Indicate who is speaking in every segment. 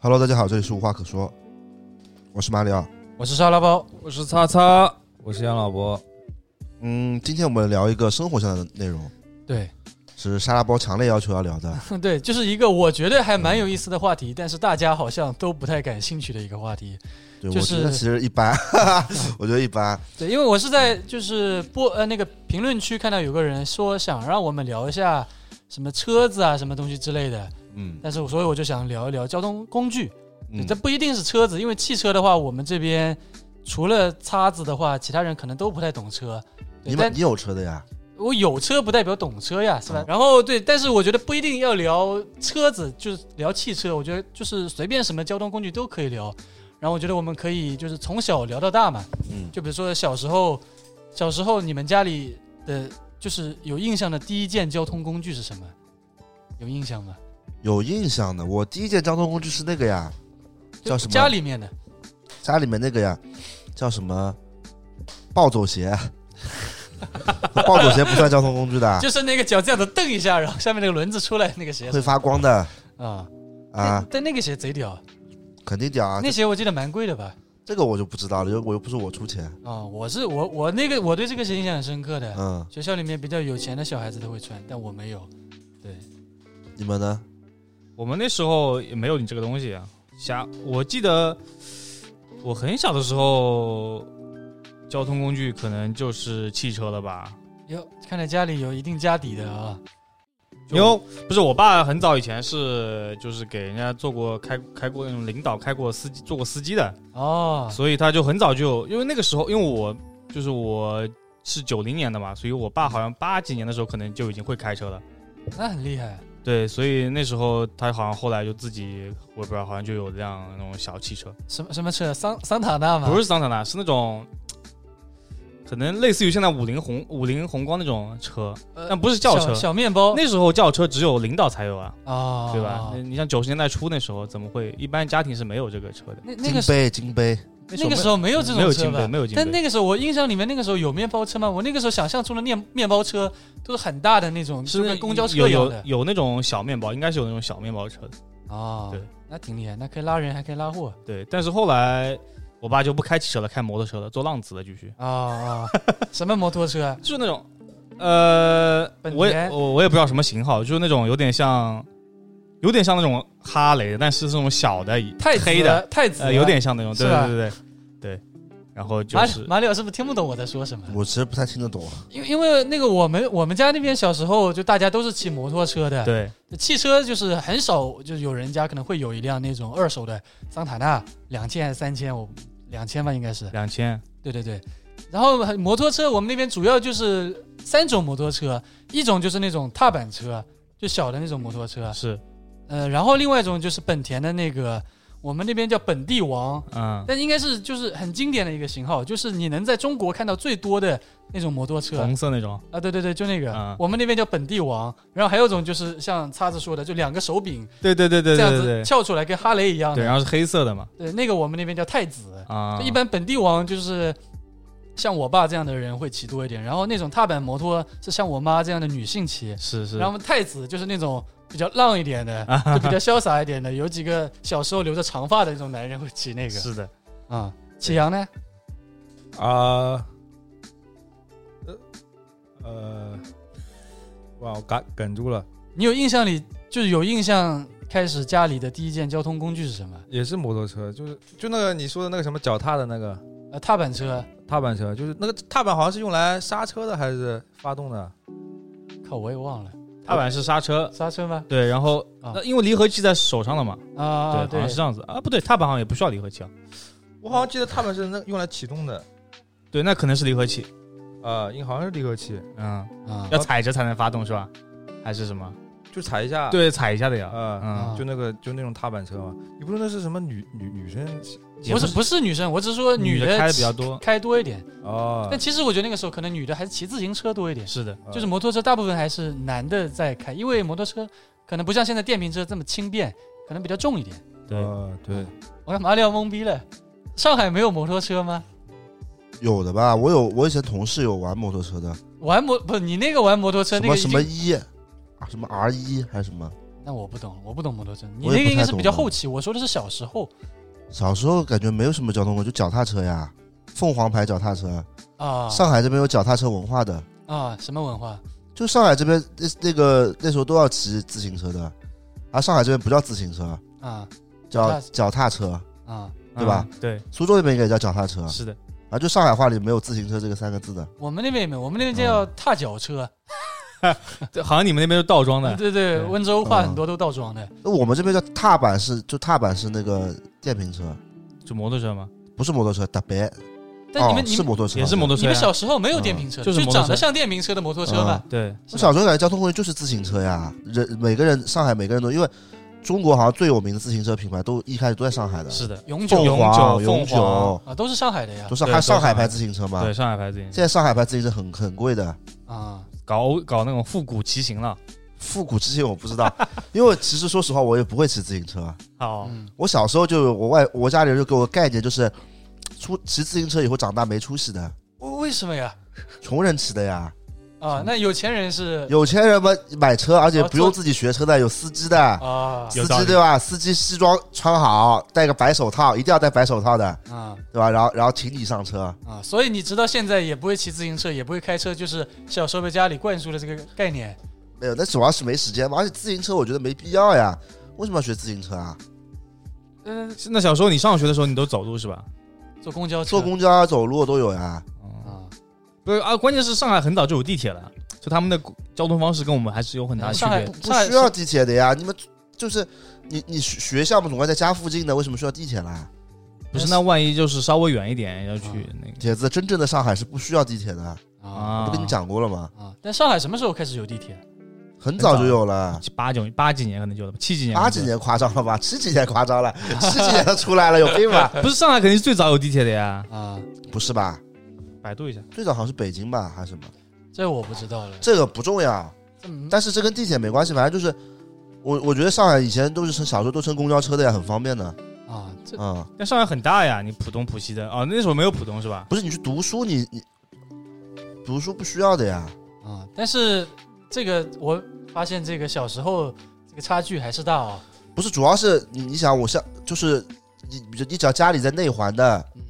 Speaker 1: Hello，大家好，这里是无话可说，我是马里奥。
Speaker 2: 我是沙拉包，
Speaker 3: 我是叉叉，我是杨老伯。
Speaker 1: 嗯，今天我们聊一个生活上的内容，
Speaker 2: 对
Speaker 1: 是沙拉包强烈要求要聊的。
Speaker 2: 对，就是一个我觉得还蛮有意思的话题，但是大家好像都不太感兴趣的一个话题。
Speaker 1: 对，
Speaker 2: 就
Speaker 1: 我觉得
Speaker 2: 是
Speaker 1: 其实一般， 我觉得一般。
Speaker 2: 对，因为我是在就是播呃那个评论区看到有个人说想让我们聊一下什么车子啊什么东西之类的，
Speaker 1: 嗯，
Speaker 2: 但是我所以我就想聊一聊交通工具，对，
Speaker 1: 嗯
Speaker 2: 这不一定是车子，因为汽车的话，我们这边除了叉子的话，其他人可能都不太懂车。对
Speaker 1: 你
Speaker 2: 但
Speaker 1: 们你有车的呀？
Speaker 2: 我有车不代表懂车呀，是吧？
Speaker 1: 嗯
Speaker 2: 然后对，但是我觉得不一定要聊车子，就是聊汽车，我觉得就是随便什么交通工具都可以聊。然后我觉得我们可以就是从小聊到大嘛，
Speaker 1: 嗯，
Speaker 2: 就比如说小时候，小时候你们家里的就是有印象的第一件交通工具是什么？有印象吗？
Speaker 1: 有印象的。我第一件交通工具是那个呀，
Speaker 2: 就
Speaker 1: 叫什么
Speaker 2: 家里面的
Speaker 1: 家里面那个呀，叫什么暴走鞋。 暴走鞋不算交通工具 的，啊
Speaker 2: 就是那个脚这样子蹬一下，然后下面那个轮子出来那个鞋
Speaker 1: 会发光的
Speaker 2: 啊
Speaker 1: 啊
Speaker 2: 但，但那个鞋贼屌，啊
Speaker 1: 肯定屌啊！
Speaker 2: 那鞋我记得蛮贵的吧？
Speaker 1: 这个我就不知道了，因为我又不是我出钱。
Speaker 2: 啊，我是我我那个我对这个鞋印象很深刻的，
Speaker 1: 嗯，
Speaker 2: 学校里面比较有钱的小孩子都会穿，但我没有。对，
Speaker 1: 你们呢？
Speaker 3: 我们那时候也没有你这个东西啊。侠，我记得我很小的时候，交通工具可能就是汽车了吧。
Speaker 2: 哟，看来家里有一定家底的啊。
Speaker 3: 因为不是我爸很早以前是就是给人家做过开开过那种领导开过司机做过司机的，
Speaker 2: 哦，
Speaker 3: 所以他就很早就因为那个时候因为我就是我是九零年的嘛，所以我爸好像八几年的时候可能就已经会开车了。
Speaker 2: 那很厉害。
Speaker 3: 对，所以那时候他好像后来就自己，我也不知道，好像就有辆那种小汽车，
Speaker 2: 什么什么车？桑桑塔纳吗？
Speaker 3: 不是桑塔纳，是那种可能类似于现在五菱宏五菱宏光那种车，
Speaker 2: 呃，
Speaker 3: 但不是轿
Speaker 2: 小
Speaker 3: 车。
Speaker 2: 小面包。
Speaker 3: 那时候轿车只有领导才有啊，
Speaker 2: 哦，
Speaker 3: 对吧？那你像九十年代初那时候，怎么会一般家庭是没有这个车的？
Speaker 2: 那那
Speaker 1: 金
Speaker 2: 个时
Speaker 1: 杯，金杯，
Speaker 2: 那个时候没有这
Speaker 3: 没
Speaker 2: 种
Speaker 3: 有
Speaker 2: 车
Speaker 3: 金杯，
Speaker 2: 吧？
Speaker 3: 没有金
Speaker 2: 但
Speaker 3: 杯，
Speaker 2: 那个时候我印象里面，那个时候有面包车吗？我那个时候想象中的面面包车都是很大的那种，
Speaker 3: 是
Speaker 2: 就
Speaker 3: 那
Speaker 2: 跟公交车
Speaker 3: 有
Speaker 2: 一样
Speaker 3: 有
Speaker 2: 的。
Speaker 3: 有那种小面包，应该是有那种小面包车的。
Speaker 2: 哦，
Speaker 3: 对，
Speaker 2: 那挺厉害，那可以拉人，还可以拉货。
Speaker 3: 对，但是后来我爸就不开汽车了，开摩托车了，做浪子了，继续。
Speaker 2: 哦哦，什么摩托车？
Speaker 3: 就是那种，呃，
Speaker 2: 本
Speaker 3: 我也
Speaker 2: 田
Speaker 3: 我我也不知道什么型号，就是那种有点像，有点像那种哈雷的，但是是那种小的，
Speaker 2: 太子
Speaker 3: 黑的，，
Speaker 2: 太子
Speaker 3: 呃，有点像那种，
Speaker 2: 是啊
Speaker 3: 对
Speaker 2: 哎吧
Speaker 3: 对对对对。然后就
Speaker 2: 马里
Speaker 3: 是
Speaker 2: 马里奥是不是听不懂我在说什么？
Speaker 1: 我其实不太听得懂。
Speaker 2: 因为因为那个我们我们家那边小时候就大家都是骑摩托车的，
Speaker 3: 对
Speaker 2: 汽车就是很少，就是有人家可能会有一辆那种二手的桑塔纳，两千还是三千，我两千吧应该是，
Speaker 3: 两千，
Speaker 2: 对对对。然后摩托车我们那边主要就是三种摩托车，一种就是那种踏板车，就小的那种摩托车，
Speaker 3: 是
Speaker 2: 呃，然后另外一种就是本田的那个，我们那边叫本地王，
Speaker 3: 嗯，
Speaker 2: 但应该是就是很经典的一个型号，就是你能在中国看到最多的那种摩托车，
Speaker 3: 红色那种，
Speaker 2: 啊，对对对，就那个，
Speaker 3: 嗯
Speaker 2: 我们那边叫本地王。然后还有一种就是像叉子说的，就两个手柄
Speaker 3: 对对对对
Speaker 2: 这样
Speaker 3: 对
Speaker 2: 子
Speaker 3: 对
Speaker 2: 翘出来，跟哈雷一样
Speaker 3: 对，
Speaker 2: 的。
Speaker 3: 然后是黑色的嘛，
Speaker 2: 对，那个我们那边叫太子。
Speaker 3: 啊，
Speaker 2: 就一般本地王就是像我爸这样的人会骑多一点，然后那种踏板摩托是像我妈这样的女性骑，
Speaker 3: 是是
Speaker 2: 然后我们太子就是那种比较浪一 点的，就比较潇洒一点的，有几个小时候留着长发的那种男人会骑那个。
Speaker 3: 是的，
Speaker 2: 啊，启阳呢？
Speaker 4: 啊，呃，呃，哇，我哽哽住了，
Speaker 2: 你有印象里就是有印象开始家里的第一件交通工具是什么？
Speaker 4: 也是摩托车，就是就那个你说的那个什么脚踏的那个
Speaker 2: 呃，踏板车。
Speaker 4: 踏板车，就是那个踏板好像是用来刹车的还是发动的？
Speaker 2: 靠，我也忘了
Speaker 3: 踏板是刹车，
Speaker 2: 刹车吗？
Speaker 3: 对，然后
Speaker 2: 啊
Speaker 3: 那因为离合器在手上了嘛，
Speaker 2: 啊，
Speaker 3: 好像是这样子啊，不对，踏板好像也不需要离合器啊，
Speaker 4: 我好像记得踏板是那用来启动的，
Speaker 3: 对，那可能是离合器，
Speaker 4: 啊，应好像是离合器，
Speaker 3: 嗯，
Speaker 2: 啊
Speaker 3: 要踩着才能发动是吧？还是什么？呃哦
Speaker 4: 就踩一下。。
Speaker 3: 对，踩一下的呀。
Speaker 4: 啊、
Speaker 2: 嗯
Speaker 4: 就那个就那种踏板车嘛，你不说那是什么女女女生
Speaker 3: 也
Speaker 2: 不是不是女生，我只是说
Speaker 3: 女
Speaker 2: 的
Speaker 3: 开的比较啊多，
Speaker 2: 开多一点，
Speaker 4: 哦
Speaker 2: 但其实我觉得那个时候可能女的还是骑自行车多一点，
Speaker 3: 是的，
Speaker 2: 就是摩托车大部分还是男的在开，因为摩托车可能不像现在电瓶车这么轻便，可能比较重一点。
Speaker 3: 对，
Speaker 4: 哦对，
Speaker 2: 我干嘛要懵逼了？上海没有摩托车吗？
Speaker 1: 有的吧？我有，我以前同事有玩摩托车的，
Speaker 2: 玩摩不，你那个玩摩托车
Speaker 1: 什
Speaker 2: 那个
Speaker 1: 么
Speaker 2: 已
Speaker 1: 什
Speaker 2: 经
Speaker 1: 么一，啊什么 R 一还是什么？
Speaker 2: 但我不懂，我不懂摩托车。你
Speaker 1: 我也
Speaker 2: 那
Speaker 1: 不
Speaker 2: 个应该
Speaker 1: 太
Speaker 2: 是
Speaker 1: 懂啊
Speaker 2: 比较
Speaker 1: 的
Speaker 2: 后期，我说的是小时候
Speaker 1: 小时候感觉没有什么交通工具，就脚踏车呀，凤凰牌脚踏车。
Speaker 2: 啊
Speaker 1: 上海这边有脚踏车文化的，
Speaker 2: 啊，什么文化？
Speaker 1: 就上海这边那那个那时候都要骑自行车的，而上海这边不叫自行车，
Speaker 2: 啊
Speaker 1: 叫
Speaker 2: 脚踏
Speaker 1: 脚踏车。
Speaker 2: 啊！
Speaker 1: 对吧
Speaker 3: 嗯？对，
Speaker 1: 苏州那边应该也叫脚踏车，
Speaker 3: 是的，
Speaker 1: 啊，就上海话里没有自行车这个三个字的。
Speaker 2: 我们那边也没有，我们那边
Speaker 1: 啊
Speaker 2: 叫踏脚车。啊
Speaker 3: 对好像你们那边是倒装的，
Speaker 2: 对对，
Speaker 3: 哎对
Speaker 2: 温州话
Speaker 1: 嗯
Speaker 2: 很多都倒装的。
Speaker 1: 那我们这边叫踏板是，就踏板是那个电瓶车，
Speaker 3: 就摩托车嘛，
Speaker 1: 不是摩托车，特别
Speaker 2: 但你
Speaker 1: 哦
Speaker 2: 们、你
Speaker 1: 是
Speaker 2: 们
Speaker 1: 摩托车，
Speaker 3: 也是摩
Speaker 1: 托。
Speaker 3: 托车呀。
Speaker 2: 你们小时候没有电瓶车，
Speaker 3: 嗯就是摩托
Speaker 2: 长
Speaker 3: 车嗯
Speaker 2: 得像电瓶车的摩托车吧？
Speaker 3: 对，
Speaker 1: 我小时候感觉交通工具就是自行车呀，人每个人上海每个人都因为中国好像最有名的自行车品牌都一开始都在上海的，
Speaker 3: 是的，
Speaker 2: 永久
Speaker 1: 凤凰、
Speaker 3: 永久
Speaker 1: 永久
Speaker 3: 凤
Speaker 2: 啊，都是上海的呀
Speaker 1: 都。是
Speaker 3: 对
Speaker 1: 还
Speaker 3: 都是
Speaker 1: 上海
Speaker 3: 上
Speaker 1: 牌
Speaker 3: 海
Speaker 1: 自行车嘛。
Speaker 3: 对，上海牌自行车
Speaker 1: 现在上海牌自行车很很贵的，
Speaker 2: 啊，
Speaker 3: 搞搞那种复古骑行了。
Speaker 1: 复古之前我不知道， 因为其实说实话我也不会骑自行车，
Speaker 3: 好，
Speaker 2: 嗯，
Speaker 1: 我小时候就有我外我家里人就给我个概念，就是出骑自行车以后长大没出息的，
Speaker 2: 为为什么呀？
Speaker 1: 穷人骑的呀。
Speaker 2: 啊，那有钱人是
Speaker 1: 有钱人嘛买车，而且
Speaker 2: 哦
Speaker 1: 不用
Speaker 2: 坐
Speaker 1: 自己学车的，有司机的，
Speaker 2: 啊
Speaker 1: 司
Speaker 3: 有道
Speaker 1: 机
Speaker 3: 理
Speaker 1: 对吧？司机西装穿好，戴个白手套，一定要戴白手套的，
Speaker 2: 啊
Speaker 1: 对吧？然后然后请你上车，
Speaker 2: 啊，所以你直到现在也不会骑自行车，也不会开车，就是小时候被家里灌输的这个概念。
Speaker 1: 没有，那主要是没时间嘛。而且自行车我觉得没必要呀，为什么要学自行车啊？
Speaker 3: 嗯，那小时候你上学的时候你都走路是吧？
Speaker 2: 坐公交车，
Speaker 1: 坐公交啊、走路都有呀。
Speaker 3: 嗯，
Speaker 2: 啊，
Speaker 3: 不是啊，关键是上海很早就有地铁了，就他们的交通方式跟我们还是有很大区
Speaker 2: 上海
Speaker 3: 别。
Speaker 1: 不
Speaker 2: 上海
Speaker 1: 需要地铁的呀，你们就是你你学学校嘛，总归在家附近的，为什么需要地铁啦？
Speaker 3: 不是，那万一就是稍微远一点要去那个
Speaker 1: 铁子，真正的上海是不需要地铁的，
Speaker 2: 啊
Speaker 1: 我
Speaker 3: 啊？
Speaker 1: 不跟你，讲过了吗？
Speaker 2: 啊！但上海什么时候开始有地铁？
Speaker 1: 很早就有了。
Speaker 3: 八九八几年可能就有了，七几年可能
Speaker 1: 八
Speaker 3: 就
Speaker 1: 几年夸张了吧？七几年夸张了，七几年都出来了，有病吧？
Speaker 3: 不是上海肯定是最早有地铁的呀，
Speaker 2: 啊，
Speaker 1: 不是吧？
Speaker 3: 百度一下。
Speaker 1: 最早好像是北京吧，还是什么？
Speaker 2: 这我不知道了。
Speaker 1: 这个不重要，
Speaker 2: 这嗯
Speaker 1: 但是这跟地铁没关系，反正就是我我觉得上海以前都是乘小时候都乘公交车的呀，很方便的。
Speaker 2: 啊，这
Speaker 1: 嗯，
Speaker 3: 但上海很大呀，你浦东、浦西的哦，那时候没有浦东是吧？
Speaker 1: 不是你去读书，你你读书不需要的呀。
Speaker 2: 啊，但是这个我发现这个小时候这个差距还是大哦。
Speaker 1: 不是，主要是你你想我像就是你你你只要家里在内环的，
Speaker 2: 嗯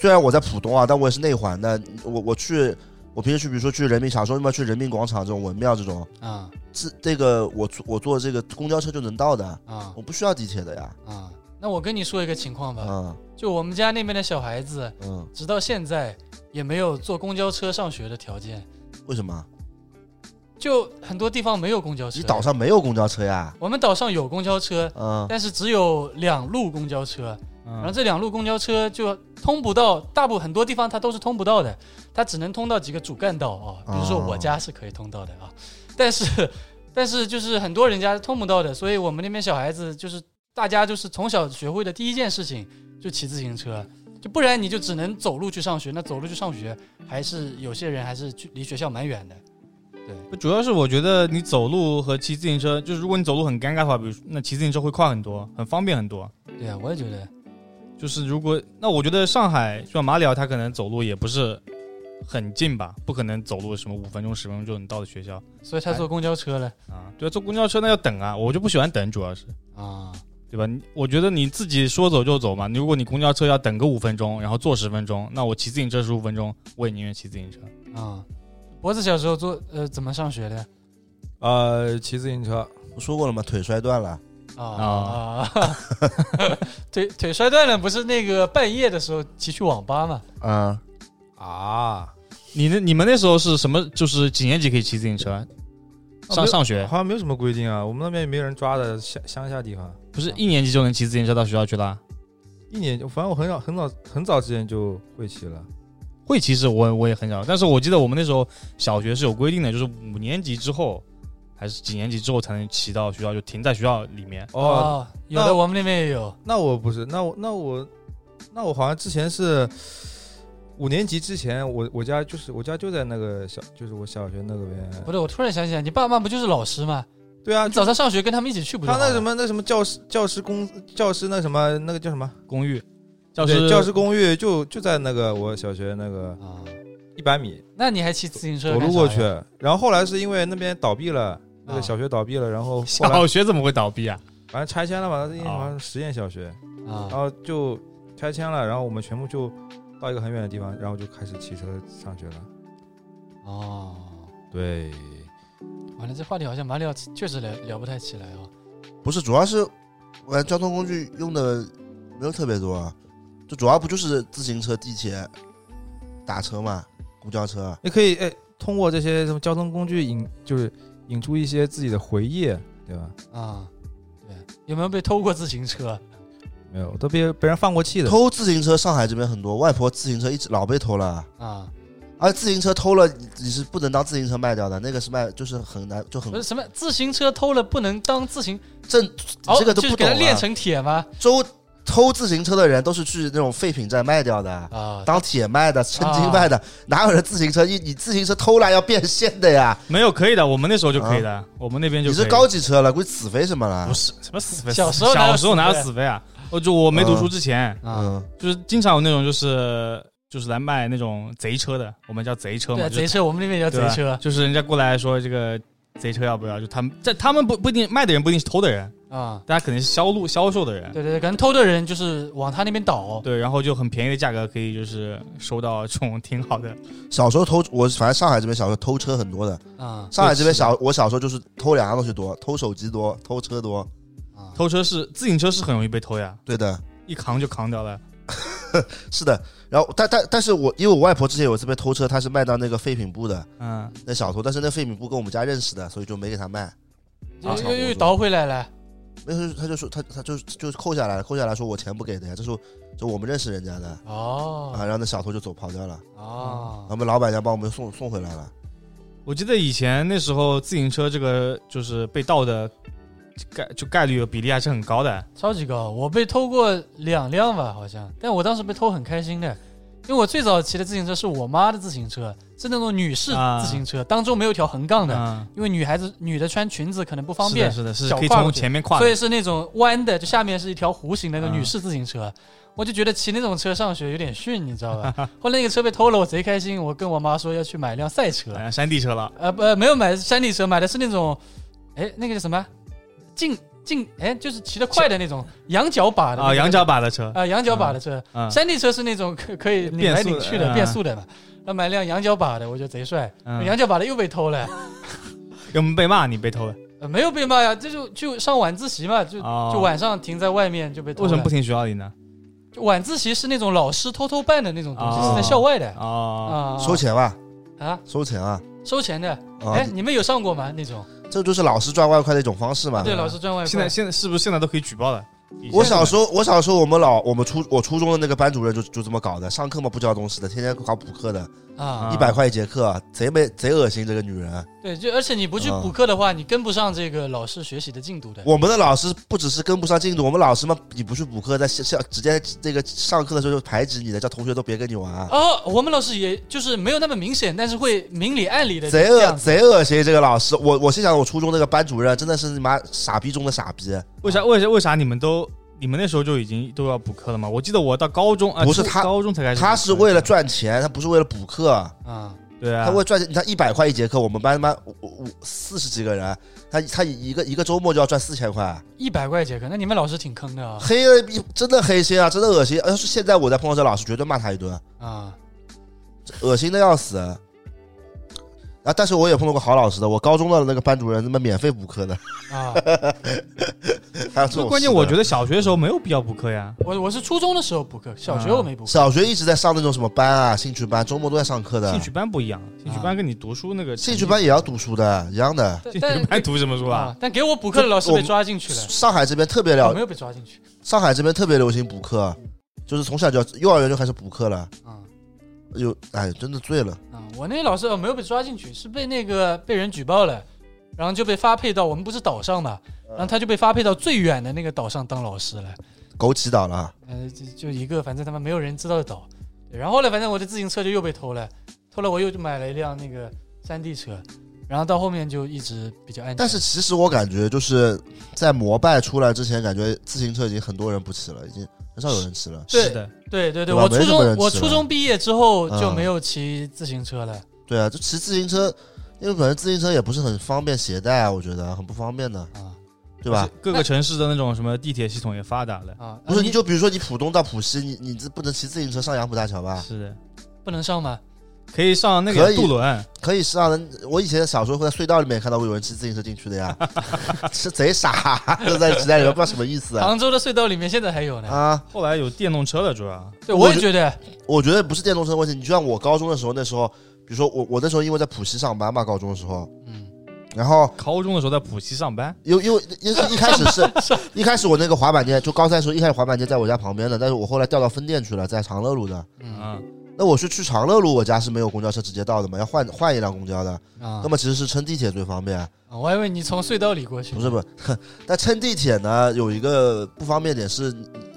Speaker 1: 虽然我在浦东啊，但我也是内环的。我我去，我平时去，比如说去人民，小时候要么去人民广场这种文庙这种，
Speaker 2: 啊
Speaker 1: 这这个我坐我坐这个公交车就能到的，
Speaker 2: 啊
Speaker 1: 我不需要地铁的呀。
Speaker 2: 啊！那我跟你说一个情况吧，
Speaker 1: 嗯
Speaker 2: 就我们家那边的小孩子，
Speaker 1: 嗯，
Speaker 2: 直到现在也没有坐公交车上学的条件，
Speaker 1: 为什么？
Speaker 2: 就很多地方没有公交车。
Speaker 1: 你岛上没有公交车呀？
Speaker 2: 我们岛上有公交车，
Speaker 1: 嗯，
Speaker 2: 但是只有两路公交车，然后
Speaker 3: 嗯，
Speaker 2: 这两路公交车就通不到，大部很多地方它都是通不到的，它只能通到几个主干道啊，比如说
Speaker 1: 哦
Speaker 2: 我家是可以通到的啊，但是 但是就是很多人家通不到的，所以我们那边小孩子就是大家就是从小学会的第一件事情就骑自行车，就不然你就只能走路去上学，那走路去上学还是有些人还是去离学校蛮远的，
Speaker 3: 主要是我觉得你走路和骑自行车，就是如果你走路很尴尬的话，比如说那骑自行车会快很多，很方便很多。
Speaker 2: 对啊，我也觉得
Speaker 3: 就是如果那我觉得上海就像马里奥，他可能走路也不是很近吧，不可能走路什么五分钟十分钟就能到的学校
Speaker 2: 所以他
Speaker 3: 哎
Speaker 2: 坐公交车了
Speaker 3: 啊。对啊，坐公交车那要等啊，我就不喜欢等，主要是
Speaker 2: 啊
Speaker 3: 对吧？你我觉得你自己说走就走嘛，如果你公交车要等个五分钟，然后坐十分钟，那我骑自行车十五分钟，我也宁愿骑自行车。
Speaker 2: 啊，脖子小时候坐呃怎么上学的？
Speaker 4: 呃，骑自行车，
Speaker 1: 我说过了吗？腿摔断了，
Speaker 2: 啊啊！ 腿腿摔断了，不是那个半夜的时候骑去网吧嘛？
Speaker 1: 嗯，
Speaker 4: 啊，
Speaker 3: 你那你们那时候是什么？就是几年级可以骑自行车？
Speaker 4: 没
Speaker 3: 上
Speaker 4: 有
Speaker 3: 上学
Speaker 4: 好像没有什么规定啊，我们那边也没人抓的，乡乡下地方，啊
Speaker 3: 不是一年级就能骑自行车到学校去了？
Speaker 4: 一年反正我很早很早很早之前就会骑了，
Speaker 3: 会骑是我我也很少，但是我记得我们那时候小学是有规定的，就是五年级之后还是几年级之后才能骑到学校，就停在学校里面。
Speaker 4: 哦，
Speaker 2: 哦，有的，
Speaker 4: 那
Speaker 2: 我们那边也有
Speaker 4: 那我不是，那我那我那我好像之前是五年级之前，我我家就是我家就在那个小，就是我小学那个边
Speaker 2: 不。对，我突然想起来，你爸妈不就是老师吗？
Speaker 4: 对啊，
Speaker 2: 你早上上学跟他们一起去不就
Speaker 4: 他
Speaker 2: 好了？
Speaker 4: 那什么那什么教师教师公教师那什么那个叫什么
Speaker 3: 公寓教
Speaker 4: 对
Speaker 3: 师
Speaker 4: 教师公寓就就在那个我小学那个
Speaker 2: 啊？
Speaker 4: 一百米
Speaker 2: 那你还骑自行车干
Speaker 4: 走
Speaker 2: 啥呀？
Speaker 4: 路过去，然后后来是因为那边倒闭了，那个
Speaker 2: 啊
Speaker 4: 小学倒闭了，然后后来
Speaker 3: 小学怎么会倒闭啊？
Speaker 4: 反正拆迁了吧，因为好像实验小学，
Speaker 2: 啊
Speaker 4: 然后就拆迁了，然后我们全部就到一个很远的地方，然后就开始骑车上学了。
Speaker 2: 哦，
Speaker 4: 对，
Speaker 2: 完了，这话题好像蛮聊，确实聊聊不太起来哦。
Speaker 1: 不是，主要是我交通工具用的没有特别多，啊就主要不就是自行车、地铁、打车嘛，公交车。啊
Speaker 4: 你可以哎，通过这些什么交通工具引，就是引出一些自己的回忆，对吧？
Speaker 2: 啊，对，有没有被偷过自行车？
Speaker 4: 没有，都被被人放过气的。
Speaker 1: 偷自行车，上海这边很多，外婆自行车一直老被偷了，
Speaker 2: 啊，
Speaker 1: 而自行车偷了你你是不能当自行车卖掉的，那个是卖就是很难就很
Speaker 2: 不是什么自行车偷了不能当自行，
Speaker 1: 正
Speaker 2: 哦，
Speaker 1: 这个都
Speaker 2: 就是
Speaker 1: 不
Speaker 2: 给
Speaker 1: 懂啊
Speaker 2: 它
Speaker 1: 了。
Speaker 2: 炼成铁吗？
Speaker 1: 周偷自行车的人都是去那种废品站卖掉的。
Speaker 2: 啊，
Speaker 1: 当铁卖的、称斤卖的，哪有人自行车？你你自行车偷来要变现的呀？
Speaker 3: 没有，可以的，我们那时候就可以的，我们那边就
Speaker 1: 你
Speaker 3: 可以
Speaker 1: 是 高级车了，估计死飞什么了
Speaker 3: 不？是什么死飞，
Speaker 2: 小时候哪有
Speaker 3: 小时候哪有
Speaker 2: 死飞
Speaker 3: 死飞啊？我就我没读书
Speaker 1: 嗯
Speaker 3: 之前，
Speaker 2: 啊，
Speaker 1: 嗯，
Speaker 3: 就是经常有那种就是就是来卖那种贼车的，我们叫贼车嘛，
Speaker 1: 嗯
Speaker 2: 对，啊
Speaker 3: 就是
Speaker 2: 贼车，我们那边叫
Speaker 3: 对
Speaker 1: 啊
Speaker 2: 贼
Speaker 3: 吧
Speaker 2: 车
Speaker 3: 就是人家过来说这个贼车要不要？就他们这他们不不一定卖的人不一定是偷的人，
Speaker 2: 啊。
Speaker 3: 大家肯定是销路销售的人。
Speaker 2: 对对对，可能偷的人就是往他那边倒。哦
Speaker 3: 对，然后就很便宜的价格可以就是收到这种挺好的，
Speaker 1: 小时候偷，我反正上海这边小时候偷车很多的。
Speaker 2: 啊
Speaker 1: 上海这边小，我小时候就是偷两样东西多，偷手机多，偷车多。
Speaker 2: 啊，
Speaker 3: 偷车是自行车是很容易被偷呀，
Speaker 1: 对的，
Speaker 3: 一扛就扛掉了。
Speaker 1: 是的。然后，但但但是我因为我外婆之前有一次被偷车，她是卖到那个废品部的
Speaker 3: 嗯，
Speaker 1: 那小偷，但是那废品部跟我们家认识的，所以就没给她卖。
Speaker 2: 又
Speaker 1: 啊
Speaker 2: 又又倒回来了。
Speaker 1: 没有，她就说她她就就扣下来了，扣下来说我钱不给的呀，这是我就我们认识人家的啊。
Speaker 3: 哎
Speaker 2: 哦
Speaker 1: 然后那小偷就走跑
Speaker 3: 啊
Speaker 1: 掉了，
Speaker 3: 嗯
Speaker 1: 然后我
Speaker 2: 哦，
Speaker 1: 们老板娘把我们送送回来了。
Speaker 3: 我记得以前那时候自行车这个就是被盗的概就概率比例还是很高的。
Speaker 2: 超级高！我被偷过两辆吧，好像，但我当时被偷很开心的，因为我最早骑的自行车是我妈的自行车，是那种女士
Speaker 3: 啊
Speaker 2: 自行车，当中没有条横杠的，
Speaker 3: 嗯，
Speaker 2: 因为女孩子女的穿裙子可能不方便，
Speaker 3: 是的，是的，
Speaker 2: 小
Speaker 3: 是可以
Speaker 2: 跨过
Speaker 3: 从
Speaker 2: 去
Speaker 3: 前面跨
Speaker 2: 所
Speaker 3: 的
Speaker 2: 以。是那种弯的，就下面是一条弧形的那
Speaker 3: 嗯
Speaker 2: 种女士自行车。我就觉得骑那种车上学有点逊，你知道 吧？后来那个车被偷了，我贼开心，我跟我妈说要去买一辆赛车，
Speaker 3: 哎呀山地车了，
Speaker 2: 呃不呃没有买山地车，买的是那种，哎那个叫什么，竞竞哎就是骑得快的那种羊角把的
Speaker 3: 啊，羊
Speaker 2: 角
Speaker 3: 角把的车，
Speaker 2: 啊羊角把的车，
Speaker 3: 嗯
Speaker 2: 山地车是那种可可以拧
Speaker 3: 变
Speaker 2: 来
Speaker 3: 速
Speaker 2: 拧
Speaker 3: 的
Speaker 2: 去
Speaker 3: 嗯
Speaker 2: 的变速的嘛，那买辆羊角把的，我觉得贼帅，
Speaker 3: 嗯，
Speaker 2: 呃羊角把的又被偷了。
Speaker 3: 有没有被骂？你被偷了？
Speaker 2: 呃没有被骂呀，这就就上晚自习嘛，就、
Speaker 3: 哦
Speaker 2: 就晚上停在外面就被偷了。
Speaker 3: 为什么不停学校里呢？
Speaker 2: 就晚自习是那种老师偷偷办的那种东西，
Speaker 3: 哦
Speaker 2: 是在校外的
Speaker 3: 哦，
Speaker 2: 啊，
Speaker 1: 收钱吧，
Speaker 2: 啊，
Speaker 1: 收钱啊！
Speaker 2: 收钱的。
Speaker 1: 啊
Speaker 2: 哎、，你们有上过吗？那种
Speaker 1: 这就是老师赚外快的一种方式嘛。
Speaker 2: 对，老师赚外快。
Speaker 3: 现在现在是不是现在都可以举报了？以前
Speaker 1: 我小时候，我小时候，我们老我们初我初中的那个班主任就就这么搞的，上课嘛不教东西的，天天搞补课的，
Speaker 2: 啊，
Speaker 1: 一百块一节课，贼没贼恶心这个女人。
Speaker 2: 对，就而且你不去
Speaker 1: 啊
Speaker 2: 补课的话，你跟不上这个老师学习的进度的。
Speaker 1: 我们的老师不只是跟不上进度，我们老师嘛，你不去补课，在校直接这个上课的时候就排挤你的，叫同学都别跟你玩，
Speaker 2: 哦，我们老师也就是没有那么明显，但是会明里暗里的
Speaker 1: 贼
Speaker 2: 这
Speaker 1: 恶
Speaker 2: 样子
Speaker 1: 贼恶心这个老师。我我心想，我初中那个班主任真的是你妈傻逼中的傻逼，
Speaker 3: 为啥为啥为啥你们都你们那时候就已经都要补课了吗？我记得我到高中啊，
Speaker 1: 不是
Speaker 3: 初
Speaker 1: 他
Speaker 3: 高中才开始补课，
Speaker 1: 他是为了赚钱，他不是为了补课。
Speaker 2: 啊
Speaker 3: 对啊，
Speaker 1: 他为赚钱，他一百块一节课，我们班他妈五五四十几个人，啊他他一个一个周末就要赚四千块，啊
Speaker 2: 一百块钱，可能你们老师挺坑 的啊
Speaker 1: 黑了一真的黑心啊，真的恶心！要是现在我再碰到这老师，绝对骂他一顿，
Speaker 2: 啊
Speaker 1: 恶心的要死。啊！但是我也碰到过好老师的，我高中的那个班主任他妈免费补课的，
Speaker 2: 啊！
Speaker 1: 还有这种。
Speaker 3: 关键我觉
Speaker 1: 得
Speaker 3: 得小学的时候没有必要补课呀。
Speaker 2: 我我是初中的时候补课，小学我没补课。
Speaker 1: 小学一直在上那种什么班啊，兴趣班，周末都在上课的。
Speaker 3: 兴趣班不一样，兴趣班跟你读书那个
Speaker 1: 啊兴趣班也要读书的，一样的。
Speaker 2: 但
Speaker 3: 兴
Speaker 2: 但
Speaker 3: 趣班读什么书啊？
Speaker 2: 啊！但给我补课的老师
Speaker 1: 我
Speaker 2: 被抓进去了，
Speaker 1: 上海这边特别
Speaker 2: 我
Speaker 1: 了
Speaker 2: 没，有被抓进去。
Speaker 1: 上海这边特别流行补课，就是从小就要幼儿园就开始补课了，
Speaker 2: 啊
Speaker 1: 就哎真的醉了。
Speaker 2: 啊！我那个老师呃没有被抓进去，是被那个被人举报了，然后就被发配到我们不是岛上嘛，然后他就被发配到最远的那个岛上当老师了。
Speaker 1: 枸杞岛了，啊
Speaker 2: 呃，就就一个反正他们没有人知道的岛。对然后后来反正我的自行车就又被偷了，偷了我又就买了一辆那个山地车，然后到后面就一直比较安全。
Speaker 1: 但是其实我感觉就是在摩拜出来之前，感觉自行车已经很多人不骑了，已经很少有人骑了。
Speaker 2: 对
Speaker 3: 是的，
Speaker 2: 对对对，
Speaker 1: 对吧
Speaker 2: 我
Speaker 1: 没
Speaker 2: 初
Speaker 1: 什么
Speaker 2: 中
Speaker 1: 人
Speaker 2: 我
Speaker 1: 骑
Speaker 2: 初
Speaker 1: 了
Speaker 2: 中毕业之后就
Speaker 1: 嗯
Speaker 2: 没有骑自行车了。
Speaker 1: 对啊，就骑自行车，因为本身自行车也不是很方便携带啊，我觉得很不方便的，
Speaker 2: 啊
Speaker 1: 对吧
Speaker 3: 而？且各个城市的那种什么地铁系统也发达了，
Speaker 2: 啊！
Speaker 1: 不是，
Speaker 2: 啊
Speaker 1: 你就比如说你浦东到浦西，你你这不能骑自行车上杨浦大桥吧？
Speaker 3: 是的，
Speaker 2: 不能上吗？
Speaker 3: 可以上那
Speaker 1: 啊可
Speaker 3: 个
Speaker 1: 以
Speaker 3: 渡轮，
Speaker 1: 可以上的。我以前小时候会在隧道里面看到过有人骑自行车进去的呀， 是贼傻，就在时代里面不知道什么意思啊。
Speaker 2: 杭州的隧道里面现在还有呢。
Speaker 1: 啊，
Speaker 3: 后来有电动车了，主要
Speaker 2: 对，
Speaker 1: 我
Speaker 2: 我也
Speaker 1: 觉
Speaker 2: 觉得
Speaker 1: 我觉得不是电动车的问题。你就像我高中的时候，那时候，比如说我我那时候因为在浦西上班嘛，高中的时候，
Speaker 2: 嗯，
Speaker 1: 然后
Speaker 3: 高中的时候在浦西上班，
Speaker 1: 因为因为因为一开始是一开始我那个滑板店，就高三的时候一开始滑板店在我家旁边的，但是我后来调到分店去了，在长乐路的。
Speaker 2: 嗯
Speaker 3: 啊，
Speaker 1: 那我是去长乐路，我家是没有公交车直接到的嘛，要换换一辆公交的。
Speaker 2: 啊
Speaker 1: 那，么其实是乘地铁最方便，
Speaker 2: 啊我还以为你从隧道里过去。
Speaker 1: 不是不是。 但乘地铁呢，有一个不方便点是，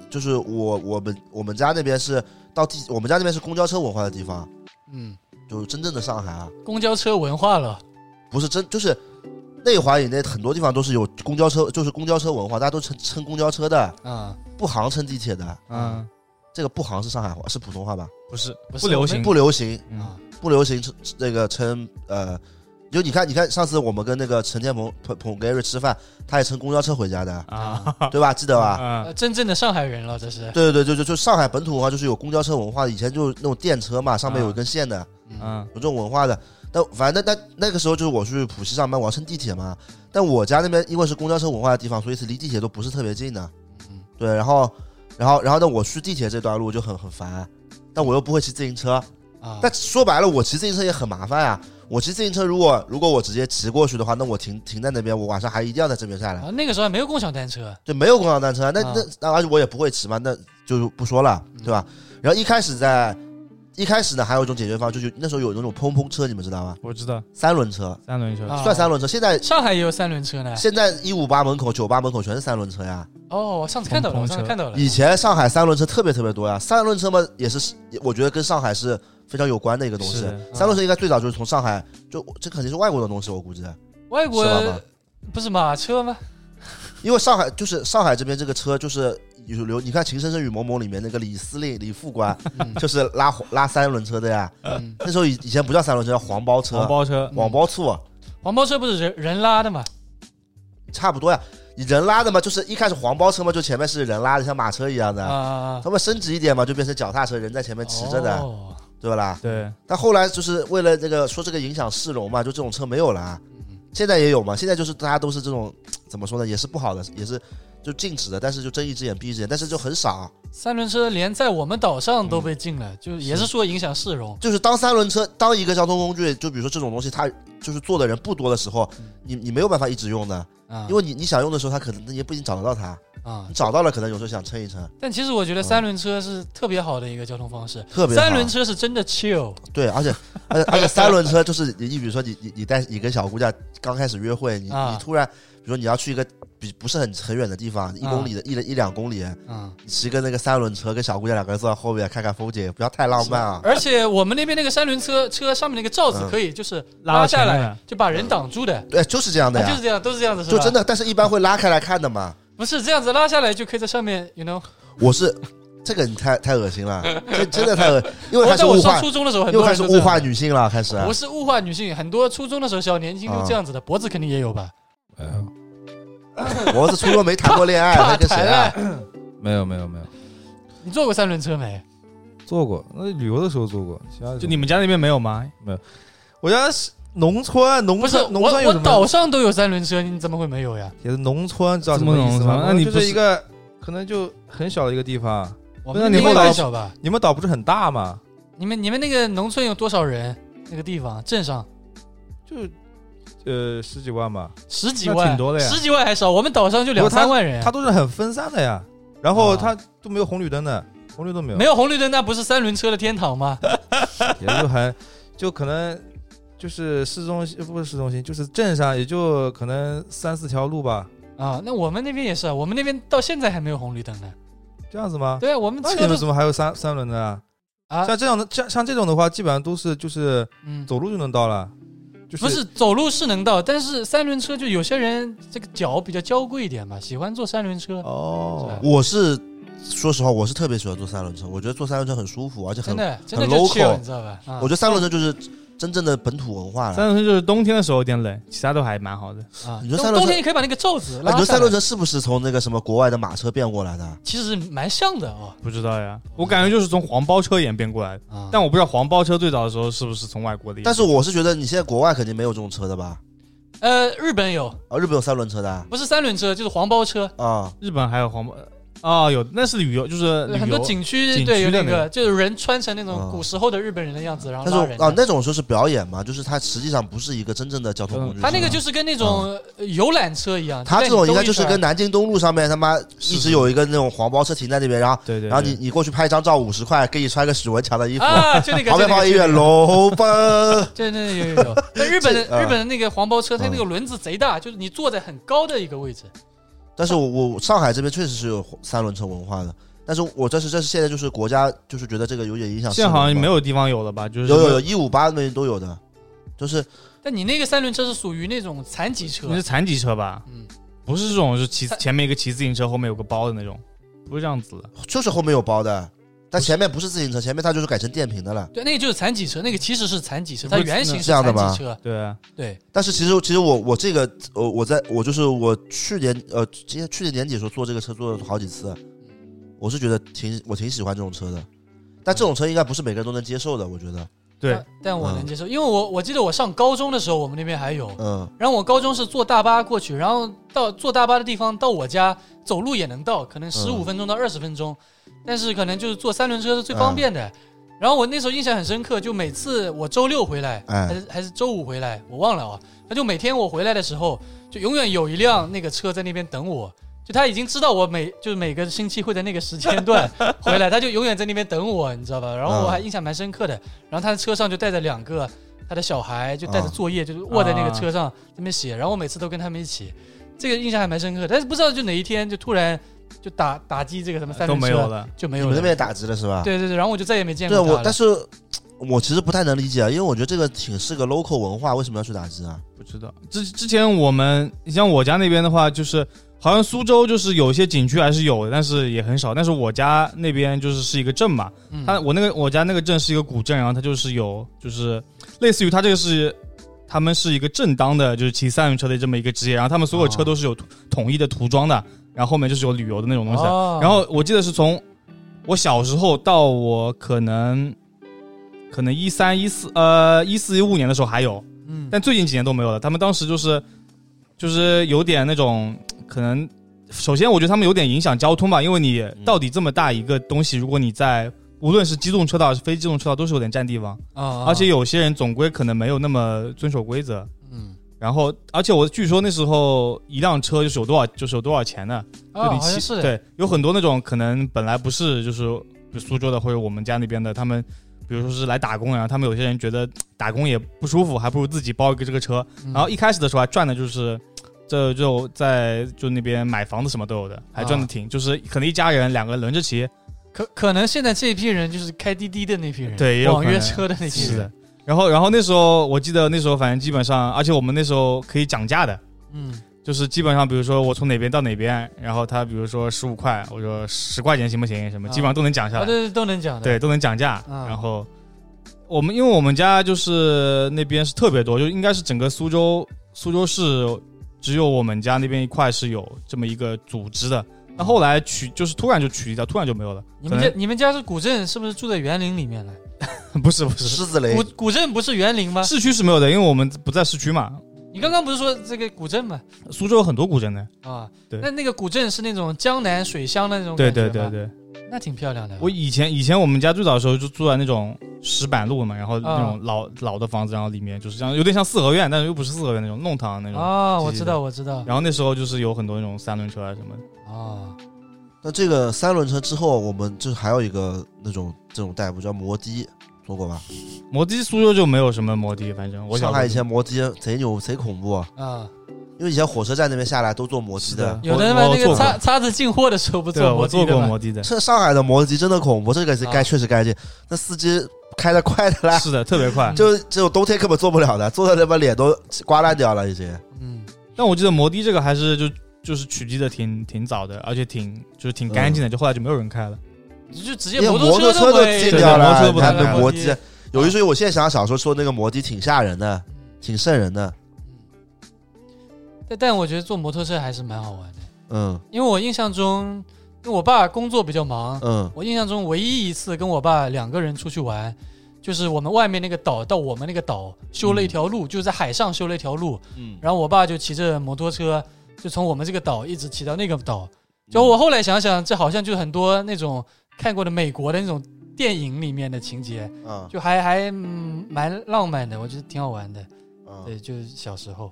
Speaker 1: 就是我我们我们家那边是到地，我们家那边是公交车文化的地方，
Speaker 2: 嗯，
Speaker 1: 就是真正的上海啊。
Speaker 2: 公交车文化了。
Speaker 1: 不是真就是内环以内很多地方都是有公交车，就是公交车文化，大家都乘乘公交车的，
Speaker 2: 啊，
Speaker 1: 不行乘地铁的。
Speaker 3: 嗯，
Speaker 1: 这个不行是上海话，是普通话吧？
Speaker 3: 不是
Speaker 2: 不是
Speaker 3: 流行，
Speaker 1: 不流行，
Speaker 3: 嗯
Speaker 2: 啊
Speaker 1: 不流行乘那个乘呃，就你看，你看上次我们跟那个陈天鹏彭彭 Gary 吃饭，他也乘公交车回家的，
Speaker 3: 啊，
Speaker 1: 对吧？记得吧？
Speaker 3: 啊
Speaker 2: 呃真正的上海人了，这是。啊
Speaker 1: 对对对，就就就上海本土文化就是有公交车文化，以前就是那种电车嘛，上面有一根线的，
Speaker 2: 嗯
Speaker 3: 啊
Speaker 1: 有这种文化的。但反正那那那个时候就是我去浦西上班，我要乘地铁嘛。但我家那边因为是公交车文化的地方，所以是离地铁都不是特别近的。
Speaker 2: 嗯
Speaker 1: 对，然后然后然后呢，我去地铁这段路就很很烦，但我又不会骑自行车。
Speaker 2: 啊，
Speaker 1: 但说白了，我骑自行车也很麻烦啊。我骑自行车，如果如果我直接骑过去的话，那我停停在那边，我晚上还一定要在这边下来。
Speaker 2: 啊那个时候还没有共享单车。
Speaker 1: 对，没有共享单车啊，那
Speaker 2: 啊嗯
Speaker 1: 那那而且我也不会骑嘛，那就不说了，对吧？然后一开始在一开始呢，还有一种解决方案，就是那时候有那种碰碰车，你们知道吗？
Speaker 3: 我知道
Speaker 1: 三轮车
Speaker 3: 三轮车
Speaker 2: 啊哎
Speaker 1: 算三轮车，现在
Speaker 2: 上海也有三轮车呢。
Speaker 1: 现在一五八门口、九八门口全是三轮车呀。
Speaker 2: 哦，我上次看到了，
Speaker 3: 碰
Speaker 2: 我
Speaker 3: 碰车
Speaker 2: 上次看到了。
Speaker 1: 以前上海三轮车特别特别多呀，三轮车嘛也是，也我觉得跟上海是非常有关的一个东西
Speaker 3: 是。
Speaker 1: 三轮车应该最早就是从上海，就这肯定是外国的东西，我估计。
Speaker 2: 外国
Speaker 1: 是吧
Speaker 2: 不是马车吗？
Speaker 1: 因为上海就是上海这边这个车就是有流，你看《情深深雨蒙蒙》里面那个李司令、李副官，
Speaker 2: 嗯
Speaker 1: 就是拉拉三轮车的呀。
Speaker 2: 嗯，
Speaker 1: 那时候以以前不叫三轮车，叫黄包车、
Speaker 3: 黄包车，
Speaker 1: 网包醋，
Speaker 2: 黄包车不是人人拉的吗？
Speaker 1: 差不多呀。你人拉的嘛，就是一开始黄包车嘛，就前面是人拉的，像马车一样的。
Speaker 2: 啊，
Speaker 1: 他们升级一点嘛，就变成脚踏车，人在前面骑着的，
Speaker 2: 哦
Speaker 1: 对吧啦？
Speaker 3: 对，
Speaker 1: 但后来就是为了这个说这个影响市容嘛，就这种车没有了啊。
Speaker 2: 嗯
Speaker 1: 现在也有嘛，现在就是大家都是这种怎么说呢，也是不好的，也是就禁止的，但是就睁一只眼闭一只眼，但是就很少。
Speaker 2: 三轮车连在我们岛上都被禁了，
Speaker 1: 嗯
Speaker 2: 就也是说影响市容。
Speaker 1: 就是当三轮车当一个交通工具，就比如说这种东西，它就是坐的人不多的时候
Speaker 2: 嗯，
Speaker 1: 你你没有办法一直用的，
Speaker 2: 啊，
Speaker 1: 因为你你想用的时候，它可能也不一定找得到它。
Speaker 2: 啊
Speaker 1: 你，找到了，可能有时候想撑一撑，
Speaker 2: 但其实我觉得三轮车是特别好的一个交通方式。
Speaker 1: 特别好
Speaker 2: 三轮车是真的 chill
Speaker 1: 对，而且而且而且三轮车就是你，你比如说你你你带你跟小姑娘刚开始约会，你、
Speaker 2: 啊
Speaker 1: 你突然，比如说你要去一个比不是很很远的地方，一公里的、一一两公里，
Speaker 2: 啊，
Speaker 1: 你骑个那个三轮车，跟小姑娘两个人坐在后面看看风景，不要太浪漫啊。
Speaker 2: 而且我们那边那个三轮车车上面那个罩子
Speaker 1: 嗯
Speaker 2: 可以就是
Speaker 3: 到
Speaker 2: 拉下
Speaker 3: 前面
Speaker 2: 来，就把人挡住的，
Speaker 1: 对，哎就是这样的
Speaker 2: 啊
Speaker 1: 呀，
Speaker 2: 就是这样，都是这样子，是
Speaker 1: 就
Speaker 2: 吧
Speaker 1: 真的，但是一般会拉开来看的嘛。
Speaker 2: 不是这样子拉下来就可以在上面，you know。
Speaker 1: 我是这个你太太恶心了，这真的太恶，因为
Speaker 2: 我
Speaker 1: 开始
Speaker 2: 在我
Speaker 1: 物
Speaker 2: 上
Speaker 1: 化，
Speaker 2: 初中的时候，很
Speaker 1: 又
Speaker 2: 多
Speaker 1: 开
Speaker 2: 人
Speaker 1: 始
Speaker 2: 都
Speaker 1: 物
Speaker 2: 这样
Speaker 1: 化女性了，开
Speaker 4: 啊
Speaker 1: 始。
Speaker 2: 不是物化女性，很多初中的时候小年轻就这样子的，脖子肯定也有吧？
Speaker 4: 呃，
Speaker 1: 我是初中没谈过恋 爱，
Speaker 2: 卡
Speaker 1: 那跟谁啊？
Speaker 2: 痰了
Speaker 4: 没有没有没有，
Speaker 2: 你坐过三轮车没？
Speaker 4: 坐过，那旅游的时候坐过，其他的时
Speaker 3: 就
Speaker 4: 候
Speaker 3: 你们家那边没有吗？
Speaker 4: 我家是农村，农
Speaker 2: 不是，
Speaker 4: 村，农
Speaker 2: 我
Speaker 4: 村有
Speaker 2: 我
Speaker 4: 什么
Speaker 2: 岛？上都有三轮车，你怎么会没有呀？
Speaker 4: 也是农村，知道
Speaker 3: 怎
Speaker 4: 什
Speaker 3: 么
Speaker 4: 意思
Speaker 3: 农
Speaker 4: 吗？
Speaker 3: 村那你
Speaker 4: 就
Speaker 3: 不
Speaker 4: 是
Speaker 3: 是
Speaker 4: 一个可能就很小的一个地方。
Speaker 2: 我
Speaker 4: 那
Speaker 2: 们
Speaker 4: 你
Speaker 2: 那边
Speaker 4: 后来
Speaker 2: 还小吧？
Speaker 4: 你们岛不是很大吗？
Speaker 2: 你们你们那个农村有多少人？那个地方镇上
Speaker 4: 就呃十几万吧，
Speaker 2: 十几
Speaker 3: 那
Speaker 2: 万，
Speaker 3: 挺多的呀
Speaker 2: 十几万还少，我们岛上就两
Speaker 4: 不过他
Speaker 2: 三万人
Speaker 4: 它。都是很分散的呀。然后
Speaker 2: 啊
Speaker 4: 它都没有红绿灯的，红绿灯没有，
Speaker 2: 没有红绿灯，那不是三轮车的天堂吗？
Speaker 4: 也就很就可能就是市中心，不是市中心，就是镇上也就可能三四条路吧，
Speaker 2: 啊，那我们那边也是啊，我们那边到现在还没有红绿灯呢。
Speaker 4: 这样子吗？
Speaker 2: 对啊，我们
Speaker 4: 那
Speaker 2: 车
Speaker 4: 你们
Speaker 2: 都
Speaker 4: 怎么还有三三轮的啊？
Speaker 2: 啊，
Speaker 4: 像这样的，像像这种的话，基本上都是就是
Speaker 2: 嗯，
Speaker 4: 走路就能到了，就是
Speaker 2: 不是走路是能到，但是三轮车就有些人这个脚比较娇贵一点嘛，喜欢坐三轮车。
Speaker 4: 哦
Speaker 2: 是，
Speaker 1: 我是说实话，我是特别喜欢坐三轮车，我觉得坐三轮车很舒服，而且很
Speaker 2: 真的真的
Speaker 1: 很
Speaker 2: 就
Speaker 1: local
Speaker 2: chill，你知道吧？啊
Speaker 1: 我觉得三轮车就是真正的本土文化
Speaker 3: 三
Speaker 1: 了。
Speaker 3: 轮车就是冬天的时候有点冷，其他都还蛮好
Speaker 1: 嗯
Speaker 3: 的。
Speaker 2: 啊
Speaker 1: 你说三轮
Speaker 2: 冬
Speaker 1: 车
Speaker 2: 冬天你可以把那个罩子
Speaker 1: 哎
Speaker 2: 拉
Speaker 1: 你说
Speaker 2: 下
Speaker 1: 三轮
Speaker 2: 来，
Speaker 1: 车是不是从那个什么国外的马车变过来的？
Speaker 2: 其实蛮像的哦。
Speaker 3: 不知道呀，我感觉就是从黄包车演变过来的，
Speaker 2: 啊，
Speaker 3: 但我不知道黄包车最早的时候是不是从外国的演变。
Speaker 1: 嗯但是我是觉得你现在国外肯定没有这种车的吧？
Speaker 2: 呃，日本有，
Speaker 1: 啊，日本有三轮车的啊
Speaker 2: 不是三轮车就是黄包车，
Speaker 1: 啊，
Speaker 3: 日本还有黄包哦，有那是旅游，就是旅游
Speaker 2: 很多景区
Speaker 3: 景
Speaker 2: 对
Speaker 3: 区
Speaker 2: 有
Speaker 3: 的
Speaker 2: 那
Speaker 3: 那
Speaker 2: 个，就是人穿成那种
Speaker 1: 啊
Speaker 2: 古时候的日本人的样子，然后
Speaker 1: 但是
Speaker 2: 拉人
Speaker 1: 我啊
Speaker 2: 的。
Speaker 1: 那种说是表演嘛，就是它实际上不是一个真正的交通工具。
Speaker 2: 他那个
Speaker 1: 是
Speaker 2: 就
Speaker 1: 吗
Speaker 2: 是跟那种呃游览车一样，
Speaker 1: 啊他
Speaker 2: 带
Speaker 1: 这
Speaker 2: 你
Speaker 1: 种应
Speaker 2: 兜啊
Speaker 1: 该
Speaker 2: 一
Speaker 1: 就是
Speaker 2: 圈
Speaker 1: 跟南京东路上面他妈
Speaker 3: 是
Speaker 1: 一直有一个那种黄包车停在那边，然后
Speaker 3: 对对，
Speaker 1: 然后
Speaker 3: 对
Speaker 1: 你你过去拍一张照五十块，给你穿个许文强的衣服，
Speaker 2: 啊，就那 个
Speaker 1: 旁边放音乐，
Speaker 2: 就那个
Speaker 1: 楼奔。
Speaker 2: 对对对有 有有。那日本的
Speaker 1: 这啊
Speaker 2: 日本的那个黄包车，它那个轮子贼大，就是你坐在很高的一个位置。
Speaker 1: 但是我我上海这边确实是有三轮车文化的，但是我这是这是现在就是国家就是觉得这个有点影响市
Speaker 3: 现
Speaker 1: 容
Speaker 3: 在
Speaker 1: 吧，
Speaker 3: 好像没有地方有了吧？就是
Speaker 1: 有有有一五八那边都有的，就是
Speaker 2: 但你那个三轮车是属于那种残疾车
Speaker 3: 那，是残疾车吧？
Speaker 2: 嗯，
Speaker 3: 不是这种，是骑
Speaker 2: 它
Speaker 3: 前面一个骑自行车，后面有个包的那种，不是这样子的。
Speaker 1: 就是后面有包的，但前面不是自行车，前面它就是改成电瓶的了。
Speaker 2: 对，那个就是残疾车，那个其实是残疾车，
Speaker 3: 不
Speaker 2: 它
Speaker 3: 是
Speaker 2: 原型是
Speaker 1: 这样的
Speaker 2: 残
Speaker 1: 吗
Speaker 2: 疾车。
Speaker 3: 对啊，
Speaker 2: 对，
Speaker 1: 但是其实其实我我这个呃我我在我就是我去年呃今去年年底的时候坐这个车坐了好几次，我是觉得挺我挺喜欢这种车的，但这种车应该不是每个人都能接受的，我觉得，
Speaker 3: 对
Speaker 2: 但，但我能
Speaker 1: 嗯
Speaker 2: 接受，因为我我记得我上高中的时候，我们那边还有。
Speaker 1: 嗯
Speaker 2: 然后我高中是坐大巴过去，然后到坐大巴的地方到我家走路也能到，可能十五
Speaker 1: 嗯
Speaker 2: 分钟到二十分钟，但是可能就是坐三轮车是最
Speaker 1: 嗯
Speaker 2: 方便的。然后我那时候印象很深刻，就每次我周六回来，
Speaker 1: 哎
Speaker 2: 还是还是周五回来，我忘了啊。他就每天我回来的时候，就永远有一辆那个车在那边等我。就他已经知道我每就是每个星期会在那个时间段回来，他就永远在那边等我，你知道吧？然后我还印象蛮深刻的。然后他的车上就带着两个他的小孩，就带着
Speaker 1: 啊
Speaker 2: 作业，就是卧在那个车上那边写。然后我每次都跟他们一起，这个印象还蛮深刻的。但是不知道就哪一天就突然就打打击这个什么三
Speaker 3: 都
Speaker 2: 轮
Speaker 3: 没有
Speaker 2: 车
Speaker 3: 了。
Speaker 2: 就没
Speaker 1: 你
Speaker 2: 有
Speaker 1: 们那
Speaker 2: 了。
Speaker 1: 边也打击了是吧？
Speaker 2: 对对对，然后我就再也没见
Speaker 1: 对啊，
Speaker 2: 过他
Speaker 1: 我
Speaker 2: 了。
Speaker 1: 但是我其实不太能理解，啊因为我觉得这个挺是个 local 文化，为什么要去打击啊？
Speaker 3: 不知道之之前我们，你像我家那边的话，就是好像苏州就是有些景区还是有的，但是也很少。但是我家那边就是是一个镇嘛，
Speaker 2: 嗯
Speaker 3: 它我那个我家那个镇是一个古镇，然后它就是有就是类似于它这个是。他们是一个正当的，就是骑三轮车的这么一个职业，然后他们所有车
Speaker 2: 哦
Speaker 3: 都是有统统一的涂装的，然后后面就是有旅游的那种东西的。
Speaker 2: 哦
Speaker 3: 然后我记得是从我小时候到我可能可能一三一四呃一四一五年的时候还有，
Speaker 2: 嗯，
Speaker 3: 但最近几年都没有了。他们当时就是就是有点那种可能，首先我觉得他们有点影响交通吧，因为你到底这么大一个东西，如果你在无论是机动车道还是非机动车道，都是有点占地方，
Speaker 2: 啊
Speaker 3: 而且有些人总归可能没有那么遵守规则。
Speaker 2: 嗯，
Speaker 3: 然后，而且我据说那时候一辆车就是有多少，就是有多少钱呢？
Speaker 2: 啊
Speaker 3: 就你
Speaker 2: 好像
Speaker 3: 骑
Speaker 2: 是的
Speaker 3: 对，有很多那种可能本来不是就是比如苏州的或者我们家那边的，他们比如说是来打工的，然后他们有些人觉得嘖打工也不舒服，还不如自己包一个这个车。
Speaker 2: 嗯
Speaker 3: 然后一开始的时候还赚的就是。嘖这就在就那边买房子什么都有的，还
Speaker 2: 啊
Speaker 3: 赚的挺，就是可能一家人两个轮着骑，
Speaker 2: 可可能现在这一批人就是开滴滴的那批人，
Speaker 3: 对也有
Speaker 2: 网
Speaker 3: 可
Speaker 2: 约
Speaker 3: 能
Speaker 2: 车的那批
Speaker 3: 是
Speaker 2: 人，
Speaker 3: 的。然后然后那时候我记得那时候反正基本上，而且我们那时候可以讲价的，
Speaker 2: 嗯，
Speaker 3: 就是基本上，比如说我从哪边到哪边，然后他比如说十五块，我说十块钱行不行？什么，
Speaker 2: 啊
Speaker 3: 基本上都能讲下
Speaker 2: 啊，
Speaker 3: 来，
Speaker 2: 对对都能讲的，
Speaker 3: 对，都能讲价。
Speaker 2: 啊
Speaker 3: 然后我们因为我们家就是那边是特别多，就应该是整个苏州苏州市只有我们家那边一块是有这么一个组织的。那后来取就是突然就取缔掉，突然就没有了。
Speaker 2: 你们家你们家是古镇，是不是住在园林里面了？
Speaker 3: 可能 不是不是，
Speaker 1: 狮子雷
Speaker 2: 古古镇不是园林吗？
Speaker 3: 市区是没有的，因为我们不在市区嘛。
Speaker 2: 你刚刚不是说这个古镇吗？
Speaker 3: 苏州有很多古镇的，
Speaker 2: 啊，
Speaker 3: 对
Speaker 2: 那那个古镇是那种江南水乡的那种
Speaker 3: 对
Speaker 2: 感觉
Speaker 3: 对
Speaker 2: 吗，
Speaker 3: 对对。
Speaker 2: 那挺漂亮的。啊
Speaker 3: 我以前以前我们家最早的时候就住在那种石板路嘛，然后
Speaker 2: 啊
Speaker 3: 那种老、老的房子，然后里面就是这样，有点像四合院，但是又不是四合院那种弄堂那种。
Speaker 2: 啊，我
Speaker 3: 记
Speaker 2: 知
Speaker 3: 得
Speaker 2: 道我知道
Speaker 3: 然后那时候就是有很多那种三轮车啊什么的，
Speaker 2: 啊，
Speaker 1: 那这个三轮车之后，我们就还有一个那种这种代步叫摩的，坐过吧？
Speaker 3: 摩的苏州就没有什么摩的，反正我小
Speaker 1: 上
Speaker 3: 时候
Speaker 1: 海以前摩的贼牛贼恐怖，
Speaker 2: 啊，
Speaker 1: 因为以前火车站那边下来都坐摩的
Speaker 3: 是
Speaker 1: 的
Speaker 3: 的。
Speaker 2: 有的
Speaker 3: 我
Speaker 2: 他妈
Speaker 3: 我
Speaker 2: 那个
Speaker 3: 坐过
Speaker 2: 叉叉子进货的时候不
Speaker 3: 对
Speaker 2: 坐摩
Speaker 3: 我
Speaker 2: 的
Speaker 3: 坐过
Speaker 2: 吗
Speaker 3: 摩的的，
Speaker 1: 这上海的摩的真的恐怖，这个是该
Speaker 2: 啊
Speaker 1: 确实干净。那司机开的快的啦，
Speaker 3: 是的，特别快。
Speaker 1: 就这种冬天根本坐不了的，坐的他妈脸都刮烂掉了已经。
Speaker 2: 嗯，
Speaker 3: 但我记得摩的这个还是就就是取缔的挺挺早的，而且挺就是挺
Speaker 1: 嗯
Speaker 3: 干净的，就后来就没有人开了。
Speaker 2: 你就直接
Speaker 1: 连
Speaker 2: 摩
Speaker 1: 摩托
Speaker 2: 车
Speaker 1: 车
Speaker 2: 都
Speaker 1: 都
Speaker 2: 没
Speaker 1: 禁
Speaker 3: 对
Speaker 1: 掉
Speaker 3: 摩托
Speaker 1: 了，
Speaker 3: 车不
Speaker 1: 你还
Speaker 3: 能
Speaker 1: 没
Speaker 3: 开
Speaker 1: 摩
Speaker 2: 摩的
Speaker 1: 的。有一说一，我现在想想小时候说那个摩的挺吓人的，挺瘆人的。
Speaker 2: 但但我觉得坐摩托车还是蛮好玩的，
Speaker 1: 嗯
Speaker 2: 因为我印象中，因为我爸工作比较忙，
Speaker 1: 嗯
Speaker 2: 我印象中唯一一次跟我爸两个人出去玩，就是我们外面那个岛到我们那个岛修了一条路，就在海上修了一条路，
Speaker 3: 嗯，
Speaker 2: 然后我爸就骑着摩托车就从我们这个岛一直骑到那个岛。就我后来想想，这好像就很多那种看过的美国的那种电影里面的情节，
Speaker 1: 啊
Speaker 2: 就还还、嗯蛮浪漫的，我觉得挺好玩的。
Speaker 1: 啊
Speaker 2: 对，就是小时候，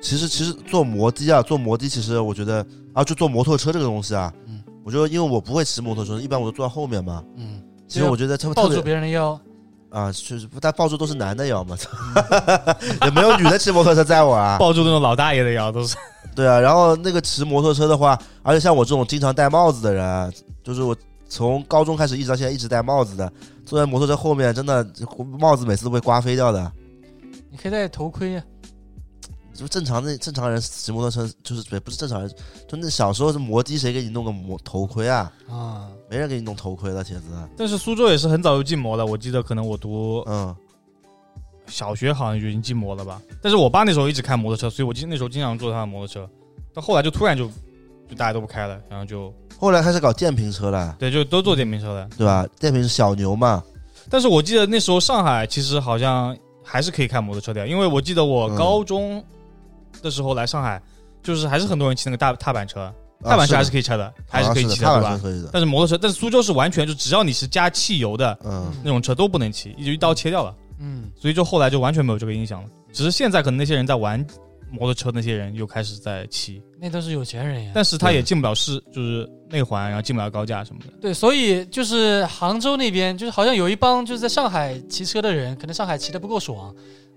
Speaker 1: 其实其实坐摩的啊，坐摩的其实我觉得啊，就坐摩托车这个东西啊，
Speaker 2: 嗯
Speaker 1: 我觉得因为我不会骑摩托车，一般我都坐在后面嘛。
Speaker 2: 嗯，
Speaker 1: 其实我觉得他们特
Speaker 2: 抱住
Speaker 1: 别
Speaker 2: 别人的腰，
Speaker 1: 啊，确实，但抱住都是男的要嘛， 也没有女的骑摩托车载我啊。
Speaker 3: 抱住那种老大爷的腰都是。
Speaker 1: 对啊，然后那个骑摩托车的话，而且像我这种经常戴帽子的人，啊就是我从高中开始一直到现在一直戴帽子的，坐在摩托车后面，真的帽子每次都被刮飞掉的。
Speaker 2: 你可以戴头盔啊。
Speaker 1: 就正常的正常人骑摩托车，就是也不是正常人，就那小时候是摩的，谁给你弄个摩头盔啊？
Speaker 2: 啊，
Speaker 1: 没人给你弄头盔的，铁子。
Speaker 3: 但是苏州也是很早就禁摩了，我记得可能我读
Speaker 1: 嗯
Speaker 3: 小学好像就已经禁摩了吧。但是我爸那时候一直开摩托车，所以我经那时候经常坐他的摩托车。到后来就突然就就大家都不开了，然后就
Speaker 1: 后来开始搞电瓶车了，
Speaker 3: 对就都坐电瓶车了。
Speaker 1: 对吧？电瓶是小牛嘛，
Speaker 3: 但是我记得那时候上海其实好像还是可以开摩托车的，因为我记得我
Speaker 1: 嗯
Speaker 3: 高中的时候来上海，就是还是很多人骑那个大踏板车，
Speaker 1: 啊
Speaker 3: 踏板车还是
Speaker 1: 是
Speaker 3: 可以拆的，
Speaker 1: 好
Speaker 3: 还是
Speaker 1: 像
Speaker 3: 可以
Speaker 1: 的
Speaker 3: 骑
Speaker 1: 踏
Speaker 3: 对
Speaker 1: 板
Speaker 3: 吧
Speaker 1: 车？可以的。
Speaker 3: 但是摩托车，但是苏州是完全就只要你是加汽油的
Speaker 1: 嗯，
Speaker 3: 那种车都不能骑，就一刀切掉了。
Speaker 2: 嗯，
Speaker 3: 所以就后来就完全没有这个影响了。只是现在可能那些人在玩摩托车，那些人又开始在骑，
Speaker 2: 那都是有钱人呀。
Speaker 3: 但是他也进不了市，就是内环，然后进不了高架什么的。
Speaker 2: 对，所以就是杭州那边，就是好像有一帮就是在上海骑车的人，可能上海骑得不够爽，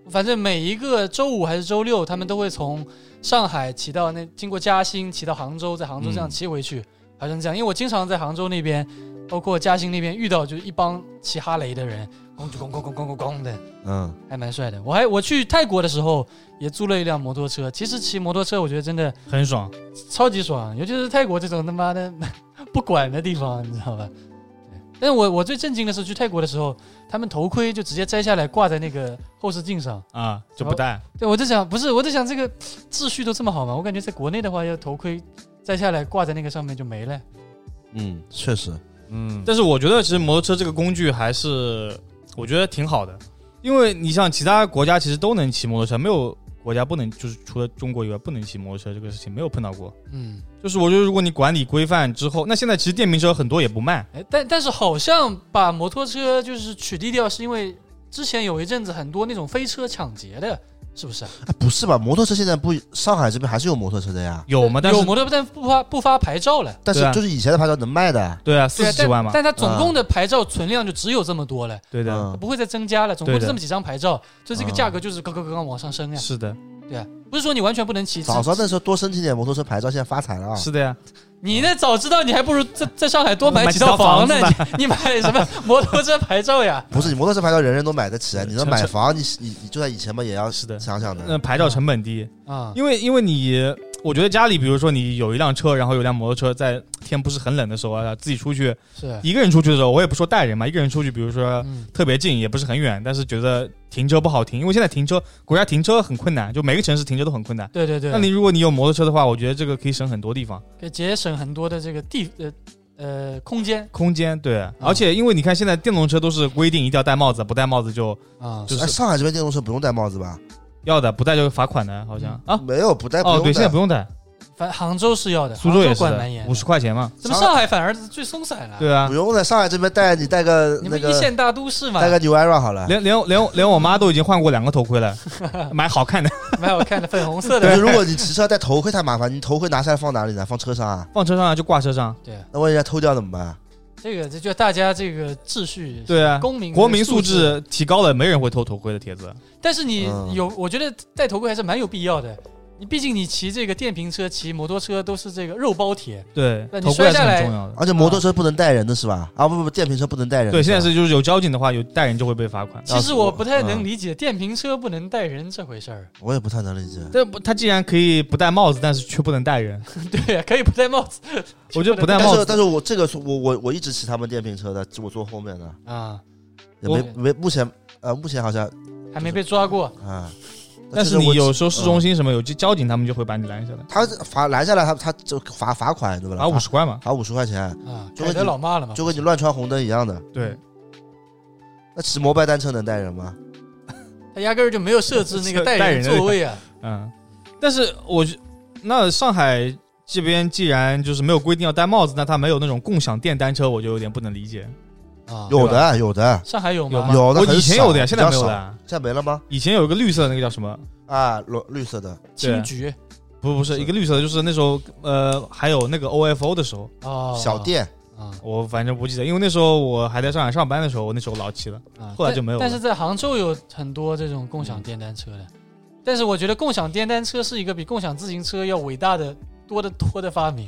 Speaker 2: 反正每一个周五还是周六，他们都会从上海骑到那，经过嘉兴骑到杭州，在杭州这
Speaker 3: 嗯
Speaker 2: 样骑回去，好像是这样。因为我经常在杭州那边，包括嘉兴那边遇到就是一帮骑哈雷的人，咣就咣咣咣咣咣咣的，
Speaker 1: 嗯，
Speaker 2: 还蛮帅的。我还我去泰国的时候也租了一辆摩托车，其实骑摩托车我觉得真的
Speaker 3: 很爽，
Speaker 2: 超级爽，尤其是泰国这种他妈的 不管的地方，你知道吧？对但是我我最震惊的是去泰国的时候，他们头盔就直接摘下来挂在那个后视镜上。
Speaker 3: 啊，就不戴。
Speaker 2: 对我在想，不是我在想这个秩序都这么好吗？我感觉在国内的话，要头盔摘下来挂在那个上面就没了。
Speaker 1: 嗯，确实，
Speaker 4: 嗯，
Speaker 3: 但是我觉得其实摩托车这个工具还是我觉得挺好的，因为你像其他国家其实都能骑摩托车，没有国家不能就是除了中国以外不能骑摩托车这个事情没有碰到过。
Speaker 2: 嗯，
Speaker 3: 就是我觉得如果你管理规范之后，那现在其实电瓶车很多也不卖，
Speaker 2: 哎，但但是好像把摩托车就是取缔掉，是因为之前有一阵子很多那种飞车抢劫的，是不是啊？
Speaker 1: 哎，不是吧？摩托车现在不，上海这边还是有摩托车的呀，
Speaker 3: 有吗？但
Speaker 2: 有
Speaker 3: 是
Speaker 2: 摩托，但不发不发牌照了。
Speaker 1: 但是
Speaker 3: 对啊
Speaker 1: 就是以前的牌照能卖的，
Speaker 3: 对啊，四
Speaker 2: 对啊
Speaker 3: 十几万嗯嘛，
Speaker 2: 但但它总共的牌照存量就只有这么多了，
Speaker 3: 对啊的，
Speaker 1: 嗯，
Speaker 2: 不会再增加了，总
Speaker 3: 对
Speaker 2: 共
Speaker 3: 的啊
Speaker 2: 就这么几张牌照，所以这个
Speaker 1: 嗯
Speaker 2: 价格就是刚刚刚刚往上升呀，
Speaker 3: 是的，
Speaker 2: 对啊，不是说你完全不能骑，
Speaker 1: 早
Speaker 2: 只
Speaker 1: 知道那时候多申请点摩托车牌照，现在发财了啊！
Speaker 3: 是的呀。
Speaker 2: 你那早知道你还不如在在上海多买
Speaker 3: 买
Speaker 2: 几
Speaker 3: 几套
Speaker 2: 套房呢，
Speaker 3: 房
Speaker 2: 你你买 什么摩托车牌照呀？
Speaker 3: 啊
Speaker 1: 不是你摩托车牌照人人都买得起啊？你说
Speaker 3: 成
Speaker 1: 买房，你你你就在以前嘛，也要
Speaker 3: 是的
Speaker 1: 想想的。
Speaker 3: 那牌照成本低，
Speaker 2: 啊，
Speaker 3: 因为因为你，我觉得家里比如说你有一辆车，然后有辆摩托车，在天不是很冷的时候啊，自己出去
Speaker 2: 是，
Speaker 3: 一个人出去的时候，我也不说带人嘛，一个人出去，比如说
Speaker 2: 嗯，
Speaker 3: 特别近，也不是很远，但是觉得停车不好停，因为现在停车国家停车很困难，就每个城市停车都很困难。
Speaker 2: 对对对，
Speaker 3: 那你如果你有摩托车的话，我觉得这个可以省很多地方
Speaker 2: 可以节省很多的这个地呃呃空间
Speaker 3: 空间，对，
Speaker 2: 啊
Speaker 3: 而且因为你看现在电动车都是规定一定要戴帽子，不戴帽子就
Speaker 2: 啊，
Speaker 3: 就是
Speaker 1: 哎，上海这边电动车不用戴帽子吧？
Speaker 3: 要的，不戴就罚款的，好
Speaker 2: 嗯
Speaker 3: 像啊，
Speaker 1: 没有，不戴哎不
Speaker 3: 哦
Speaker 1: 用戴。
Speaker 3: 对，现在不用戴，
Speaker 2: 反杭州是啊要的，
Speaker 3: 苏州也
Speaker 2: 杭
Speaker 3: 是
Speaker 2: 管蛮严
Speaker 3: 的，
Speaker 2: 的，
Speaker 3: 五十块钱嘛，
Speaker 2: 怎么上海反而最松散了？
Speaker 3: 对啊
Speaker 1: 不，用在上海这边戴，你戴个
Speaker 2: 你
Speaker 1: 那
Speaker 2: 们一
Speaker 1: 个
Speaker 2: 线大都市嘛，
Speaker 1: 戴个 New Era 好了。
Speaker 3: 连连连连我妈都已经换过两个头 盔了，买好看的
Speaker 2: 蛮好看的，粉红
Speaker 1: 可
Speaker 2: 色的，
Speaker 1: 是如果你骑车戴头盔太麻烦，你头盔拿下来放哪里呢？放车上啊？
Speaker 3: 放车上啊就挂车上。
Speaker 2: 对啊，
Speaker 1: 那万一人家偷掉怎么办？啊
Speaker 2: 这个这就大家这个秩序
Speaker 3: 对啊，
Speaker 2: 公民
Speaker 3: 国民素
Speaker 2: 质。
Speaker 3: 质提高了，没人会偷头盔的帖子。
Speaker 2: 但是你
Speaker 1: 嗯
Speaker 2: 有，我觉得戴头盔还是蛮有必要的。你毕竟你骑这个电瓶车、骑摩托车都是这个肉包铁，
Speaker 3: 对，
Speaker 2: 那你
Speaker 3: 头盔还是
Speaker 2: 摔下来
Speaker 3: 很重要的。
Speaker 1: 而且摩托车不能带人的是吧？啊，不不不，电瓶车不能带人的吧。
Speaker 3: 啊对，现在是就是有交警的话，有带人就会被罚
Speaker 1: 啊
Speaker 3: 款。
Speaker 2: 其实我不太
Speaker 1: 嗯
Speaker 2: 能理解电瓶车不能带人这回事儿。
Speaker 1: 我也不太能理解。
Speaker 3: 但不他既然可以不戴帽子，但是却不能 带人，
Speaker 2: 对啊呀、可以不戴帽子
Speaker 3: 我觉得不戴
Speaker 1: 但
Speaker 3: 帽
Speaker 1: 是，
Speaker 3: 子
Speaker 1: 但是我这个是我我我一直骑他们电瓶车的，我坐后面的。
Speaker 2: 啊，
Speaker 1: 也
Speaker 3: 我
Speaker 1: 没没目前呃目前好像
Speaker 2: 还没被抓过。
Speaker 1: 啊，
Speaker 3: 但
Speaker 1: 其
Speaker 3: 是
Speaker 1: 实
Speaker 3: 你
Speaker 1: 我
Speaker 3: 有时候
Speaker 1: 嗯
Speaker 3: 市中心什么有交交警，他们就会把你拦下来，
Speaker 1: 他罚拦下来，他他就罚罚款对吧？
Speaker 3: 罚五十块嘛。
Speaker 1: 罚五十块钱，
Speaker 2: 啊，
Speaker 1: 就
Speaker 2: 凯
Speaker 1: 跟
Speaker 2: 德
Speaker 1: 你
Speaker 2: 老骂了嘛，
Speaker 1: 就跟你乱穿红灯一样的。
Speaker 3: 对，
Speaker 1: 那骑摩拜单车能带人吗？
Speaker 2: 他压根儿就没有设置那个带
Speaker 3: 带
Speaker 2: 人
Speaker 3: 人的
Speaker 2: 座位啊。
Speaker 3: 嗯，但是我觉那上海这边既然就是没有规定要戴帽子，那他没有那种共享电单车，我就有点不能理解。
Speaker 2: 啊，
Speaker 1: 有的有的，
Speaker 2: 上海有
Speaker 3: 有
Speaker 2: 吗？
Speaker 3: 吗
Speaker 1: 有的
Speaker 3: 我
Speaker 1: 很
Speaker 3: 以前
Speaker 1: 少
Speaker 3: 有的呀，现在没有
Speaker 1: 比
Speaker 3: 的
Speaker 1: 较
Speaker 3: 呀。
Speaker 1: 现在没了吗？
Speaker 3: 以前有一个绿色的那个叫什么？
Speaker 1: 啊，绿绿色的
Speaker 2: 青桔
Speaker 3: 不，不是
Speaker 1: 是
Speaker 3: 一个绿色的，就是那时候呃，还有那个 OFO 的时候，
Speaker 2: 哦，
Speaker 1: 小店，
Speaker 2: 啊
Speaker 3: 我反正不记得，因为那时候我还在上海上班的时候，我那时候老骑了。
Speaker 2: 啊，
Speaker 3: 后来
Speaker 2: 但
Speaker 3: 就没有了
Speaker 2: 但是在杭州有很多这种共
Speaker 1: 嗯
Speaker 2: 享电单车的，但是我觉得共享电单车是一个比共享自行车要伟大的多得多的发明，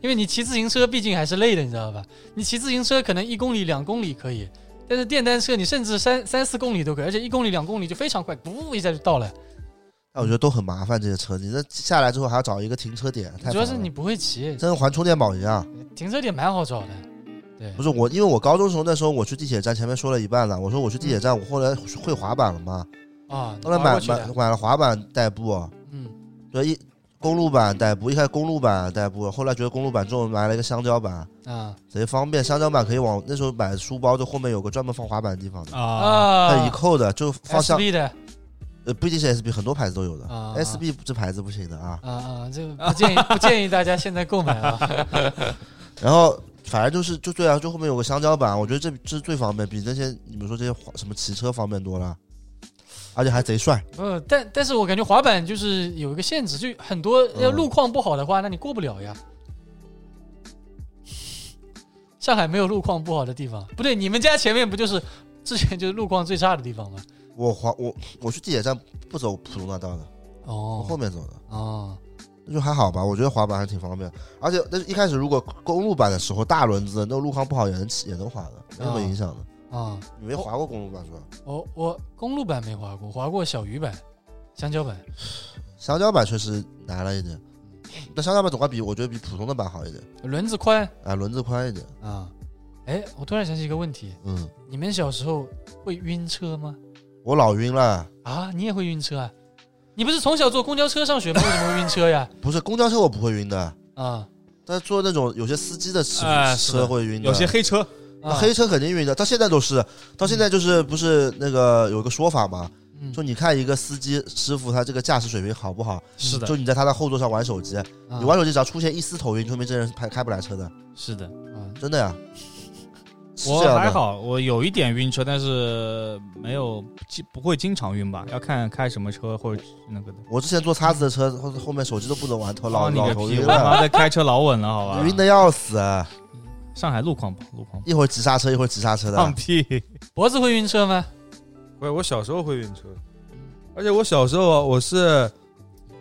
Speaker 2: 因为你骑自行车毕竟还是累的，你知道吧？你骑自行车可能一公里、两公里可以，但是电单车你甚至三三四公里都可以，而且一公里、两公里就非常快，噗一下就到了。
Speaker 1: 但我觉得都很麻烦。这些车，你这下来之后还要找一个停车点，太
Speaker 2: 主要是
Speaker 1: 烦了
Speaker 2: 你不会骑，
Speaker 1: 真跟还充电宝一样。
Speaker 2: 停车点蛮好找的。对，
Speaker 1: 不是我，因为我高中时候那时候我去地铁站，前面说了一半了，我说我去地铁站，我后来会滑板了嘛，
Speaker 2: 啊，
Speaker 1: 后来
Speaker 2: 划
Speaker 1: 买
Speaker 2: 过去
Speaker 1: 买
Speaker 2: 的，
Speaker 1: 买了滑板代步，啊
Speaker 2: 嗯，
Speaker 1: 对呃一。公路板代步，一开始公路板代步，后来觉得公路板重，买了一个香蕉板，
Speaker 2: 啊
Speaker 1: 贼方便。香蕉板可以往那时候买书包，就后面有个专门放滑板的地方的，
Speaker 3: 啊，
Speaker 1: 它一
Speaker 2: 啊
Speaker 1: 扣的就放香，
Speaker 2: ，SB 的
Speaker 1: 呃，不一定是 SB，很多牌子都有的。
Speaker 2: 啊
Speaker 1: SB 这牌子不行的啊。
Speaker 2: 啊啊，这个不建议不建议大家现在购买啊。
Speaker 1: 然后反正就是就对啊，就后面有个香蕉板，我觉得这这是最方便，比那些你们说这些滑什么骑车方便多了，而且还贼帅。
Speaker 2: 呃，但但是我感觉滑板就是有一个限制，就很多要路况不好的话，那你过不了 呀。上海没有路况不好的地方，不对，你们家前面不就是之前就是路况最差的地方吗？
Speaker 1: 我滑我我去地铁站不走普通大道的，我后
Speaker 2: 哦
Speaker 1: 面走的，
Speaker 2: 哦，
Speaker 1: 那就还好吧。我觉得滑板还挺方便，而且但是一开始如果公路板的时候大轮子，那路况不好也能骑也能滑的，没什么影响的。
Speaker 2: 啊、
Speaker 1: 你没滑过公路板是吧？
Speaker 2: 我哦我公路板没滑过，滑过小鱼板、香蕉板。
Speaker 1: 香蕉板确实难了一点，但香蕉板总归比我觉得比普通的板好一点，
Speaker 2: 轮子宽
Speaker 1: 啊，轮子宽一点，
Speaker 2: 啊。哎，我突然想起一个问题，
Speaker 1: 嗯。
Speaker 2: 你们小时候会晕车吗？
Speaker 1: 我老晕了，
Speaker 2: 啊，你也会晕车啊？你不是从小坐公交车上学吗？为什么会晕车呀？
Speaker 1: 不是公交车我不会晕的，
Speaker 2: 啊，
Speaker 1: 但是坐那种有些司机的车、
Speaker 3: 哎是的
Speaker 1: 车会晕的，
Speaker 3: 有些黑车
Speaker 1: 那
Speaker 2: 啊
Speaker 1: 黑车肯定晕的，到现在都是，到现在就是不是那个有个说法嘛，
Speaker 2: 嗯
Speaker 1: 说你看一个司机师傅他这个驾驶水平好不好，
Speaker 3: 是的
Speaker 1: 嗯就，你在他的后座上玩手机，
Speaker 2: 啊
Speaker 1: 你玩手机只要出现一丝头晕，说明这人是开开不来车的，
Speaker 3: 是的。
Speaker 2: 啊
Speaker 1: 真的呀。是
Speaker 3: 我
Speaker 1: 这样的
Speaker 3: 还，好，我有一点晕车，但是没有经不会经常晕吧，要看开什么车或者那个的。
Speaker 1: 我之前坐叉子的车，后后面手机都不能玩，头老
Speaker 3: 放你
Speaker 1: 老
Speaker 3: 个
Speaker 1: 头
Speaker 3: 屁！
Speaker 1: 晕
Speaker 3: 我他
Speaker 1: 了，
Speaker 3: 妈的开车老稳了，好吧？
Speaker 1: 晕的要死，
Speaker 3: 上海路况不好，路况不
Speaker 1: 一会儿急刹车，一会儿急刹车
Speaker 3: 好放
Speaker 1: 的，
Speaker 3: 屁！
Speaker 2: 脖子会晕车吗？
Speaker 4: 我我小时候会晕车，而且我小时候啊我是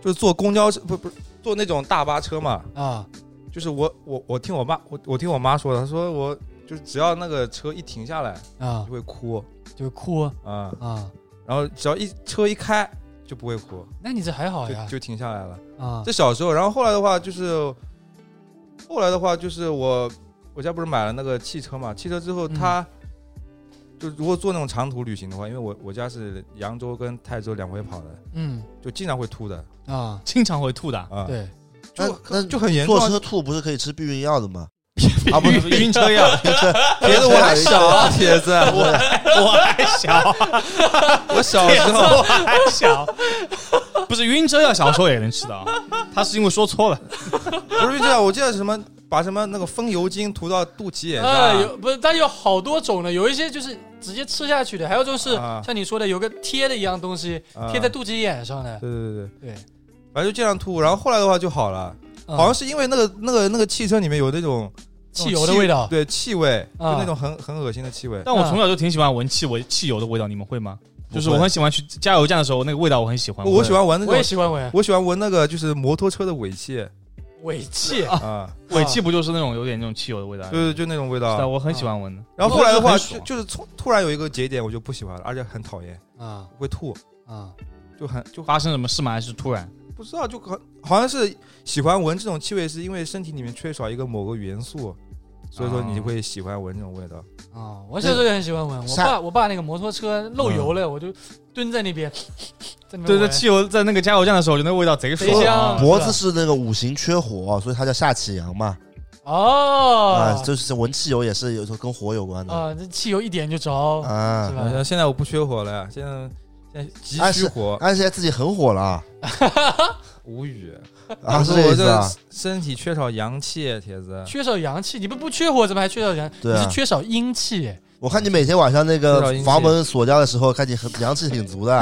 Speaker 4: 就是坐公交车，不不是坐那种大巴车嘛，
Speaker 2: 啊
Speaker 4: 就是我我我听我爸我我听我妈说的，她说我就只要那个车一停下来
Speaker 2: 啊
Speaker 4: 就，会哭
Speaker 2: 就哭
Speaker 4: 啊、
Speaker 2: 啊。
Speaker 4: 然后只要一车一开就不会哭，
Speaker 2: 那你这还好哦呀
Speaker 4: 就就停下来了。
Speaker 2: 啊
Speaker 4: 这小时候，然后后来的话就是，后来的话就是我我家不是买了那个汽车嘛，汽车之后
Speaker 2: 嗯
Speaker 4: 他、就如果做那种长途旅行的话，因为我我家是扬州跟泰州两回跑的，
Speaker 2: 嗯
Speaker 4: 就经常会吐的
Speaker 2: 啊，
Speaker 3: 经常会吐的，
Speaker 4: 啊，，
Speaker 2: 对，
Speaker 1: 那
Speaker 4: 就
Speaker 1: 那
Speaker 4: 就很严重
Speaker 1: 坐
Speaker 4: 啊。
Speaker 1: 车吐不是可以吃避孕药的吗？
Speaker 3: 啊不是晕 车呀，
Speaker 4: 铁哎子我还小 啊，铁子，我
Speaker 3: 我还
Speaker 1: 哦
Speaker 3: 小，
Speaker 4: 我小时 候
Speaker 3: 我还小， 不是晕车药，小时候也能吃的啊。他是因为说错了，
Speaker 4: 不是这样，我记得什么把什么那个风油精涂到肚脐眼上
Speaker 2: 哎，
Speaker 4: 啊，
Speaker 2: 有不是？但有好多种呢，有一些就是直接吃下去的，还有就是
Speaker 4: 啊
Speaker 2: 像你说的有个贴的一样东西
Speaker 4: 啊
Speaker 2: 贴在肚脐眼上的，
Speaker 4: 对对对，对
Speaker 2: 对，
Speaker 4: 反正就这样吐，然后后来的话就好了，
Speaker 2: 啊
Speaker 4: 好像是因为那个那个那个汽车里面有那种
Speaker 2: 汽油的味道
Speaker 4: 对气味，就
Speaker 2: 啊
Speaker 4: 那种很很恶心的气味。
Speaker 3: 但我从小就挺喜欢闻汽味、汽油的味道，你们嗯会吗？
Speaker 1: 不
Speaker 3: 就
Speaker 1: 会
Speaker 3: 是我很喜欢去加油站的时候，那个味道我很喜欢。
Speaker 4: 我我喜欢闻那
Speaker 2: 我也
Speaker 4: 种，
Speaker 2: 喜欢闻
Speaker 4: 我喜欢闻那个就是摩托车的尾气
Speaker 2: 尾气
Speaker 3: 啊
Speaker 4: 啊，
Speaker 3: 尾气不就是那种有点那种汽油的味道？
Speaker 4: 对对，就那种味
Speaker 3: 是的，啊
Speaker 4: 道。
Speaker 3: 我很喜欢闻的。
Speaker 4: 然后后来的话，
Speaker 3: 很
Speaker 4: 就
Speaker 3: 爽
Speaker 4: 就是从突然有一个节点，我就不喜欢了，而且很讨厌，
Speaker 2: 啊
Speaker 4: 会吐，
Speaker 2: 啊
Speaker 4: 就很就
Speaker 3: 发生什么事吗？还是突然？
Speaker 4: 不知道，就很好像是喜欢闻这种气味，是因为身体里面缺少一个某个元素，所以说你会喜欢闻这种味道。
Speaker 2: 啊，我小时候也很喜嗯欢闻。我
Speaker 1: 下
Speaker 2: 爸我爸那个摩托车漏油了，我就蹲在那边，在那边
Speaker 3: 对，在
Speaker 2: 闻
Speaker 3: 汽油在那个加油站的时候，就那个味道贼
Speaker 2: 贼
Speaker 3: 爽
Speaker 2: 香
Speaker 3: 啊。
Speaker 1: 脖子是那个五行缺火，所以它叫下启阳嘛。啊，
Speaker 2: 哦
Speaker 1: 就是闻汽油也是有时候跟火有关的
Speaker 2: 啊，这汽油一点就着，是
Speaker 1: 嗯啊。
Speaker 4: 好
Speaker 2: 吧？
Speaker 4: 像现在我不缺火了，现在现在急需火，
Speaker 1: 但是现在自己很火了啊
Speaker 4: 无语
Speaker 1: 啊，是这
Speaker 4: 我
Speaker 1: 个
Speaker 4: 我
Speaker 1: 意思
Speaker 4: 这
Speaker 1: 啊？
Speaker 4: 身体缺少阳气，铁子，
Speaker 2: 缺少阳气，你们不缺火，怎么还缺少阳？
Speaker 1: 对啊
Speaker 2: 你是缺少阴气，
Speaker 1: 我看你每天晚上那
Speaker 4: 多少
Speaker 1: 个
Speaker 4: 阴气
Speaker 1: 房门锁掉的时候，看你很阳气挺足的，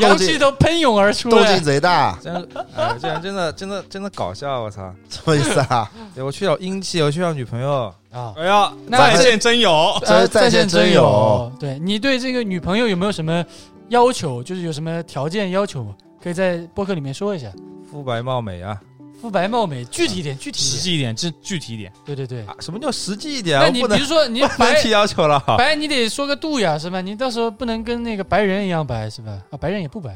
Speaker 2: 阳气都喷涌而 出
Speaker 1: 动静
Speaker 2: 了。
Speaker 1: 贼大，
Speaker 4: 真哎，这人真的真的真的搞笑，我操！哎
Speaker 1: 什么意思啊？
Speaker 4: 对我缺少阴气，我缺少女朋友，
Speaker 2: 啊！
Speaker 3: 哎呀，
Speaker 2: 那
Speaker 3: 在线真有，
Speaker 2: 呃
Speaker 1: 真在线真有，
Speaker 2: 对你对这个女朋友有没有什么要求？就是有什么条件要求吗？可以在播客里面说一下。
Speaker 4: 肤白貌美啊！
Speaker 2: 肤白貌美，具体一点，具体
Speaker 3: 实
Speaker 2: 一点。
Speaker 3: 际一点，这具体一点。
Speaker 2: 对对对。
Speaker 4: 啊什么叫实际一点啊？
Speaker 2: 那
Speaker 4: 我
Speaker 2: 你
Speaker 4: 不
Speaker 2: 比
Speaker 4: 能
Speaker 2: 如说你
Speaker 4: 不 能
Speaker 2: 白
Speaker 4: 提要求了，
Speaker 2: 白，你得说个度呀，是吧？你到时候不能跟那个白人一样白，是吧？啊，白人也不白。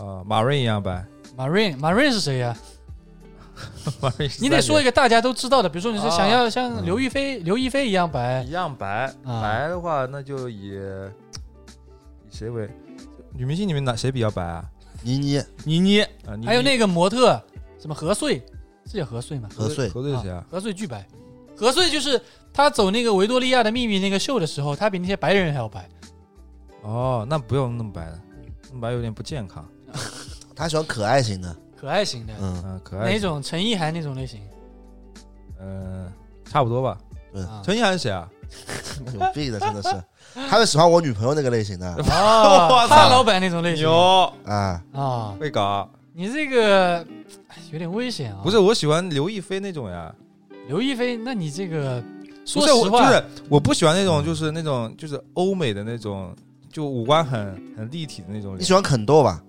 Speaker 4: 啊，马瑞一样白，
Speaker 2: 马瑞，马瑞是谁呀？
Speaker 4: 马瑞是
Speaker 2: 你得说一个大家都知道的，比如说
Speaker 4: 啊
Speaker 2: 你说想要像
Speaker 1: 嗯
Speaker 2: 刘亦菲、刘亦菲一样白
Speaker 4: 一样白，
Speaker 2: 啊
Speaker 4: 白的话那就以以谁为女明星里面哪谁比较白啊？
Speaker 1: 倪妮
Speaker 3: 倪妮，
Speaker 4: 啊，你
Speaker 2: 还有那个模特什么何穗，是叫何穗吗？
Speaker 1: 何穗
Speaker 4: 何穗是谁啊？
Speaker 2: 何穗巨白，何穗就是她走那个维多利亚的秘密那个秀的时候，她比那些白人还要白。
Speaker 4: 哦，那不用那么白的，那么白有点不健康。
Speaker 1: 她喜欢可爱型的，
Speaker 2: 可爱型的，
Speaker 1: 嗯，
Speaker 4: 嗯，可爱
Speaker 2: 哪？种？陈意涵那种类型
Speaker 4: 嗯，差不多吧。
Speaker 2: 啊？
Speaker 4: 陈意涵是谁啊？
Speaker 1: 有病的真的是，她是喜欢我女朋友那个类型的
Speaker 2: 啊，
Speaker 4: 我操
Speaker 2: 大老板那种类型
Speaker 3: 哦
Speaker 4: 牛，
Speaker 1: 啊，
Speaker 2: 啊。
Speaker 4: 会搞。
Speaker 2: 你这个哎有点危险啊！
Speaker 4: 不是，我喜欢刘亦菲那种呀。
Speaker 2: 刘亦菲，那你这个
Speaker 4: 不
Speaker 2: 说
Speaker 4: 是，我
Speaker 2: 实
Speaker 4: 就
Speaker 2: 话，
Speaker 4: 是我不喜欢那种，就是那种就是欧美的那种，就五官很很立体的那种
Speaker 1: 你
Speaker 4: 脸。
Speaker 1: 喜欢肯豆吧？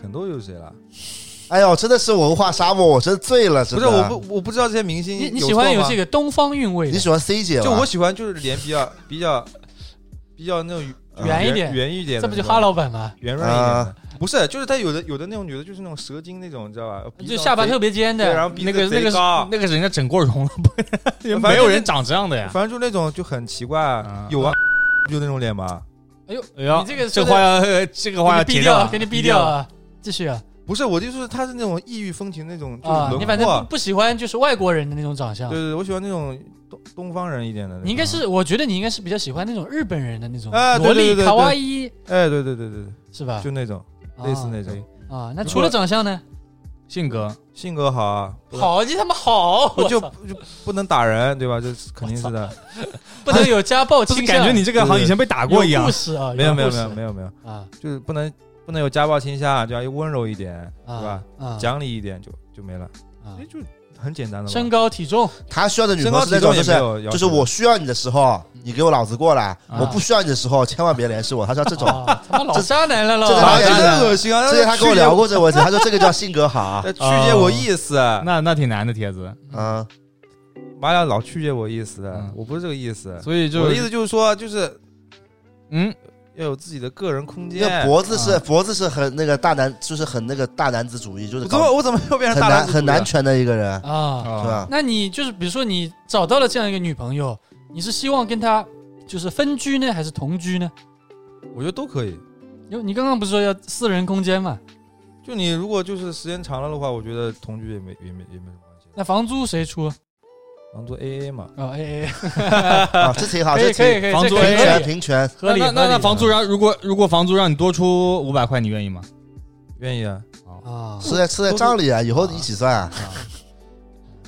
Speaker 4: 肯豆又是谁了？
Speaker 1: 哎呦，真的是文化沙漠，我真醉了，
Speaker 4: 不
Speaker 1: 真
Speaker 4: 是，
Speaker 1: 的。啊
Speaker 4: 我不我不知道这些明星
Speaker 2: 你你
Speaker 4: 有
Speaker 2: 喜欢
Speaker 4: 错
Speaker 2: 有
Speaker 4: 吗
Speaker 2: 这个东方韵味
Speaker 1: 你
Speaker 2: 的，
Speaker 1: 喜欢 C 姐吧？
Speaker 4: 就我喜欢就是脸比较 比较比较那种
Speaker 1: 嗯
Speaker 2: 圆一点
Speaker 4: 圆一点
Speaker 2: 这
Speaker 4: 的那种，
Speaker 2: 不就哈老板吗？
Speaker 4: 圆润一点的。不是，就是她有的有的那种女的，就是那种蛇精那种，你知道吧？鼻子
Speaker 2: 就下巴
Speaker 4: 贼
Speaker 2: 特别尖
Speaker 4: 对，然
Speaker 2: 的，
Speaker 4: 后鼻
Speaker 3: 那
Speaker 4: 子
Speaker 3: 个那
Speaker 4: 贼
Speaker 3: 个是
Speaker 4: 高
Speaker 3: 那个是人家整过 容了，不
Speaker 4: 反
Speaker 3: 没
Speaker 4: 正
Speaker 3: 有
Speaker 4: 就
Speaker 3: 人长这样的呀。
Speaker 4: 反正就那种就很奇怪啊
Speaker 3: 啊，
Speaker 4: 有啊， 不就那种脸吗？
Speaker 3: 哎呀，
Speaker 2: 你这个
Speaker 3: 这
Speaker 2: 说的
Speaker 3: 个话要呃这个话要
Speaker 2: 给你
Speaker 3: 截
Speaker 2: 毙掉，
Speaker 3: 啊
Speaker 2: 给你毙掉啊！继续啊
Speaker 4: 不是，我就说她是那种异域风情那种，就是
Speaker 2: 啊！你反
Speaker 4: 轮
Speaker 2: 正不
Speaker 4: 廓。
Speaker 2: 不喜欢就是外国人的那种长相
Speaker 4: 对，对，对我喜欢那种东东方人一点的那种。
Speaker 2: 你应该是，我觉得你应该是比较喜欢那种日本人的那种
Speaker 4: 啊对
Speaker 2: 萝
Speaker 4: 对
Speaker 2: 莉、
Speaker 4: 对对
Speaker 2: 卡哇伊，
Speaker 4: 哎，对对对对对，
Speaker 2: 是吧
Speaker 4: 就？那种
Speaker 2: 啊
Speaker 4: 类似那种，
Speaker 2: 啊。那
Speaker 4: 如
Speaker 2: 除了
Speaker 4: 果
Speaker 2: 长相呢？
Speaker 3: 性格
Speaker 4: 性格好啊，不
Speaker 2: 好，你他妈好，
Speaker 4: 不就
Speaker 2: 我操
Speaker 4: 就不能打人对吧？这是肯定是的。
Speaker 2: 不能有家暴
Speaker 3: 不是
Speaker 2: 倾向，
Speaker 3: 感觉你这个好像以前被打
Speaker 2: 打
Speaker 3: 过一样
Speaker 2: 故。事啊，
Speaker 4: 没有没有
Speaker 2: 故
Speaker 4: 没
Speaker 2: 事
Speaker 4: 有没有没有，
Speaker 2: 啊
Speaker 4: 就是不能不能有家暴倾向，啊就要温柔一点，
Speaker 2: 啊，
Speaker 4: 对吧？
Speaker 2: 啊？
Speaker 4: 讲理一点就就没了，
Speaker 2: 啊
Speaker 4: 哎，就很简单的
Speaker 2: 身
Speaker 4: 嘛。
Speaker 2: 高体重
Speaker 1: 她需要的女
Speaker 4: 身
Speaker 1: 朋友
Speaker 4: 高
Speaker 1: 是那
Speaker 4: 体
Speaker 1: 种就
Speaker 4: 重也没
Speaker 1: 是
Speaker 4: 有要求，嗯
Speaker 1: 就是我需要你的时候，你给我老子过来；
Speaker 2: 啊
Speaker 1: 我不需要你的时候，千万别联系我。她 说这种，
Speaker 2: 啊他妈老渣男来了
Speaker 1: 这
Speaker 2: 咯，
Speaker 4: 啊，
Speaker 1: 这
Speaker 4: 真
Speaker 1: 这
Speaker 4: 的恶心啊！
Speaker 1: 之前她跟我聊过这个 问题，她说这个叫性格好啊
Speaker 4: 曲。解我，曲解我意思，
Speaker 3: 那那挺难的帖子，
Speaker 1: 嗯，
Speaker 4: 妈呀，老曲解我意思
Speaker 3: 嗯，
Speaker 4: 我不是这个意思。
Speaker 3: 所以
Speaker 4: 我
Speaker 3: 就
Speaker 4: 的意思就是说，就是
Speaker 3: 嗯，
Speaker 4: 要有自己的个人空
Speaker 1: 因为
Speaker 4: 间。我
Speaker 1: 脖子是脖子是很那个大男，就是很那个大男子主义，就是
Speaker 4: 怎
Speaker 1: 搞
Speaker 4: 么我怎么又变
Speaker 1: 很
Speaker 4: 成大男
Speaker 1: 男
Speaker 4: 子主义啊
Speaker 1: 很
Speaker 4: 了
Speaker 1: 男权的一个人，
Speaker 2: 啊。
Speaker 1: 是
Speaker 3: 啊
Speaker 1: 吧？
Speaker 2: 那你就是比如说你找到了这样一个女朋友，你是希望跟她就是分居呢，还是同居呢？
Speaker 4: 我觉得都可以。
Speaker 2: 因为你刚刚不是说要私人空间嘛？
Speaker 4: 就你如果就是时间长了的话，我觉得同居也没也没也没什么关系，
Speaker 2: 那房租谁出？
Speaker 4: 当做 A A 嘛。
Speaker 2: 哦，哎哎，
Speaker 1: 啊，这挺好，
Speaker 2: 可
Speaker 1: 这
Speaker 2: 以可以
Speaker 1: 挺
Speaker 2: 可以，
Speaker 3: 房
Speaker 2: 这
Speaker 3: 租
Speaker 2: 可
Speaker 1: 平
Speaker 2: 以
Speaker 3: 可
Speaker 1: 权
Speaker 2: 合理
Speaker 1: 平权。
Speaker 2: 哎合理。
Speaker 3: 那那
Speaker 2: 合
Speaker 3: 那
Speaker 2: 理
Speaker 3: 房租让如果如果房租让你多出五百块，你愿意吗？
Speaker 4: 愿意啊，
Speaker 2: 啊，
Speaker 1: 吃在吃在账里啊，以后一起算啊
Speaker 3: 啊。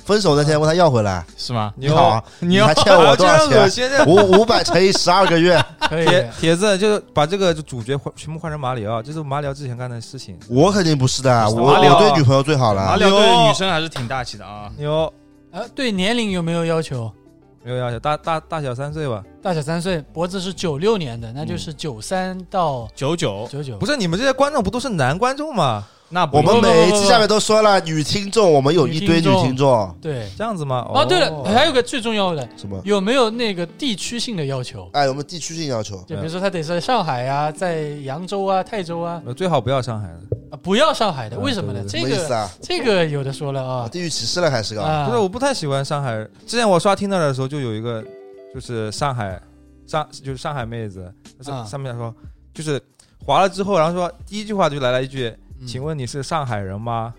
Speaker 1: 分手那天问他要回来，
Speaker 3: 是吗？
Speaker 1: 你好 啊，
Speaker 3: 你
Speaker 1: 还
Speaker 3: 要
Speaker 1: 欠我多少
Speaker 4: 这样恶
Speaker 1: 钱？
Speaker 4: 心！这
Speaker 1: 五五百乘以十二个月，
Speaker 2: 可以
Speaker 4: 铁铁子就是把这个就主角换全部换成马里奥，这是马里奥之前干的事情。
Speaker 1: 我肯定不是的，我
Speaker 3: 马里奥
Speaker 1: 我对女朋友最好
Speaker 3: 马
Speaker 1: 了
Speaker 3: 里。奥对女生还是挺大气的啊。
Speaker 4: 牛，
Speaker 2: 啊。对年龄有没有要求？
Speaker 4: 没有要求，大大大小三岁吧？
Speaker 2: 大小三岁，脖子是九六年的，那就是九三到
Speaker 3: 九九
Speaker 2: 九九
Speaker 4: 不。是你们这些观众不都是男观众吗？
Speaker 3: 那啊不
Speaker 1: 我们
Speaker 3: 用
Speaker 1: 每一期下面都说了，女听众，我们有一堆女听众，
Speaker 2: 对。
Speaker 4: 这样子吗？
Speaker 2: 哦，对了，还有个最重要的，
Speaker 1: 什么？
Speaker 2: 有没有那个地区性的要求？
Speaker 1: 哎，我们地区性要求，
Speaker 2: 就比如说他得是在上海啊，在扬州啊、泰州啊，
Speaker 4: 呃最好不要上海的，
Speaker 2: 啊不要上海的，
Speaker 4: 嗯
Speaker 2: 为什么呢？
Speaker 4: 对
Speaker 1: 什
Speaker 2: 这
Speaker 1: 么意思
Speaker 2: 个
Speaker 1: 啊？
Speaker 2: 这个有的说了
Speaker 1: 啊
Speaker 2: 啊
Speaker 1: 地域歧视了还是个？
Speaker 2: 啊
Speaker 4: 不是，我不太喜欢上海人。之前我刷 Tinder 的时候，就有一个就是上海上就是上海妹子，
Speaker 3: 啊
Speaker 4: 她上面说就是划了之后，然后说第一句话就来了一句：“
Speaker 3: 嗯
Speaker 4: 请问你是上海人吗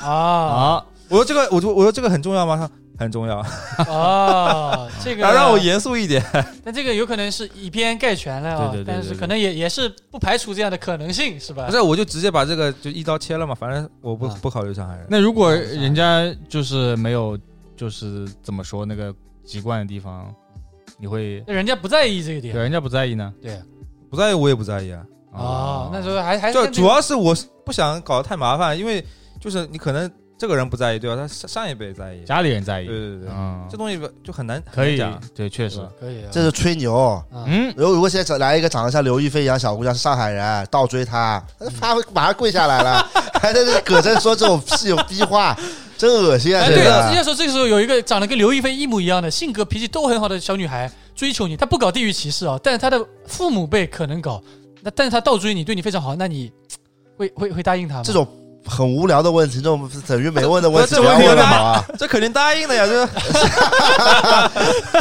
Speaker 2: 啊
Speaker 3: 啊，？”
Speaker 4: 我说这个，我就我说这个很重要吗？她说很重要，
Speaker 2: 啊，这个
Speaker 4: 然后让我严肃一点。
Speaker 2: 但这个有可能是以偏概全了啊
Speaker 3: 对对对，对
Speaker 2: 但是
Speaker 3: 对
Speaker 2: 可能也也是不排除这样的可能性，是吧
Speaker 4: 不？是，我就直接把这个就一刀切了嘛，反正我不
Speaker 3: 啊
Speaker 4: 不考虑上海人。
Speaker 3: 那如果人家就是没有，就是怎么说那个籍贯的地方，你会
Speaker 2: 那人家不在意这个
Speaker 3: 对
Speaker 2: 点，
Speaker 3: 人家不在意呢？哦
Speaker 2: 对
Speaker 4: 不在意我也不在意啊，
Speaker 2: 啊，那时候还还
Speaker 4: 就是主要是我是不想搞得太麻烦，因为就是你可能这个人不在意，对吧？他上上一辈在意，
Speaker 3: 家里人在
Speaker 4: 对
Speaker 3: 意，
Speaker 4: 对对对，
Speaker 3: 嗯
Speaker 4: 这，东西就很难
Speaker 3: 可以
Speaker 4: 很难讲，
Speaker 3: 对，确实
Speaker 4: 对，吧
Speaker 2: 可以啊，
Speaker 1: 这是吹牛。
Speaker 2: 嗯，
Speaker 3: 嗯，
Speaker 1: 如如果现在找来一个长得像刘亦菲一样小姑娘是上海人，倒追她，她马上跪下来了， 哎还在这搁这说这种屁逼话，真恶心啊！
Speaker 2: 哎，
Speaker 1: 这
Speaker 2: 对
Speaker 1: 个
Speaker 2: 啊，要说这个时候有一个长得跟刘亦菲一模一样的，性格脾气都很好的小女孩追求你，她不搞地域歧视啊，但是她的父母辈可能搞，那但是她倒追你，对你非常好，那你会会会答应她吗？
Speaker 1: 这种很无聊的问题，这种等于没问的问题，
Speaker 4: 这
Speaker 1: 不要
Speaker 4: 问题
Speaker 1: 问了
Speaker 4: 答
Speaker 1: 好啊！
Speaker 4: 这肯定答应的呀，这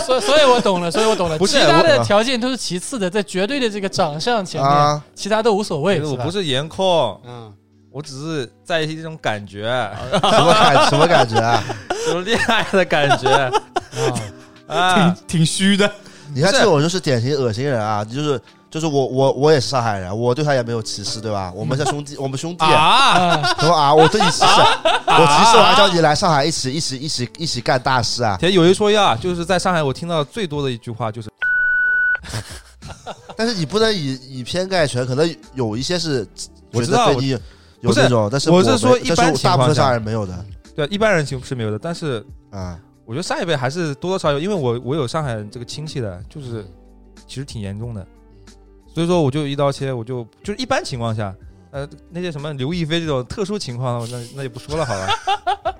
Speaker 2: 所以所以我懂了，所以我懂了。
Speaker 1: 不是
Speaker 2: 其他
Speaker 1: 我
Speaker 2: 的条件都是其次的，在绝对的这个长相前面，
Speaker 1: 啊
Speaker 2: 其他都无所谓。
Speaker 4: 我
Speaker 2: 吧
Speaker 4: 不是颜控，
Speaker 2: 嗯，
Speaker 4: 我只是在意这种感觉，
Speaker 1: 什么感什么感觉啊？
Speaker 4: 这种恋爱的感觉
Speaker 2: 啊，
Speaker 4: 啊。
Speaker 3: 挺虚的，
Speaker 1: 你看
Speaker 4: 不是
Speaker 1: 这种就是典型恶心人啊，就是就是我我我也是上海人，我对他也没有歧视，对吧？我们像兄弟，我们兄弟
Speaker 2: 啊
Speaker 1: 什么啊？我对你歧视，我歧视我还叫你来上海一起一起一起一起干大事啊！
Speaker 4: 其实有一说一啊，就是在上海我听到最多的一句话就是，
Speaker 1: 但是你不能以以偏概全，可能有一些是
Speaker 4: 我
Speaker 1: 觉
Speaker 4: 知
Speaker 1: 得
Speaker 4: 道
Speaker 1: 对
Speaker 4: 我
Speaker 1: 你有
Speaker 4: 不是
Speaker 1: 那种，但是
Speaker 4: 我
Speaker 1: 我
Speaker 4: 是
Speaker 1: 没
Speaker 4: 说一般
Speaker 1: 但是
Speaker 4: 情况
Speaker 1: 大部分
Speaker 4: 下
Speaker 1: 上海人没有的
Speaker 4: 对啊一般人情是没有的，但是
Speaker 1: 啊。
Speaker 4: 我觉得上一辈还是多多少少有，因为我我有上海这个亲
Speaker 2: 嗯
Speaker 4: 戚的，就是其实挺严重的，所以说我就一刀切，我就就是一般情况下，呃，那些什么刘亦菲这种特殊情况，那那就不说了，好 吧？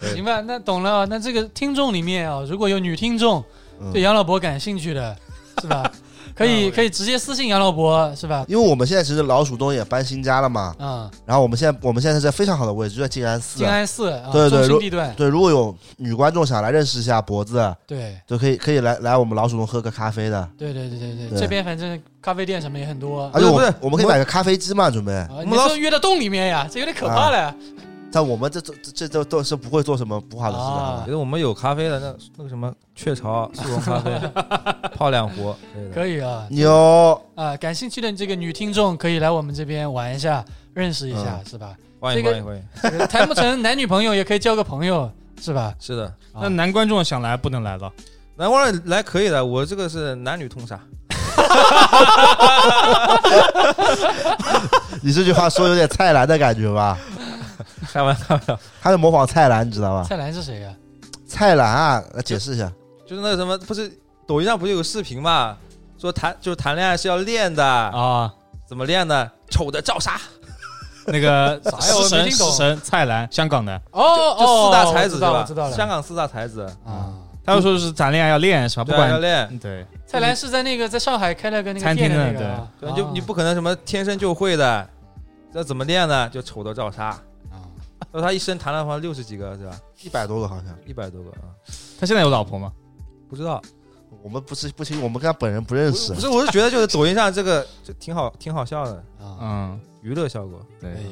Speaker 4: 对
Speaker 2: 明白，那懂了。啊那这个听众里面啊，如果有女听众
Speaker 1: 嗯
Speaker 2: 对杨老伯感兴趣的，是 吧？可以可以直接私信杨老伯，是吧？
Speaker 1: 因为我们现在其实老鼠东也搬新家了嘛，
Speaker 2: 啊，
Speaker 1: 然后我们现在我们现在在非常好的位置，就在静安寺
Speaker 2: 静。安寺啊，
Speaker 1: 对对
Speaker 2: 中心
Speaker 1: 如
Speaker 2: 地段，
Speaker 1: 对，如果有女观众想来认识一下脖子，
Speaker 2: 对
Speaker 1: 就可以可以来来我们老鼠洞喝个咖啡的。
Speaker 2: 对对对对对，
Speaker 1: 对啊
Speaker 2: 这边反正咖啡店什么也很多。
Speaker 1: 而且我
Speaker 4: 不是
Speaker 1: 们我们可以买个咖啡机嘛，准备。
Speaker 2: 啊，
Speaker 4: 我
Speaker 2: 你
Speaker 4: 们老
Speaker 2: 说约到洞里面呀，这有点可怕
Speaker 1: 啊
Speaker 2: 了呀。
Speaker 1: 但我们这这这这都都是不会做什么不好的事的。
Speaker 2: 啊
Speaker 1: 好吧
Speaker 4: 觉得我们有咖啡的，那那个什么雀巢速溶 咖啡，泡两壶可以的。
Speaker 2: 可以啊，
Speaker 1: 牛，
Speaker 2: 啊，感兴趣的这个女听众可以来我们这边玩一下，认识一
Speaker 1: 嗯
Speaker 2: 下，是吧？
Speaker 4: 欢迎
Speaker 2: 这个
Speaker 4: 欢迎欢迎，
Speaker 2: 这个 谈不成男女朋友，也可以交个朋友，是吧？
Speaker 4: 是的，
Speaker 2: 啊
Speaker 3: 那男观众想来不能来了，
Speaker 4: 南瓜人来可以的，我这个是男女 通杀，
Speaker 1: 你这句话说有点蔡澜的感觉吧？
Speaker 4: 开玩笑，
Speaker 1: 他在模仿蔡澜，你知道吧？
Speaker 2: 蔡澜是谁呀、啊
Speaker 1: 蔡澜啊，来解释一下。
Speaker 4: 就是那个什么，不是抖音上不是有个视频嘛，说谈就是谈恋爱是要练的，
Speaker 3: 啊，
Speaker 4: 怎么练呢？丑的照杀，
Speaker 3: 那个
Speaker 4: 呃
Speaker 2: 啥哎呀我
Speaker 3: 食
Speaker 2: 没
Speaker 3: 神
Speaker 2: 听懂
Speaker 3: 食神蔡澜，香港的，
Speaker 2: 哦哦
Speaker 4: 就四大
Speaker 2: 我
Speaker 4: 才子
Speaker 2: 知
Speaker 4: 是
Speaker 2: 道了，
Speaker 4: 吧？
Speaker 2: 我知道了。
Speaker 4: 香港四嗯大才子，
Speaker 2: 啊，
Speaker 3: 他就说是谈恋爱要练是吧？不
Speaker 4: 对啊，要
Speaker 3: 管
Speaker 4: 练，
Speaker 3: 对，
Speaker 2: 蔡澜是在那个在上海开了个那个
Speaker 3: 餐厅
Speaker 2: 店
Speaker 3: 的
Speaker 2: 那个啊，
Speaker 3: 哦
Speaker 4: 对
Speaker 2: 啊
Speaker 4: 吧，就你不可能什么天生就会的，这怎么练呢？就丑的照杀。
Speaker 2: 啊
Speaker 4: 那他一生谈了好像六十几个是吧？
Speaker 1: 一百多个好像，
Speaker 4: 一百多个啊，
Speaker 3: 他现在有老婆吗？
Speaker 4: 不知道。
Speaker 1: 我们不是不清，我们跟他本人不认
Speaker 4: 不
Speaker 1: 识
Speaker 4: 是不。是，我是觉得就是抖音上这个就挺好，挺好笑的
Speaker 2: 啊，
Speaker 3: 嗯，
Speaker 4: 娱乐效果。
Speaker 3: 对
Speaker 2: 可，以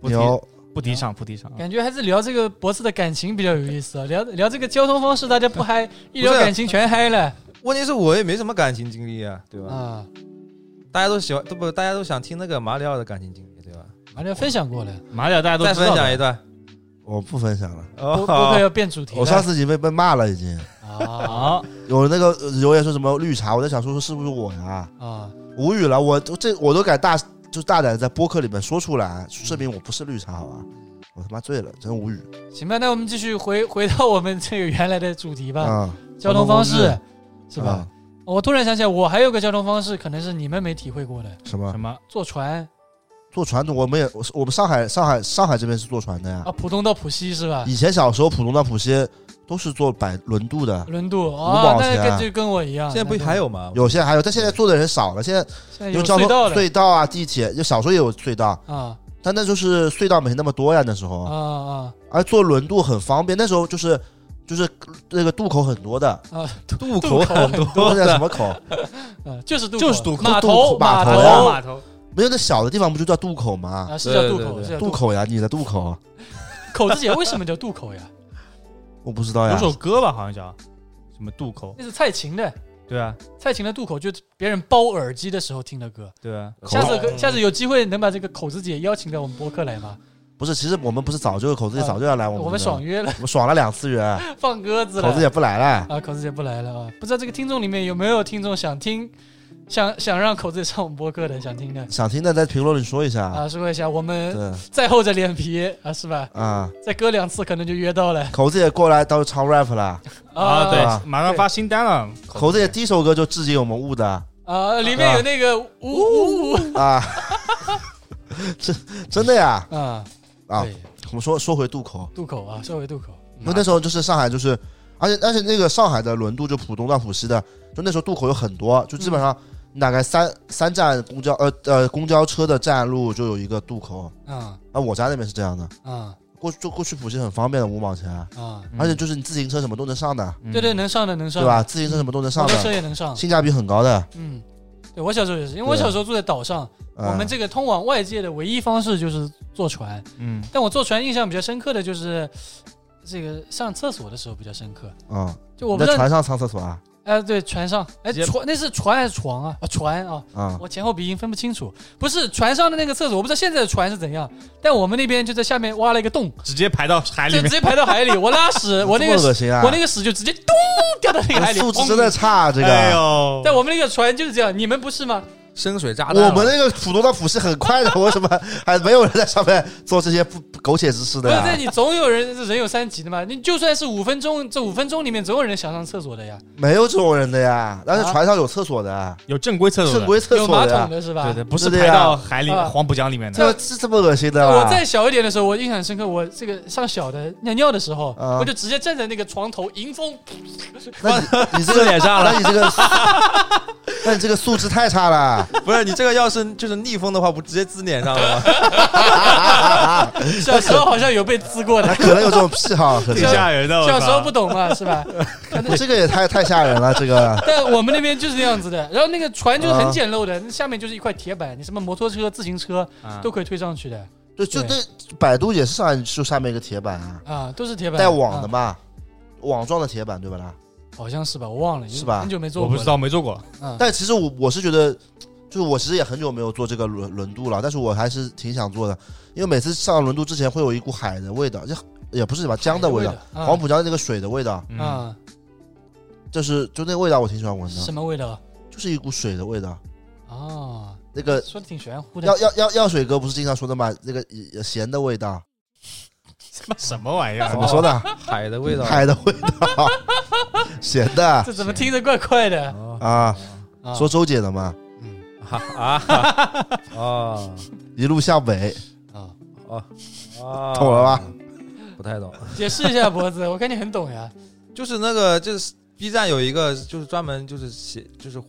Speaker 3: 不提
Speaker 1: 牛，
Speaker 3: 不提倡不提倡，
Speaker 2: 感觉还是聊这个博士的感情比较有意思啊，聊聊这个交通方式大家不 嗨，一聊
Speaker 4: 不是
Speaker 2: 感情全嗨了
Speaker 4: 问题是我也没什么感情经历啊，对吧？
Speaker 2: 啊，
Speaker 4: 大家都喜欢，都不，大家都想听那个马里奥的感情经历，对吧？
Speaker 2: 反正分享过了，
Speaker 3: 马里奥大家都
Speaker 4: 再
Speaker 3: 知
Speaker 4: 分
Speaker 3: 道
Speaker 4: 享
Speaker 3: 的
Speaker 4: 一，段。
Speaker 1: 我不分享了。
Speaker 2: 播播客
Speaker 4: 哦，
Speaker 2: 要变主题了。
Speaker 1: 我上次已经被被骂了，已经
Speaker 2: 啊
Speaker 3: 好，
Speaker 1: 有那个呃留言说什么绿茶，我在想说说是不是我呀？
Speaker 2: 啊，
Speaker 1: 无语了，我我这我都敢大就大胆地在播客里面说出来，证明我不是绿茶，好吧？我他妈醉了，真无语
Speaker 2: 行吧，那我们继续回回到我们这个原来的主题吧，
Speaker 1: 啊！
Speaker 4: 嗯
Speaker 2: 交通
Speaker 1: 交
Speaker 2: 方
Speaker 1: 通
Speaker 2: 式
Speaker 1: 方，
Speaker 2: 是吧
Speaker 1: 啊？？
Speaker 2: 哦我突然想起来，我还有个交通方式，可能是你们没体会过的，
Speaker 1: 什么
Speaker 3: 什？么
Speaker 2: 坐船
Speaker 1: 坐船的我们也我是我们上海上海上海这边是坐船的呀
Speaker 2: 啊，。浦东到浦西是吧？
Speaker 1: 以前小时候浦东到浦西都是坐摆轮渡的，
Speaker 2: 轮渡
Speaker 1: 五
Speaker 2: 哦
Speaker 1: 毛，
Speaker 2: 那
Speaker 1: 钱啊
Speaker 2: 个就跟我
Speaker 3: 啊
Speaker 2: 一样。
Speaker 4: 现在不
Speaker 2: 那
Speaker 4: 还有吗？
Speaker 1: 有些还有，但现在坐的人少了。现在
Speaker 2: 现在
Speaker 1: 因
Speaker 2: 有
Speaker 1: 为交
Speaker 2: 隧
Speaker 1: 通
Speaker 2: 道了
Speaker 1: 隧道啊、地铁，就小时候也有隧道，
Speaker 2: 啊？
Speaker 1: 但那就是隧道没那么多呀，那时候，
Speaker 2: 啊啊
Speaker 1: 而坐轮渡很方便。那时候就是就是那个渡口很多 的，
Speaker 2: 啊
Speaker 4: 渡
Speaker 2: 口
Speaker 4: 口
Speaker 2: 很
Speaker 4: 很
Speaker 1: 那
Speaker 4: 多
Speaker 1: 叫什
Speaker 4: 的，
Speaker 1: 么口？
Speaker 2: 啊！就是渡口
Speaker 3: 就是渡口
Speaker 2: 码
Speaker 1: 渡
Speaker 2: 头
Speaker 1: 口码
Speaker 2: 头
Speaker 1: 头啊呀
Speaker 2: 码头
Speaker 1: 没有，那小的地方不就叫渡口吗？
Speaker 2: 啊，是叫渡
Speaker 4: 对
Speaker 2: 口，
Speaker 4: 对
Speaker 2: 是叫
Speaker 4: 对
Speaker 1: 渡口呀，你的渡口，
Speaker 2: 口子姐为什么叫渡口 呀？
Speaker 1: 我不知道
Speaker 3: 有
Speaker 1: 呀。
Speaker 3: 首歌吧，好像叫什么渡口，
Speaker 2: 那是蔡琴的，
Speaker 3: 对啊，
Speaker 2: 蔡琴的渡口就是别人包耳机的时候听的歌。
Speaker 3: 对啊，
Speaker 1: 口
Speaker 2: 下次可
Speaker 4: 嗯
Speaker 2: 下次有机会能把这个口子姐邀请到我们播客来吗？
Speaker 1: 不是，其实我们不是早就口子姐
Speaker 2: 啊
Speaker 1: 早就要来我们
Speaker 2: 我
Speaker 1: 这
Speaker 2: 们
Speaker 1: 儿
Speaker 2: 爽
Speaker 1: 了，
Speaker 2: 约了，
Speaker 1: 我们爽了两次 元，
Speaker 2: 放鸽子
Speaker 1: 口子
Speaker 2: 了
Speaker 1: 姐不来了。
Speaker 2: 啊！口子姐不来了啊！不知道这个听众里面有没有听众想听，想想让口子姐上我们播客的，想听的
Speaker 1: 想听的在评论里说一下。
Speaker 2: 啊，说一下，我们
Speaker 1: 对
Speaker 2: 再厚着脸皮啊，是吧？
Speaker 1: 啊，
Speaker 2: 再割两次可能就约到了
Speaker 1: 口子也过来到时候唱 rap 了。
Speaker 3: 啊，
Speaker 1: 啊
Speaker 3: 对，马上发新单了，
Speaker 1: 口子也第一首歌就致敬我们雾的
Speaker 2: 啊，里面有那个呜呜呜
Speaker 1: 啊， 真真的呀
Speaker 2: 啊
Speaker 1: 啊！
Speaker 2: 对，
Speaker 1: 我们说说回渡口，
Speaker 2: 渡口啊，稍微渡口，
Speaker 1: 因为那时候就是上海就是，而且而且那个上海的轮渡就浦东到浦西的，就那时候渡口有很多，就基本上
Speaker 2: 嗯
Speaker 1: 大概三三站公交呃呃公交车的站路就有一个渡口。
Speaker 2: 啊
Speaker 1: 啊，我家那边是这样的，
Speaker 2: 啊
Speaker 1: 过就过去浦西很方便的，五毛钱，
Speaker 2: 啊！
Speaker 1: 而且就是你自行车什么都能上
Speaker 3: 嗯
Speaker 1: 的，
Speaker 2: 对对，能上的能上
Speaker 1: 对
Speaker 2: 的，
Speaker 1: 吧？自行车什么都能上
Speaker 2: 摩托车
Speaker 1: 的，
Speaker 2: 也能上，
Speaker 1: 性价比很高的。
Speaker 2: 嗯，对我小时候也是，因为我
Speaker 1: 对
Speaker 2: 小时候住在岛上，
Speaker 1: 嗯
Speaker 2: 我们这个通往外界的唯一方式就是坐船。
Speaker 3: 嗯，
Speaker 2: 但我坐船印象比较深刻的就是这个上厕所的时候比较深刻，
Speaker 1: 啊，
Speaker 2: 就我
Speaker 1: 你
Speaker 2: 不
Speaker 1: 在
Speaker 2: 知道，
Speaker 1: 船上上厕所啊？
Speaker 2: 哎，对，船上，哎，
Speaker 3: 直接
Speaker 2: 船那是船还是床啊？啊，船啊，
Speaker 1: 啊，
Speaker 2: 我前后鼻音分不清楚。不是船上的那个厕所，我不知道现在的船是怎样，但我们那边就在下面挖了一个洞，
Speaker 3: 直接排到海
Speaker 2: 就
Speaker 3: 里
Speaker 2: 直
Speaker 3: 面，
Speaker 2: 接排到海里。我拉 屎，我那
Speaker 1: 这么恶
Speaker 2: 个
Speaker 1: 心啊！哎
Speaker 2: 我那个屎就直接咚掉到那个海里。
Speaker 1: 素质
Speaker 2: 砰
Speaker 1: 真的差，这
Speaker 3: 哎
Speaker 1: 个。
Speaker 3: 呦，
Speaker 2: 但我们那个船就是这样，你们不是吗？
Speaker 4: 深水炸弹了。
Speaker 1: 我们那个浦东到浦西很快的，为什么还没有人在上面做这些不不苟且之事
Speaker 2: 不
Speaker 1: 的
Speaker 2: 是，
Speaker 1: 呀
Speaker 2: 但？你总有人人有三急的嘛。你就算是五分钟，这五分钟里面总有人想上厕所的呀，
Speaker 1: 没有这种人的呀，但
Speaker 2: 啊
Speaker 1: 是船上有厕所的，啊
Speaker 3: 有正规厕所
Speaker 1: 正
Speaker 3: 的，
Speaker 1: 规厕
Speaker 2: 有马
Speaker 1: 所的
Speaker 2: 桶
Speaker 1: 呀，
Speaker 2: 的是吧？
Speaker 3: 对对，不是
Speaker 1: 对
Speaker 3: 排
Speaker 1: 的呀
Speaker 3: 到海里
Speaker 2: 啊
Speaker 3: 黄浦江里面的，
Speaker 1: 这是这么恶心的
Speaker 2: 我
Speaker 1: 吗？
Speaker 2: 再小一点的时候，我印象很深刻。我这个上小的尿尿的时候，
Speaker 1: 啊
Speaker 2: 我就直接站在那个床头迎风，
Speaker 1: 那 你你这
Speaker 3: 这
Speaker 1: 个，
Speaker 3: 脸上了
Speaker 1: 那，你这个，那你这个素质太差了。
Speaker 4: 不是你这个要是就是逆风的话，不直接滋脸上了吗？
Speaker 2: 小时候好像有被滋过 的
Speaker 1: 那，可能有这种癖好， 可
Speaker 3: 挺
Speaker 1: 能
Speaker 3: 吓人的，我
Speaker 2: 小时候
Speaker 3: 靠
Speaker 2: 不懂嘛，是吧？
Speaker 1: 这个也太太吓人了。这个
Speaker 2: 但我们那边就是这样子的。然后那个船就是很简
Speaker 1: 啊
Speaker 2: 陋的，那下面就是一块铁板，你什么摩托车、自行车
Speaker 3: 啊
Speaker 2: 都可以推上去的
Speaker 1: 就就
Speaker 2: 对
Speaker 1: 那百度也是上就下面一个铁板啊，
Speaker 2: 啊，都是铁板
Speaker 1: 带网的
Speaker 2: 啊
Speaker 1: 嘛，网状的铁板对吧啦？
Speaker 2: 好像是吧？我忘了，
Speaker 1: 是吧
Speaker 2: 很久没坐
Speaker 3: 我
Speaker 2: 过，
Speaker 3: 不知。道没做过，
Speaker 2: 嗯，
Speaker 1: 但其实我我是觉得，就是我其实也很久没有做这个轮轮渡了，但是我还是挺想做的，因为每次上轮渡之前会有一股海的味道，就也不是吧，江的味道，
Speaker 2: 啊
Speaker 1: 黄浦江那个水的味道，
Speaker 3: 嗯
Speaker 2: 啊，
Speaker 1: 就是就那个味道我挺喜欢闻
Speaker 2: 什
Speaker 1: 的，
Speaker 2: 么味道？
Speaker 1: 就是一股水的味道。
Speaker 2: 哦，
Speaker 1: 那个
Speaker 2: 说的挺玄乎的
Speaker 1: 药。药药药水哥不是经常说的嘛，那个呃咸的味道，
Speaker 3: 什么什么玩意儿？
Speaker 1: 怎么说的？
Speaker 4: 海的味道。
Speaker 1: 海的味道， 咸的
Speaker 2: 这怎么听着怪怪的？
Speaker 4: 哦
Speaker 1: 啊，
Speaker 2: 啊
Speaker 1: 说周姐的嘛，
Speaker 2: 嗯
Speaker 4: 啊啊 啊
Speaker 1: 一路向北，
Speaker 2: 啊，
Speaker 4: 啊！
Speaker 1: 懂了吧？
Speaker 4: 不太懂，
Speaker 2: 解释 一下脖子，我看你很懂呀。
Speaker 4: 就是那个就是 B 站有一个就是专门就是写就是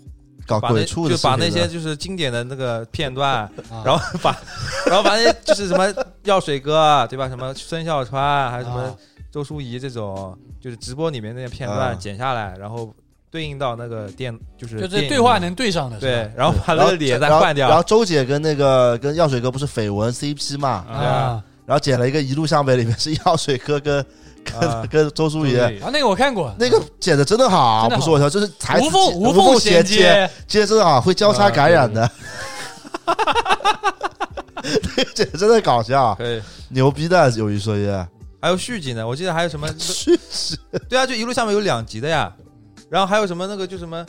Speaker 1: 搞
Speaker 4: 把那
Speaker 1: 啊鬼畜的
Speaker 4: 就把
Speaker 1: 视频啊
Speaker 4: 那些
Speaker 1: 的
Speaker 4: 就是经典的那个片段，
Speaker 2: 啊
Speaker 4: 然后把 然后把那些就是什么药水哥啊对吧？什么孙笑川还有什么
Speaker 2: 啊
Speaker 4: 周淑怡这种，就是直播里面那些片段
Speaker 1: 啊
Speaker 4: 剪下来，然后对应到那个电就是
Speaker 2: 就
Speaker 4: 电
Speaker 2: 这
Speaker 4: 影啊
Speaker 2: 对话能对上的，是吧
Speaker 4: 对，然后把
Speaker 1: 然
Speaker 4: 那
Speaker 1: 后
Speaker 4: 个脸再
Speaker 1: 然后
Speaker 4: 换掉
Speaker 1: 然后周姐跟那个跟药水哥不是绯闻 CP 嘛，
Speaker 3: 啊
Speaker 2: 啊。
Speaker 1: 然后剪了一个一路向北，里面是药水哥跟跟、
Speaker 4: 啊
Speaker 1: 跟周淑怡，
Speaker 2: 啊，那个我看过，
Speaker 1: 那个剪的真的好，
Speaker 2: 真的好
Speaker 1: 不是我说，就是才
Speaker 2: 无缝
Speaker 1: 无
Speaker 2: 缝
Speaker 1: 衔接，
Speaker 2: 接，
Speaker 1: 接得真的好，会交叉感染的。那个 剪的真的搞笑，
Speaker 4: 可以。
Speaker 1: 牛逼的，有一说一。
Speaker 4: 还有续集呢，我记得还有 什么？
Speaker 1: 去死！
Speaker 4: 对啊，就一路下面有两集的呀。然后还有什么那个就什么，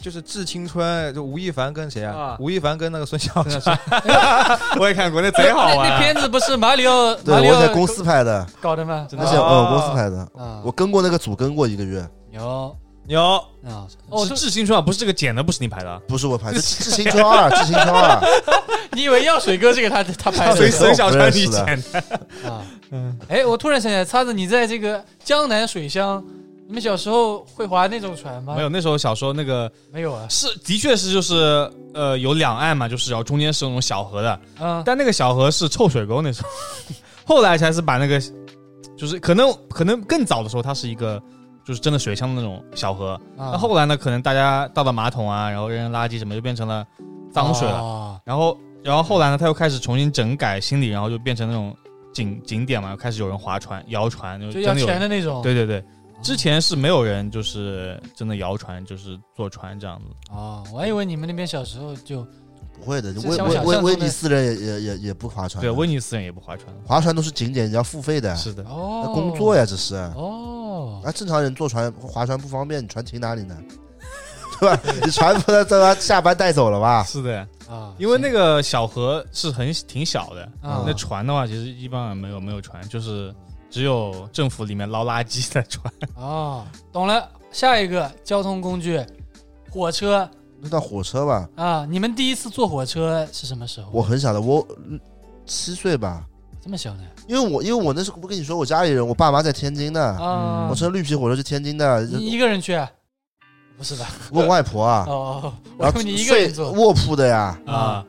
Speaker 4: 就是《致青春》，就吴亦凡跟谁啊
Speaker 3: 啊？
Speaker 4: 吴亦凡跟那个孙笑川，
Speaker 3: 我也看过，那贼好
Speaker 2: 那那
Speaker 3: 玩。
Speaker 2: 片子不是马里奥
Speaker 1: 对
Speaker 2: 马里
Speaker 1: 我在
Speaker 2: 奥
Speaker 1: 公司拍的，
Speaker 2: 搞的吗？
Speaker 3: 真
Speaker 1: 那
Speaker 3: 的
Speaker 1: 是
Speaker 4: 啊
Speaker 1: 呃我公司拍的，
Speaker 2: 啊
Speaker 1: 我，跟过那个组跟过一个月，
Speaker 2: 牛
Speaker 4: 牛
Speaker 2: 啊，
Speaker 3: 哦，
Speaker 2: 哦，
Speaker 3: 是
Speaker 2: 这
Speaker 3: 致青春啊，不是这个剪的，不是你排的，啊
Speaker 1: 不是我 拍的，是《致青春二》，《致青春二》
Speaker 2: 你以为药水哥这个他他拍
Speaker 1: 所
Speaker 3: 所
Speaker 1: 以
Speaker 3: 以
Speaker 2: 的
Speaker 1: 孙
Speaker 3: 孙
Speaker 1: 小
Speaker 3: 小
Speaker 1: 川
Speaker 3: 川
Speaker 1: 你
Speaker 3: 你
Speaker 1: 剪
Speaker 3: 剪
Speaker 2: 啊？哎，我突然想起来，叉子，你在这个江南水乡你们小时候会划那种船吗？
Speaker 3: 没有，那时候小时候那个
Speaker 2: 没有啊，
Speaker 3: 是的确是就是呃有两岸嘛，就是然后中间是那种小河
Speaker 1: 啊
Speaker 3: 的，
Speaker 2: 嗯，
Speaker 3: 但那个小河是臭水沟那时候， 后来才是把那个就是可能可能更早的时候它是一个。就是真的水箱的那种小河，那、
Speaker 1: 啊
Speaker 2: 那
Speaker 3: 后来呢？可能大家倒倒马桶啊，然后扔扔垃圾什么，就变成了脏水了。
Speaker 2: 了，
Speaker 3: 然后，然后后来呢，他又开始重新整改新理，然后就变成那种景景点嘛，开始有人划船、摇船，就
Speaker 2: 就
Speaker 3: 真
Speaker 2: 要
Speaker 3: 的有
Speaker 2: 钱
Speaker 3: 人。
Speaker 2: 的那种，
Speaker 3: 对对对，之前是没有人就是真的摇船，就是坐船这样子。
Speaker 2: 哦，我还以为你们那边小时候就
Speaker 1: 不会的，
Speaker 2: 这
Speaker 1: 威
Speaker 2: 像我
Speaker 1: 威
Speaker 2: 想
Speaker 1: 威
Speaker 2: 象中
Speaker 1: 威
Speaker 2: 的
Speaker 1: 尼斯人也也也也不划船
Speaker 3: 对，
Speaker 1: 的，
Speaker 3: 威尼斯人也不划船了。
Speaker 1: 划船都是景点，你要付费的，
Speaker 3: 是的，
Speaker 1: 那
Speaker 2: 哦
Speaker 1: 工作，呀，这是。
Speaker 2: 哦，
Speaker 1: 啊，正常人坐船划船不方便，你船停哪里呢？ 对吧？你船不能在他下班带走了吧？
Speaker 3: 是的，
Speaker 2: 啊，
Speaker 3: 因为那
Speaker 2: 个
Speaker 3: 个小河是很挺小的，
Speaker 2: 啊
Speaker 3: 那船的话其实一般人没有没有船，就是只有政府里面捞垃圾的船。
Speaker 2: 哦，懂了，下一个交通工具，火车
Speaker 1: 那到火车吧，
Speaker 2: 啊，你们第一次坐火车是什么时候？
Speaker 1: 我很小的，我嗯七岁吧，
Speaker 2: 这么小呢
Speaker 1: 因为我因为我那时候不跟你说，我家里人，我爸妈在天津的，
Speaker 2: 啊
Speaker 1: 嗯我，乘绿皮火车去天津的，
Speaker 2: 你一个人去啊？不是吧？
Speaker 1: 问外婆啊，
Speaker 2: 哦，我
Speaker 1: 然
Speaker 2: 以
Speaker 1: 后
Speaker 2: 为 你一个人
Speaker 1: 睡
Speaker 2: 坐，
Speaker 1: 卧铺的呀，
Speaker 3: 啊，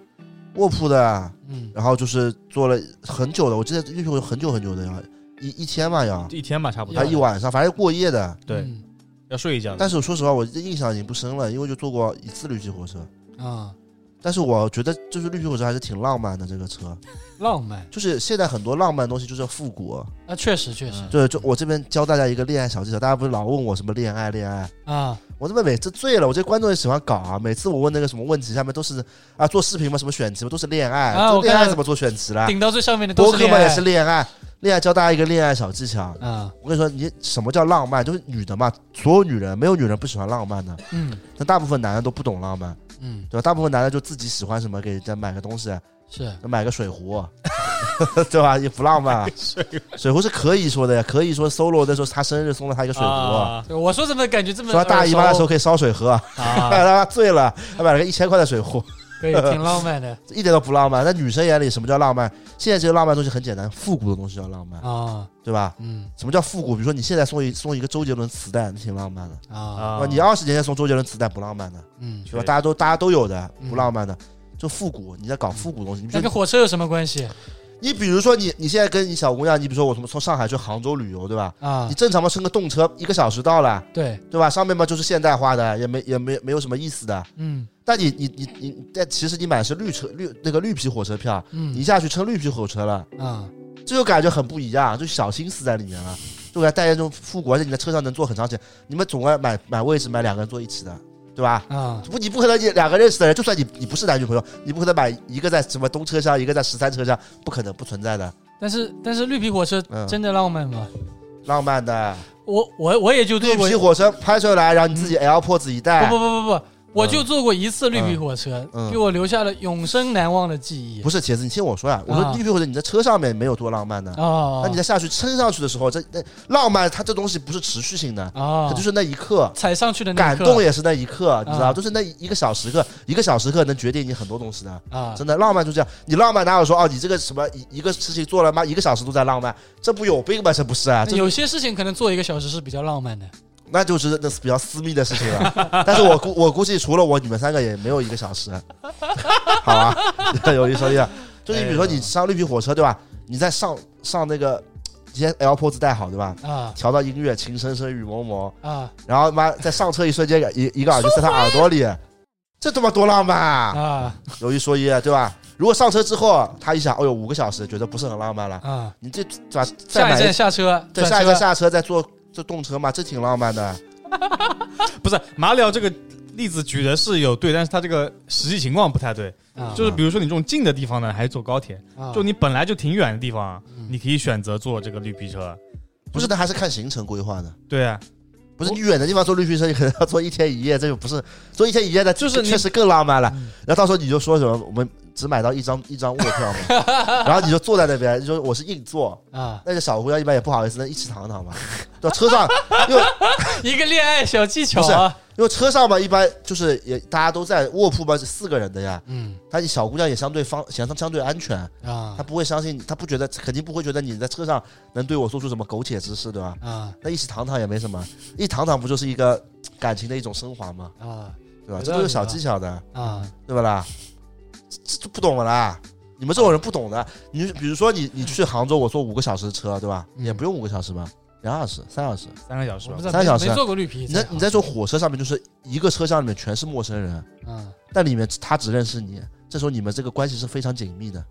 Speaker 1: 卧铺的呀，
Speaker 2: 嗯，
Speaker 1: 然后就是坐了很久的，我记得绿皮火车很久很久的要一一天嘛要，
Speaker 3: 啊一天吧，差不多
Speaker 1: 还一晚上，反正过夜的。
Speaker 3: 对
Speaker 2: 嗯
Speaker 3: 要睡一觉的。
Speaker 1: 哎但是我说实话，我印象已经不深了，因为就坐过一次绿皮火车。
Speaker 2: 啊，
Speaker 1: 但是我觉得就是绿皮火车还是挺浪漫的，这个车
Speaker 2: 浪漫
Speaker 1: 就是现在很多浪漫的东西就是要复古。
Speaker 2: 啊，确实确实
Speaker 3: 嗯
Speaker 1: 对，就我这边教大家一个恋爱小技巧，大家不是老问我什么恋爱恋爱，
Speaker 2: 啊，
Speaker 1: 我这边每次醉了，我这观众也喜欢搞啊，每次我问那个什么问题，下面都是啊做视频嘛，什么选题嘛，都是恋爱，
Speaker 2: 啊
Speaker 1: 做
Speaker 2: 我看
Speaker 1: 恋爱
Speaker 2: 到
Speaker 1: 怎么做选题啦？
Speaker 2: 顶到最上面的
Speaker 1: 啊播
Speaker 2: 都是
Speaker 1: 客
Speaker 2: 恋
Speaker 1: 嘛也
Speaker 2: 爱
Speaker 1: 是恋爱，恋爱教大家一个恋爱小技巧。
Speaker 2: 啊，
Speaker 1: 我跟你说，你什么叫浪漫？就是女的嘛，所有女人没有女人不喜欢浪漫的，
Speaker 2: 嗯
Speaker 1: 但大部分男的都不懂浪漫，
Speaker 2: 嗯，
Speaker 1: 对吧？大部分男的就自己喜欢什么，给人家买个东西，
Speaker 2: 是
Speaker 1: 买个水壶， 对吧？也不浪漫啊。水壶是可以说的呀，可以说 solo 那时候他生日送了他一个水壶，
Speaker 3: 啊
Speaker 2: 对我说怎么感觉这么
Speaker 1: 说他大姨妈的时候
Speaker 2: 耳熟
Speaker 1: 可以烧水喝，
Speaker 3: 啊
Speaker 1: 让 他醉了，还买了个一千块的水壶，
Speaker 2: 对，挺浪 漫的
Speaker 1: 一点都不浪漫。在女生眼里，什么叫浪漫？现在这个浪漫东西很简单，复古的东西叫浪漫，
Speaker 2: 啊，
Speaker 1: 对吧？
Speaker 2: 嗯
Speaker 1: 什么叫复古？比如说你现在送一送一个周杰伦磁带，那挺浪漫的。
Speaker 2: 啊，
Speaker 1: 你二十年前送周杰伦磁带不浪漫的，
Speaker 2: 嗯，
Speaker 1: 对吧？
Speaker 3: 对
Speaker 1: 大家都大家都有的，
Speaker 2: 嗯
Speaker 1: 不浪漫的。就复古，你在搞复古东西。你比
Speaker 2: 那
Speaker 1: 如
Speaker 2: 跟
Speaker 1: 说，
Speaker 2: 火车有什么关系
Speaker 1: 你比如说你，你现在跟你小姑娘，你比如说我从从上海去杭州旅游，对吧？
Speaker 2: 啊
Speaker 1: 你？正常嘛，乘个动车一个小时到了，
Speaker 2: 对，
Speaker 1: 对吧？上面嘛就是现代化的，也没也没没有什么意思的。
Speaker 2: 嗯
Speaker 1: 但你你你你，但其实你买的是绿车绿那个绿皮火车票，
Speaker 2: 嗯，
Speaker 1: 你一下去乘绿皮火车了，
Speaker 2: 啊
Speaker 1: 这就感觉很不一样，就小心思在里面了，就给它带一种复古，而且你在车上能坐很长时间。你们总要买买位置买两个人坐一起的，对吧？
Speaker 2: 啊
Speaker 1: 不，你不可能你两个认识的人，就算你你不是男女朋友，你不可能买一个在什么东车厢，一个在十三车厢，不可能，不存在的，
Speaker 2: 但是但是绿皮火车
Speaker 1: 嗯
Speaker 2: 真的浪漫吗？
Speaker 1: 浪漫的
Speaker 2: 我我我也就坐
Speaker 1: 绿
Speaker 2: 过
Speaker 1: 皮火车拍出来，然后你自己 L 破子一带，
Speaker 2: 嗯不不不不不，我就坐过一次绿皮火车，
Speaker 1: 嗯
Speaker 2: 给我留下了永生难忘的记忆
Speaker 1: 不。是茄子，你听我说呀、我
Speaker 2: 啊
Speaker 1: 说绿皮火车你在车上面没有多浪漫的，
Speaker 2: 啊
Speaker 1: 那你在下去撑上去的时候，这那浪漫它这东西不是持续性的，
Speaker 2: 啊
Speaker 1: 它，就是那一刻，
Speaker 2: 踩上去的那
Speaker 1: 感
Speaker 2: 一刻
Speaker 1: 动也是那一刻，你知道，
Speaker 2: 啊
Speaker 1: 就是那一个小时刻，一个小时刻能决定你很多东西的。
Speaker 2: 啊，
Speaker 1: 真的浪漫就这样，你浪漫哪有说哦，你这个什么一一个事情做了妈一个小时都在浪漫，这不有病吗？这不是啊，这
Speaker 2: 有些事情可能坐一个小时是比较浪漫的。
Speaker 1: 那就是那是比较私密的事情了。但是我估我估计除了我，你们三个也没有一个小时，好吧？ 有一说一啊，就是你比如说你上绿皮火车对吧？你在上上那个，你先 AirPods 带好对吧？
Speaker 2: 啊
Speaker 1: 调到音乐《情深深雨蒙蒙》，
Speaker 2: 啊
Speaker 1: 然后妈在上车一瞬间一一个耳机塞他耳朵里，这他妈多浪漫啊！
Speaker 2: 啊
Speaker 1: 有一说一啊对吧？如果上车之后他一想，哦呦五个小时，觉得不是很浪漫了，
Speaker 2: 啊！
Speaker 1: 你这咋再
Speaker 2: 下一
Speaker 1: 买
Speaker 2: 站下车，
Speaker 1: 再
Speaker 2: 转
Speaker 1: 下一
Speaker 2: 车
Speaker 1: 站下车再坐这动车嘛，这挺浪漫的。
Speaker 3: 不是马里奥这个例子举的是有对，但是他这个实际情况不太对。
Speaker 2: 啊
Speaker 3: 就是比如说你这种近的地方呢，还是坐高铁；
Speaker 2: 啊
Speaker 3: 就你本来就挺远的地方，
Speaker 2: 嗯
Speaker 3: 你可以选择坐这个绿皮车。
Speaker 1: 不是，那还是看行程规划的。
Speaker 3: 对啊，
Speaker 1: 不是你远的地方坐绿皮车，你可能要坐一天一夜，这就不是坐一天一夜的，
Speaker 3: 就是你
Speaker 1: 确实更浪漫了
Speaker 2: 嗯。
Speaker 1: 然后到时候你就说什么，我们只买到一张一张卧 票嘛，然后你就坐在那边，你说我是硬座，
Speaker 2: 啊，
Speaker 1: 那个小姑娘一般也不好意思，那一起躺躺嘛。对吧，车上，因为
Speaker 2: 一个恋爱小技巧
Speaker 1: 不是
Speaker 2: 啊
Speaker 1: 因为车上嘛，一般就是也大家都在卧铺嘛，是四个人的呀。
Speaker 2: 嗯
Speaker 1: 她小姑娘也相对方相相对安全，
Speaker 2: 啊
Speaker 1: 她不会相信，她不觉得肯定不会觉得你在车上能对我做出什么苟且之事，对吧？
Speaker 2: 啊
Speaker 1: 那一起躺躺也没什么，一躺躺不就是一个感情的一种升华吗？
Speaker 2: 啊
Speaker 1: 对吧？
Speaker 2: 有
Speaker 1: 这
Speaker 2: 道
Speaker 1: 都
Speaker 2: 理
Speaker 1: 是小
Speaker 2: 啊
Speaker 1: 技巧的，
Speaker 2: 啊！
Speaker 1: 对不啦？这这不懂了啦！你们这种人不懂的。你就比如说你你去杭州，我坐五个小时的车，对吧？
Speaker 2: 嗯
Speaker 1: 也不用五个小时吧，两小时、三小时。
Speaker 3: 三个小时
Speaker 2: 我
Speaker 3: 吧
Speaker 2: 不知。道
Speaker 1: 三
Speaker 2: 没
Speaker 1: 小时
Speaker 2: 没做过绿皮，
Speaker 1: 你在你在坐火车上面，就是一个车厢里面全是陌生人，
Speaker 2: 啊
Speaker 1: 但里面他只认识你，这时候你们这个关系是非常紧密的。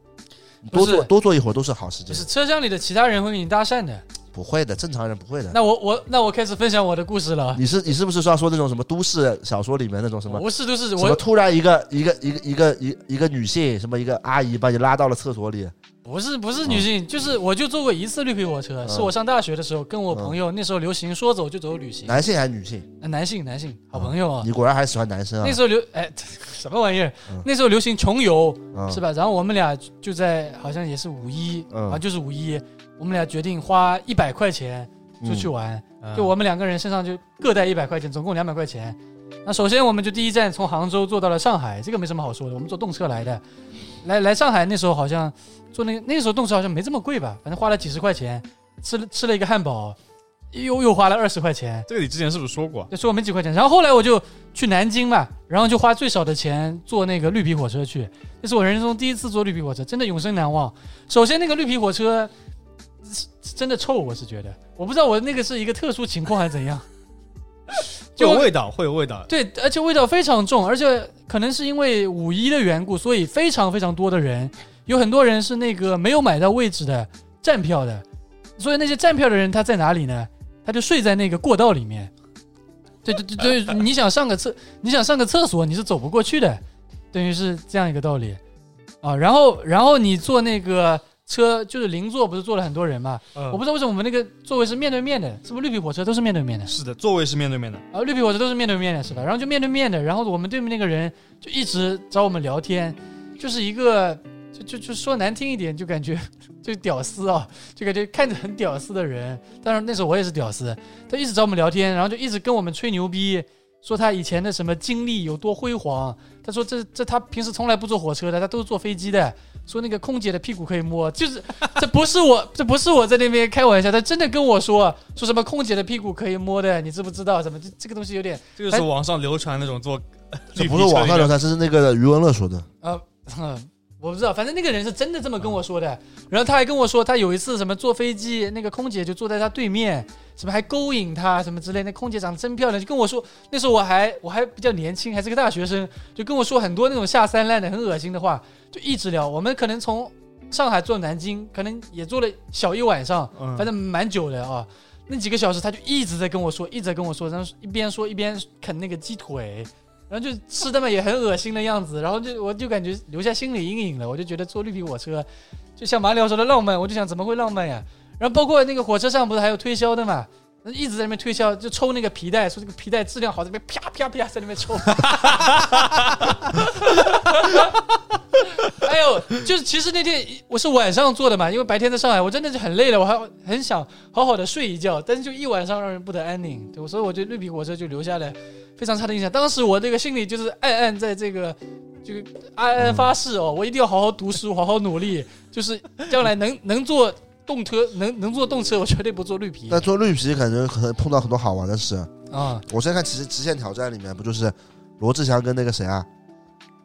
Speaker 1: 你多
Speaker 2: 不是
Speaker 1: 坐多坐一会儿都是好时
Speaker 2: 就
Speaker 1: 间
Speaker 2: 是，车厢里的其他人会跟你搭讪的。
Speaker 1: 不会的，正常人不会的。
Speaker 2: 那我我那我开始分享我的故事了。
Speaker 1: 你是你是不是说要说那种什么都市小说里面那种什么
Speaker 2: 无事都是
Speaker 1: 什么
Speaker 2: 我
Speaker 1: 突然一个一个一个一个一个一个女性什么一个阿姨把你拉到了厕所里，
Speaker 2: 不是不是女
Speaker 1: 啊
Speaker 2: 性，就是我就坐过一次绿皮火车，
Speaker 1: 嗯
Speaker 2: 是我上大学的时候跟我朋友，那时候流行说走就走旅行，
Speaker 1: 男性还是女性？
Speaker 2: 呃男性男性好朋友啊
Speaker 1: 你，果然还是喜欢男生啊
Speaker 2: 那？时候流哎什么玩意儿
Speaker 1: 嗯，
Speaker 2: 那时候流行穷游
Speaker 1: 嗯
Speaker 2: 是吧？然后我们俩就在好像也是五一
Speaker 1: 嗯
Speaker 2: 啊，就是五一，我们俩决定花一百块钱出去
Speaker 1: 嗯
Speaker 2: 玩，
Speaker 3: 嗯
Speaker 2: 就我们两个人身上就各带一百块钱，总共两百块钱。那首先我们就第一站从杭州坐到了上海，这个没什么好说的，我们坐动车来的。来来上海那时候好像坐那个那时候动车好像没这么贵吧，反正花了几十块钱，吃了吃了一个汉堡，又又花了二十块钱，
Speaker 3: 这个你之前是不是说过？
Speaker 2: 就说我没几块钱。然后后来我就去南京嘛，然后就花最少的钱坐那个绿皮火车去，这是我人生中第一次坐绿皮火车，真的永生难忘。首先那个绿皮火车是是真的臭，我是觉得，我不知道我那个是一个特殊情况还是怎样，
Speaker 3: 会
Speaker 2: 就
Speaker 3: 有味道，会有味道。
Speaker 2: 对，而且味道非常重，而且可能是因为五一的缘故，所以非常非常多的人，有很多人是那个没有买到位置的站票的，所以那些站票的人他在哪里呢？他就睡在那个过道里面。对对对 对，你想上个厕，你想上个厕所，你是走不过去的，等于是这样一个道理啊。然后然后你坐那个车，就是邻座不是坐了很多人嘛？我
Speaker 3: 我
Speaker 2: 不知道为什么我们那个座位是面对面的，是不是绿皮火车都是面对面的？
Speaker 3: 是的，座位是面对面的。
Speaker 2: 啊，绿皮火车都是面对面的，是吧？然后就面对面的，然后我们对面那个人就一直找我们聊天，就是一个就就就说难听一点，就感觉 就屌丝啊，就感觉看着很屌丝的人。当然那时候我也是屌丝，他一直找我们聊天，然后就一直跟我们吹牛逼，说他以前的什么经历有多辉煌。他说这这他平时从来不坐火车的，他都是坐飞机的。说那个空姐的屁股可以摸，就是 这不是我这不是我在那边开玩笑，他真的跟我说说什么空姐的屁股可以摸的，你知不知道？什么这这个东西有点
Speaker 3: 这个是网上流传那种做
Speaker 1: 哎这不是网上流传，这是那个余文乐说的。
Speaker 2: 呃， 哼我不知道，反正那个人是真的这么跟我说的。然后他还跟我说，他有一次什么坐飞机，那个空姐就坐在他对面，什么还勾引他什么之类。那空姐长得真漂亮，就跟我说，那时候我还我还比较年轻，还是个大学生，就跟我说很多那种下三滥的、很恶心的话，就一直聊。我们可能从上海坐南京，可能也坐了小一晚上，
Speaker 3: 嗯
Speaker 2: 反正蛮久的啊。那几个小时他就一直在跟我说，一直在跟我说，然后一边说一边啃那个鸡腿，然后就吃的嘛也很恶心的样子，然后就我就感觉留下心理阴影了，我就觉得坐绿皮火车，就像马里奥说的浪漫，我就想怎么会浪漫呀？然后包括那个火车上不是还有推销的嘛，那一直在那边推销，就抽那个皮带，说这个皮带质量好，在那边啪啪啪在那边抽。 哎呦，就是其实那天我是晚上坐的嘛，因为白天在上海，我真的是很累了，我还很想好好的睡一觉，但是就一晚上让人不得安宁，对，所以我对绿皮火车就留下了非常差的印象。当时我这个心里就是暗暗在这个。这个暗暗发誓哦，我一定要好好读书，好好努力，就是将来能能坐动车，能能坐动车，我绝对不坐绿皮。
Speaker 1: 但做绿皮感觉可能碰到很多好玩的事。
Speaker 2: 啊、
Speaker 1: 我现在看《极极限挑战》里面不就是罗志祥跟那个谁啊，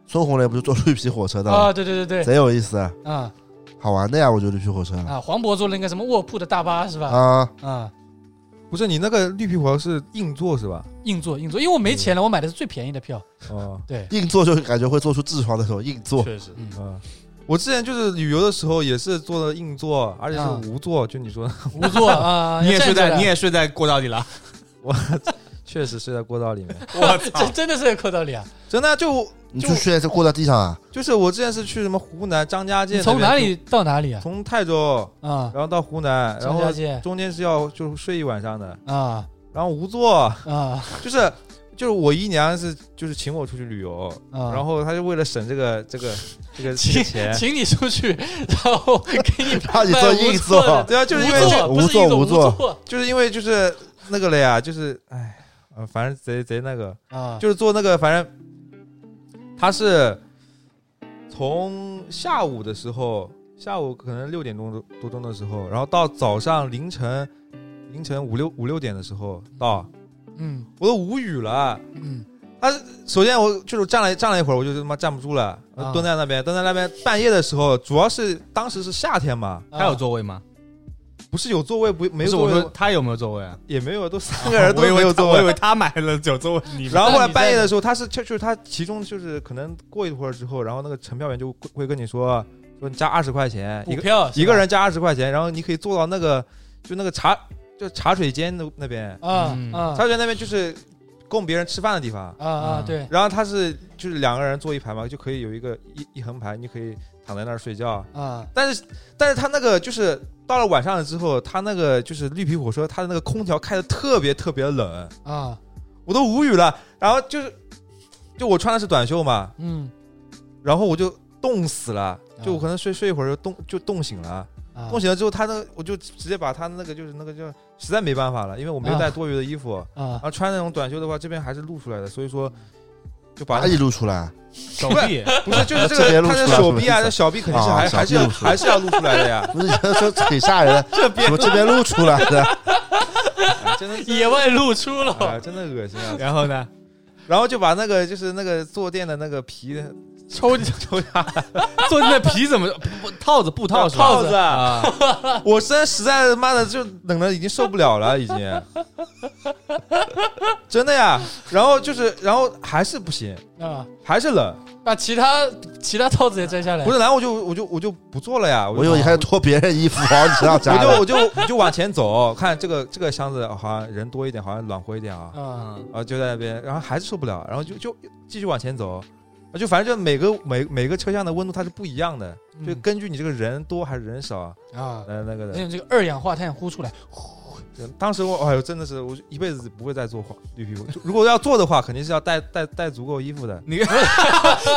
Speaker 1: 孙红雷不就坐绿皮火车的吗？
Speaker 2: 啊，对对对对，
Speaker 1: 贼有意思，
Speaker 2: 啊
Speaker 1: 好玩的呀！我觉得绿皮火车
Speaker 2: 啊，黄渤坐了那个什么卧铺的大巴是吧？
Speaker 1: 啊，
Speaker 2: 啊，
Speaker 4: 不是你那个绿皮火车是硬座是吧？
Speaker 2: 硬座硬座，因为我没钱了，我买的是最便宜的票。
Speaker 4: 哦，
Speaker 2: 对，
Speaker 1: 硬座就感觉会做出痔疮那种硬座，
Speaker 3: 确实，
Speaker 2: 嗯，
Speaker 4: 嗯，我之前就是旅游的时候也是坐的硬座，而且
Speaker 2: 啊
Speaker 4: 是无座，就你说的，
Speaker 2: 无座啊，
Speaker 3: 你也睡
Speaker 2: 站着
Speaker 3: 在
Speaker 2: 的
Speaker 3: 你也睡在过道里了。
Speaker 4: 确实睡在过道里面。
Speaker 3: 我
Speaker 2: 这
Speaker 3: 操！
Speaker 2: 真的是个扣道理啊！
Speaker 4: 真的就
Speaker 1: 你就睡在过到地上 啊？
Speaker 4: 就是我之前是去什么湖南张家界
Speaker 2: 你
Speaker 4: 那边，
Speaker 2: 从哪里到哪里
Speaker 4: 就？
Speaker 2: 啊？
Speaker 4: 从泰州，
Speaker 2: 啊，
Speaker 4: 然后到湖南，然
Speaker 2: 张
Speaker 4: 后
Speaker 2: 家界
Speaker 4: 中间是要就是睡一晚上的，
Speaker 2: 啊
Speaker 4: 然后无座，
Speaker 2: 啊啊！
Speaker 4: 就是就是我姨娘是就是请我出去旅游，然后她就为了省这个这个这个
Speaker 2: 啊
Speaker 4: 这
Speaker 2: 请
Speaker 4: 个钱，
Speaker 2: 请你出去，然后给 你
Speaker 1: 让啊你坐硬
Speaker 2: 无座
Speaker 1: 座
Speaker 2: 的，
Speaker 4: 对啊，就是因为
Speaker 2: 无
Speaker 4: 就
Speaker 2: 座，不
Speaker 1: 无
Speaker 2: 是
Speaker 1: 座
Speaker 2: 一种无
Speaker 1: 无座
Speaker 2: 座
Speaker 4: 就是因为就是那个了呀，就是哎，啊，反正贼贼那个，
Speaker 2: 啊，
Speaker 4: 就是做那个，反正他是从下午的时候，下午可能六点钟多钟的时候，然后到早上凌晨凌晨五六五六点的时候到，
Speaker 2: 嗯
Speaker 4: 我都无语了。
Speaker 2: 嗯
Speaker 4: 首先我就是站了站了一会儿，我就他妈站不住了，
Speaker 2: 啊
Speaker 4: 蹲在那边，蹲在那边。半夜的时候，主要是当时是夏天嘛，
Speaker 2: 啊
Speaker 3: 他有座位吗？
Speaker 4: 不是有座位不
Speaker 3: 不
Speaker 4: 没
Speaker 3: 是
Speaker 4: 座
Speaker 3: 我
Speaker 4: 位
Speaker 3: 说他有没有座位啊？
Speaker 4: 也没有，都三个人都没有座
Speaker 3: 我以
Speaker 4: 位。
Speaker 3: 为他买了有座位，你
Speaker 4: 然后后来
Speaker 2: 那你在
Speaker 4: 半夜的时候，他是就就是他其中就是可能过一会儿之后，然后那个售票员就会会跟你说说你加二十块钱一
Speaker 2: 补
Speaker 4: 个
Speaker 2: 票是吧
Speaker 4: 一个人加二十块钱，然后你可以坐到那个就那个茶就茶水间那那边，
Speaker 2: 啊
Speaker 3: 嗯
Speaker 2: 啊
Speaker 4: 茶水间那边就是供别人吃饭的地方。
Speaker 2: 啊啊，对
Speaker 4: 然后他是就是两个人坐一排嘛，就可以有一个一一横排，你可以躺在那儿睡觉。
Speaker 2: 啊
Speaker 4: 但是但是他那个就是到了晚上了之后，他那个就是绿皮火车，他的那个空调开的特别特别冷，
Speaker 2: 啊
Speaker 4: 我都无语了。然后就是就我穿的是短袖嘛，
Speaker 2: 嗯
Speaker 4: 然后我就冻死了，就我可能睡睡一会儿就冻就冻醒了，
Speaker 2: 啊
Speaker 4: 冻醒了之后，他那我就直接把他那个就是那个叫实在没办法了，因为我没有带多余的衣服，
Speaker 2: 啊
Speaker 4: 然后穿那种短袖的话，这边还是露出来的，所以说就把
Speaker 1: 哪里露出来？啊
Speaker 3: 手臂
Speaker 4: 不是，就是
Speaker 1: 这
Speaker 4: 这
Speaker 1: 边
Speaker 4: 个
Speaker 1: 哎露
Speaker 4: 他
Speaker 1: 出
Speaker 4: 的
Speaker 1: 来
Speaker 4: 手臂啊，
Speaker 1: 是不是
Speaker 4: 这小臂肯定是
Speaker 1: 啊
Speaker 4: 还
Speaker 1: 小
Speaker 4: 还
Speaker 1: 臂
Speaker 4: 是要
Speaker 1: 露出来
Speaker 4: 还是要露出来 的呀，
Speaker 1: 不是，说挺吓人的，怎么这边露出来的？
Speaker 4: 哎真的
Speaker 2: 野外露出
Speaker 4: 啊，
Speaker 2: 了，
Speaker 4: 真的恶心啊！
Speaker 3: 然后 呢？
Speaker 4: 然后就把那个就是那个坐垫的那个皮
Speaker 3: 抽抽下来，坐垫的皮怎么不套子布 套是吧？
Speaker 2: 套子
Speaker 3: 啊，
Speaker 4: 我身实在他妈的就冷的已经受不了了，已经，真的呀。然后就是，然后还是不行，
Speaker 2: 啊，
Speaker 4: 还是冷，
Speaker 2: 把其他其他套子也摘下来，
Speaker 4: 不是，然后我就我就我就不做了呀，
Speaker 1: 我以
Speaker 4: 就
Speaker 1: 为你开始脱别人衣服啊往你身上
Speaker 4: 我
Speaker 1: 加
Speaker 4: 就
Speaker 1: 了
Speaker 4: 我就我就往前走，看这个这个箱子好像人多一点，好像暖和一点啊，
Speaker 2: 啊
Speaker 3: 嗯。
Speaker 4: 啊就在那边，然后还是受不了，然后就就继续往前走，啊就反正就每个每每个车厢的温度它是不一样的，就
Speaker 2: 嗯
Speaker 4: 根据你这个人多还是人少，
Speaker 2: 啊，
Speaker 4: 呃那个的
Speaker 2: 那。种这个二氧化碳呼出来，
Speaker 4: 当时我哎呦，真的是我一辈子不会再做黄绿皮火车。如果要做的话，肯定是要带带带足够衣服的
Speaker 3: 你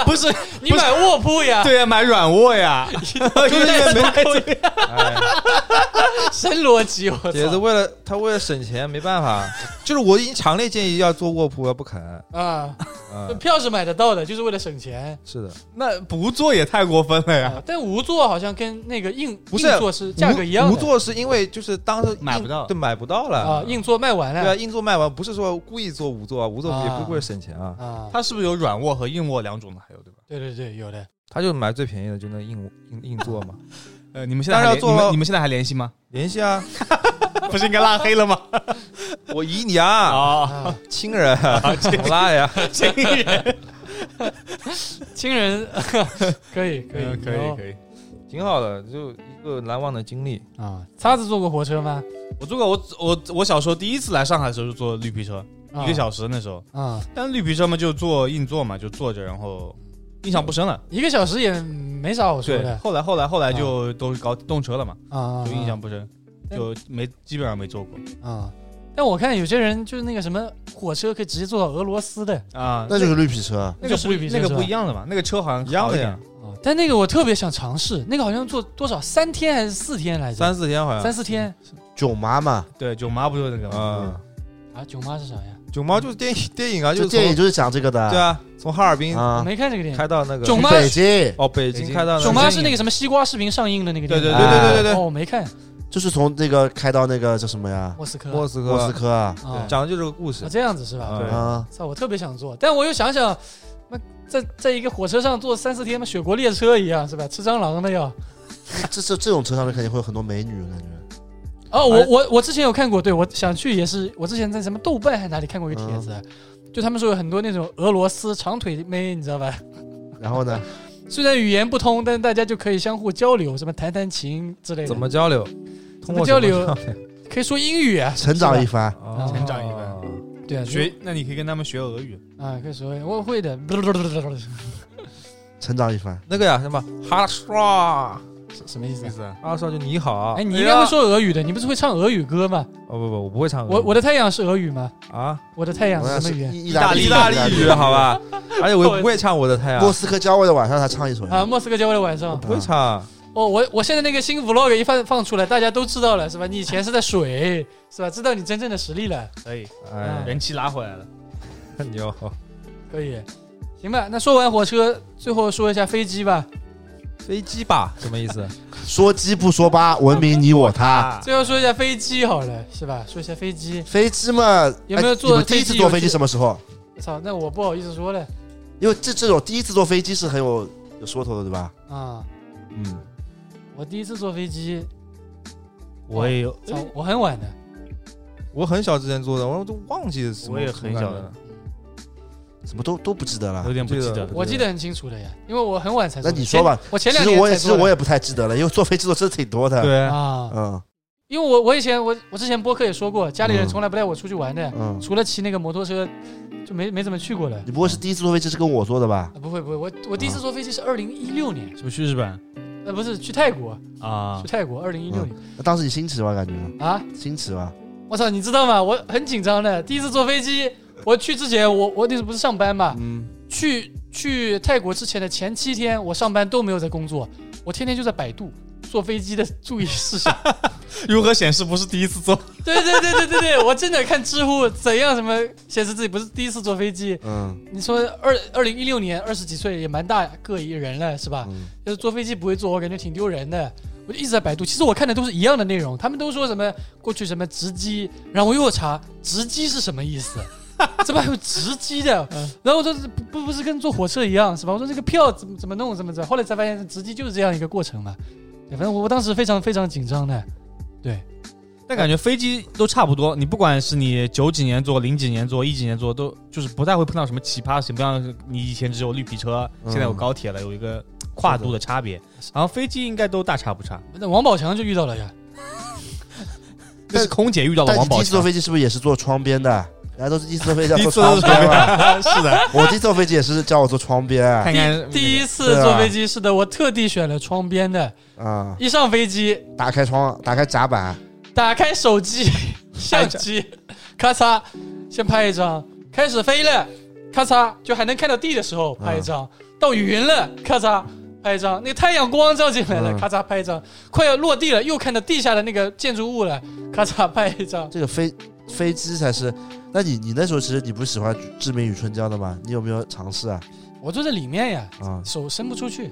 Speaker 3: 不是
Speaker 2: 你买卧铺呀，
Speaker 3: 对呀，买软卧 呀，
Speaker 4: 就是因为没 哎，
Speaker 2: 神逻辑，我操
Speaker 4: 也是为了他为了省钱，没办法。 就是我已经强烈建议要做卧铺，要不肯。
Speaker 2: 啊，
Speaker 4: 嗯，
Speaker 2: 票是买得到的，就是为了省钱。
Speaker 4: 是的，
Speaker 3: 那不做也太过分了呀
Speaker 2: 啊，但无座好像跟那个硬
Speaker 4: 不是
Speaker 2: 硬座是 价格一样的
Speaker 4: 无无座是因为就是当时
Speaker 3: 买
Speaker 4: 硬
Speaker 3: 不到
Speaker 4: 对，买不到了
Speaker 2: 啊，硬座卖完
Speaker 4: 对啊，
Speaker 2: 了
Speaker 4: 硬座卖完不是说故意做无座啊，无座也不是为了省钱啊，
Speaker 2: 啊，
Speaker 3: 它是不是有软卧和硬卧两种呢？还有对吧？
Speaker 2: 对对对，有 的
Speaker 4: 他就买最便宜的，就那硬硬硬座嘛。
Speaker 3: 呃，你们现在还
Speaker 4: 当
Speaker 3: 联
Speaker 4: 然要做
Speaker 3: 你
Speaker 4: 了
Speaker 3: 们你们现在还联系吗？
Speaker 4: 联系啊，
Speaker 3: 不是应该拉黑了 吗？
Speaker 4: 我姨娘啊，
Speaker 3: 啊，
Speaker 2: 啊，
Speaker 4: 亲人啊，拉呀，
Speaker 3: 亲人，
Speaker 2: 亲人 可以可以
Speaker 3: 啊可以可以。
Speaker 4: 挺好的，就一个难忘的经历。
Speaker 2: 以啊，叉子坐过火车吗？
Speaker 3: 我坐过，我我我小时候第一次来上海的时候就坐绿皮车，一个小时那时候，
Speaker 2: 啊，
Speaker 3: 但绿皮车嘛就坐硬座嘛，就坐着，然后印象不深了。
Speaker 2: 一个小时也没啥好说
Speaker 3: 对，
Speaker 2: 的
Speaker 3: 后来后来后来就都搞动车了嘛，
Speaker 2: 啊，
Speaker 3: 就印象不深，
Speaker 2: 嗯
Speaker 3: 就没基本上没坐过
Speaker 2: 啊。但我看有些人就是那个什么火车可以直接坐到俄罗斯的
Speaker 3: 啊。
Speaker 1: 那就是绿皮车，
Speaker 3: 那个
Speaker 2: 就是
Speaker 3: 不
Speaker 2: 绿皮车
Speaker 3: 那个
Speaker 2: 是吧
Speaker 3: 不一样的嘛，那个车好像
Speaker 4: 一样的
Speaker 3: 好点
Speaker 4: 呀，
Speaker 2: 啊，但那个我特别想尝试，那个好像坐多少三天还是四天来着？
Speaker 4: 三四天好像。
Speaker 2: 三四天
Speaker 3: 嗯
Speaker 1: 囧妈妈嗯
Speaker 3: 对，囧妈不就是那个吗？
Speaker 4: 啊，
Speaker 2: 啊，囧妈是啥呀？
Speaker 4: 囧猫就是电影电影啊，
Speaker 1: 这
Speaker 4: 就是
Speaker 1: 电影
Speaker 4: 从
Speaker 1: 就是讲这个的，
Speaker 4: 对啊，从哈尔滨
Speaker 2: 我
Speaker 1: 啊，
Speaker 2: 没看这个电影
Speaker 4: 开。到那个
Speaker 2: 囧
Speaker 1: 去
Speaker 2: 妈
Speaker 1: 北京
Speaker 4: 哦，北
Speaker 3: 北
Speaker 4: 京
Speaker 3: 京
Speaker 4: 开到那
Speaker 2: 囧
Speaker 4: 个
Speaker 2: 妈是那个什么西瓜视频上映的那个
Speaker 3: 对
Speaker 2: 电影
Speaker 3: 对
Speaker 2: 吗，
Speaker 3: 对
Speaker 1: 哎
Speaker 3: 对对对
Speaker 2: 哦，
Speaker 3: 对，
Speaker 2: 我没看
Speaker 1: 就是从那个开到那个叫什么呀？
Speaker 2: 莫斯科。
Speaker 4: 莫斯科，
Speaker 1: 莫斯科啊，
Speaker 2: 啊，
Speaker 4: 讲的就是这个故事
Speaker 2: 啊，这样子是吧？
Speaker 3: 嗯
Speaker 4: 对
Speaker 1: 啊，
Speaker 2: 操，我特别想坐，但我又想想，那在在一个火车上坐三四天，嘛，雪国列车一样是吧？吃蟑螂的要。
Speaker 1: 这这这种车上面肯定会有很多美女，我感觉。
Speaker 2: 哦，
Speaker 3: 哎
Speaker 2: 我我我之前有看过，对我想去也是，我之前在什么豆瓣还哪里看过一个帖
Speaker 3: 嗯
Speaker 2: 子，啊就他们说有很多那种俄罗斯长腿妹，你知道吧？
Speaker 1: 然后呢，
Speaker 2: 虽然语言不通，但是大家就可以相互交流，什么弹弹琴之类的。
Speaker 4: 怎么交流？
Speaker 2: 怎
Speaker 4: 通
Speaker 2: 么
Speaker 4: 过
Speaker 2: 交
Speaker 4: 什么
Speaker 2: 流？可以说英语啊，
Speaker 1: 成长一番，
Speaker 4: 哦
Speaker 2: 成
Speaker 3: 长一番
Speaker 2: 对啊，
Speaker 3: 学，那你可以跟他们学俄语。
Speaker 2: 啊，可以说我会的。
Speaker 1: 成长一番。
Speaker 4: 那个呀，什么哈刷
Speaker 2: 什么意思
Speaker 3: 意？思啊？
Speaker 4: 哈刷就你好。
Speaker 2: 哎，你应该会说俄语的，你不是会唱俄语歌吗？
Speaker 4: 哦不不，我不会唱俄语。
Speaker 2: 我我的太阳是俄语吗？
Speaker 4: 啊，
Speaker 2: 我的太阳
Speaker 1: 我
Speaker 2: 是
Speaker 1: 想
Speaker 2: 什么
Speaker 1: 是
Speaker 2: 语言？
Speaker 1: 意大
Speaker 3: 意
Speaker 4: 意
Speaker 3: 大
Speaker 4: 大
Speaker 3: 利
Speaker 4: 利
Speaker 3: 语
Speaker 4: 语啊好吧？而且我也不会唱我的太阳
Speaker 2: 啊
Speaker 1: 莫，斯科郊外的晚上，他唱一首呀。
Speaker 4: 嗯
Speaker 2: 啊，莫斯科郊外的晚上
Speaker 4: 不会唱。
Speaker 2: 哦，我我现在那个新 vlog 一放放出来，大家都知道了是吧？你以前是在水是吧？知道你真正的实力了，
Speaker 3: 可以，
Speaker 4: 哎，
Speaker 3: 人气拉回来了。
Speaker 4: 牛，
Speaker 2: 可以，行吧？那说完火车，最后说一下飞机吧。
Speaker 4: 飞机吧？什么意思？
Speaker 1: 说鸡不说八，文明你我他。
Speaker 2: 最后说一下飞机好了，是吧？说一下飞机。
Speaker 1: 飞机嘛，
Speaker 2: 有没有
Speaker 1: 哎
Speaker 2: 坐
Speaker 1: 你们第一次坐飞
Speaker 2: 飞机
Speaker 1: 机什么时候？
Speaker 2: 操，那我不好意思说了
Speaker 1: 因为这这种第一次坐飞机是很有有说头的，对吧？
Speaker 2: 啊、
Speaker 1: 嗯，
Speaker 2: 我第一次坐飞机，
Speaker 3: 我也有，
Speaker 2: 操，我很晚的。
Speaker 4: 我很小之前做的，我都忘记什么。
Speaker 3: 我也很小的
Speaker 1: 怎么都都不记得了
Speaker 3: 有。点不记得
Speaker 4: 这
Speaker 3: 了
Speaker 4: 个。
Speaker 2: 我记得很清楚的呀，因为我很晚才坐
Speaker 1: 那
Speaker 2: 的。
Speaker 1: 你说吧
Speaker 2: 前，我前
Speaker 1: 其
Speaker 2: 两
Speaker 1: 实
Speaker 2: 年
Speaker 1: 我也
Speaker 2: 才
Speaker 1: 其实
Speaker 2: 坐的
Speaker 1: 我也不太记得了，因为坐飞机坐真的挺多的。，
Speaker 4: 对，
Speaker 2: 啊，
Speaker 1: 嗯
Speaker 2: 因为我我以前我我之前播客也说过，家里人
Speaker 1: 嗯
Speaker 2: 从来不带我出去玩的，
Speaker 1: 嗯，
Speaker 2: 除了骑那个摩托车，就没没怎么去过了。
Speaker 1: 你不会是第一次坐飞机是跟我坐的吧
Speaker 2: 啊？不会不会，我我第一次坐飞机是二零一六年，
Speaker 3: 是不是去日本
Speaker 2: 呃不是去泰国，
Speaker 3: 啊
Speaker 2: 去？泰国二零一六年、
Speaker 1: 那当时你新奇吧？感觉
Speaker 2: 啊！
Speaker 1: 新奇吧？
Speaker 2: 我操，你知道吗？我很紧张的，第一次坐飞机，我去之前我我那时候不是上班嘛，
Speaker 1: 嗯，
Speaker 2: 去去泰国之前的前七天，我上班都没有在工作，我天天就在百度坐飞机的注意事项。
Speaker 3: 如何显示不是第一次 做？
Speaker 2: 对对对对对对，我真的看知乎怎样什么显示自己不是第一次坐飞机。
Speaker 1: 嗯
Speaker 2: 你说二二零一六年二十几岁也蛮大个一人了是吧？
Speaker 1: 嗯
Speaker 2: 就是坐飞机不会坐，我感觉挺丢人的。我就一直在百度，其实我看的都是一样的内容，他们都说什么过去什么直机，然后我又查直机是什么 意思，怎么还有直机的？
Speaker 3: 嗯
Speaker 2: 然后我说不不不是跟坐火车一样是吧？我说这个票怎么怎么弄怎么着？后来才发现直机就是这样一个过程嘛。对反正我我当时非常非常紧张的，对，
Speaker 3: 但感觉飞机都差不多，你不管是你九几年坐、零几年坐、一几年坐，都就是不太会碰到什么奇葩事情。不像你以前只有绿皮车，
Speaker 1: 嗯
Speaker 3: 现在有高铁了，有一个跨度的差别。然后飞机应该都大差不差。
Speaker 2: 那王宝强就遇到了呀。
Speaker 3: 那是空姐遇到了
Speaker 1: 但你
Speaker 3: 王
Speaker 1: 第
Speaker 3: 宝
Speaker 1: 一次坐
Speaker 3: 强，
Speaker 1: 飞机是不是也是坐窗边的？大家都是第一次坐飞机要
Speaker 3: 第一
Speaker 1: 坐
Speaker 3: 次都
Speaker 1: 窗边
Speaker 3: 是
Speaker 1: 吧？
Speaker 3: 是的，
Speaker 1: 我第一次坐飞机也是叫我坐窗边啊
Speaker 3: 看看
Speaker 2: 第第一次
Speaker 1: 对啊
Speaker 2: 坐飞机是的，我特地选了窗边的，
Speaker 1: 啊，
Speaker 2: 一上飞机
Speaker 1: 打开窗，打开甲板，
Speaker 2: 打开手机相机，咔嚓，先拍一张，开始飞了，咔嚓，就还能看到地的时候
Speaker 1: 嗯
Speaker 2: 拍一张，到云了，咔嚓。拍一张，那个太阳光照进来了，
Speaker 1: 嗯
Speaker 2: 咔嚓拍一张，快要落地了，又看到地下的那个建筑物了，咔嚓 拍一张。
Speaker 1: 这个飞飞机才是。那你你那时候其实你不是喜欢《志明与春娇》的吗？你有没有尝试啊？
Speaker 2: 我坐在里面呀，
Speaker 1: 啊，
Speaker 2: 手伸不出去，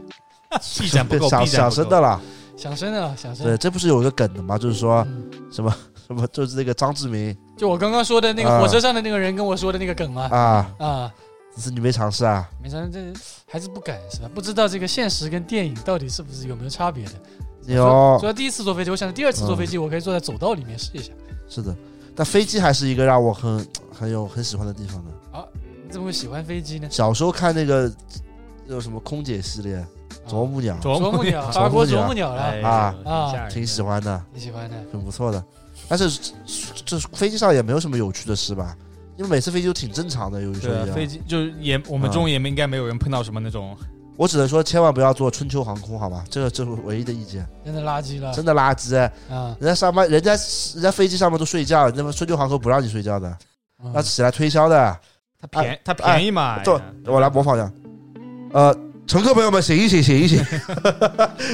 Speaker 3: B 站不够
Speaker 1: 想
Speaker 3: ，B 站
Speaker 1: 想
Speaker 3: 不
Speaker 1: 深
Speaker 3: 够
Speaker 1: 的了。
Speaker 2: 想伸啊，想伸。
Speaker 1: 对，啊这不是有一个梗的吗？就是说
Speaker 2: 嗯
Speaker 1: 什么什么，就是那个张志明
Speaker 2: 就我刚刚说的那个
Speaker 1: 啊
Speaker 2: 火车上的那个人跟我说的那个梗嘛，
Speaker 1: 啊，
Speaker 2: 啊，
Speaker 1: 只是你没尝试啊？
Speaker 2: 没想到这还是不敢是吧？不知道这个现实跟电影到底是不是有没有差别的。
Speaker 1: 有
Speaker 2: 主，要第一次坐飞机，我想第二次坐飞机，我可以坐在走道里面试一下。
Speaker 1: 是的。但飞机还是一个让我很很有很喜欢的地方的。
Speaker 2: 你怎么会喜欢飞机呢？
Speaker 1: 小时候看那个有什么空姐系列，啄木鸟，
Speaker 3: 啊啄
Speaker 2: 啄木 鸟，
Speaker 1: 啄
Speaker 2: 法
Speaker 1: 木鸟
Speaker 2: 国啄木鸟
Speaker 3: 哎
Speaker 2: 了，
Speaker 1: 啊
Speaker 2: 啊
Speaker 1: 挺喜欢的，
Speaker 2: 你喜欢的？
Speaker 1: 很不错的。但是这这飞机上也没有什么有趣的事吧？因为每次飞机都挺正常的，有一说
Speaker 3: 对啊
Speaker 1: 一啊
Speaker 3: 飞。机就是也，我们中也没应该没有人碰到什么那种
Speaker 1: 我只能说，千万不要坐春秋航空，好吧？这个这是我唯一的意见，
Speaker 2: 真的垃圾了
Speaker 1: 真的垃圾。哎
Speaker 2: 啊！
Speaker 1: 人家上班，人家人家飞机上面都睡觉，那么春秋航空不让你睡觉的，
Speaker 2: 嗯
Speaker 1: 那起来推销的。
Speaker 3: 它便它便宜嘛。
Speaker 1: 坐
Speaker 3: 哎呀，
Speaker 1: 我来模仿一下。呃，乘客朋友们，醒一醒，醒 一醒，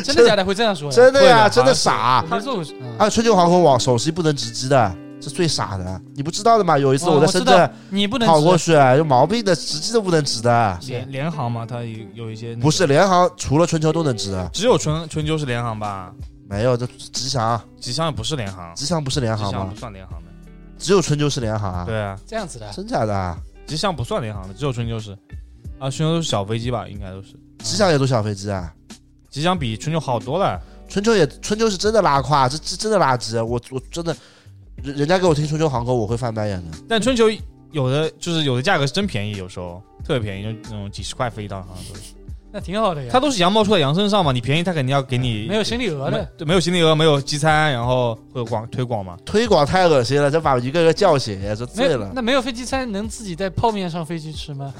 Speaker 2: 真的假的？会这样说呀？
Speaker 1: 真的呀，
Speaker 3: 会的
Speaker 1: 真的傻
Speaker 2: 我没坐过去。嗯
Speaker 1: 啊！春秋航空网手机不能直机的，是最傻的，你不知道的嘛？有一次
Speaker 2: 哦
Speaker 1: 在
Speaker 2: 知
Speaker 1: 深
Speaker 2: 道
Speaker 1: 圳
Speaker 2: 你不能
Speaker 1: 跑过
Speaker 2: 直啊
Speaker 1: 去，有毛病的，直机都不能直的，
Speaker 3: 联联航嘛，它有有一些
Speaker 2: 嗯
Speaker 3: 那个
Speaker 1: 不是联航除了春秋都能直，
Speaker 3: 只有春春秋是联航吧？
Speaker 1: 没有这吉
Speaker 2: 哦
Speaker 1: 祥，
Speaker 3: 吉祥也不是联航，
Speaker 1: 吉祥不是联
Speaker 3: 吉
Speaker 1: 航
Speaker 3: 祥
Speaker 1: 吗
Speaker 3: 不？算联航的。
Speaker 1: 只有春秋是联航啊？
Speaker 3: 对啊，
Speaker 2: 这样子的。
Speaker 1: 真假的啊？
Speaker 3: 吉祥不算联航的，只有春秋是。啊，春秋都是小飞机吧？应该都是。
Speaker 1: 吉祥也坐小飞机啊？
Speaker 3: 吉祥比春秋好多了。
Speaker 1: 春秋也春秋是真的拉胯，这这真的垃圾，我我真的，人人家给我听春秋航空，我会翻白眼的。
Speaker 3: 但春秋有的就是有的价格是真便宜，有时候特别便宜，就那种几十块飞一趟，好像都是。
Speaker 2: 那挺好的呀。
Speaker 3: 它都是羊毛出在羊身上嘛，你便宜它肯定要给你
Speaker 2: 没有行李额
Speaker 3: 没
Speaker 2: 的，
Speaker 3: 对，没有行李额，没有机餐，然后会有广推广嘛。
Speaker 1: 推广太恶心了，这把一个个叫醒，这
Speaker 2: 没
Speaker 1: 醉
Speaker 2: 有
Speaker 1: 了。
Speaker 2: 那没有飞机餐能自己带泡面上飞机吃吗？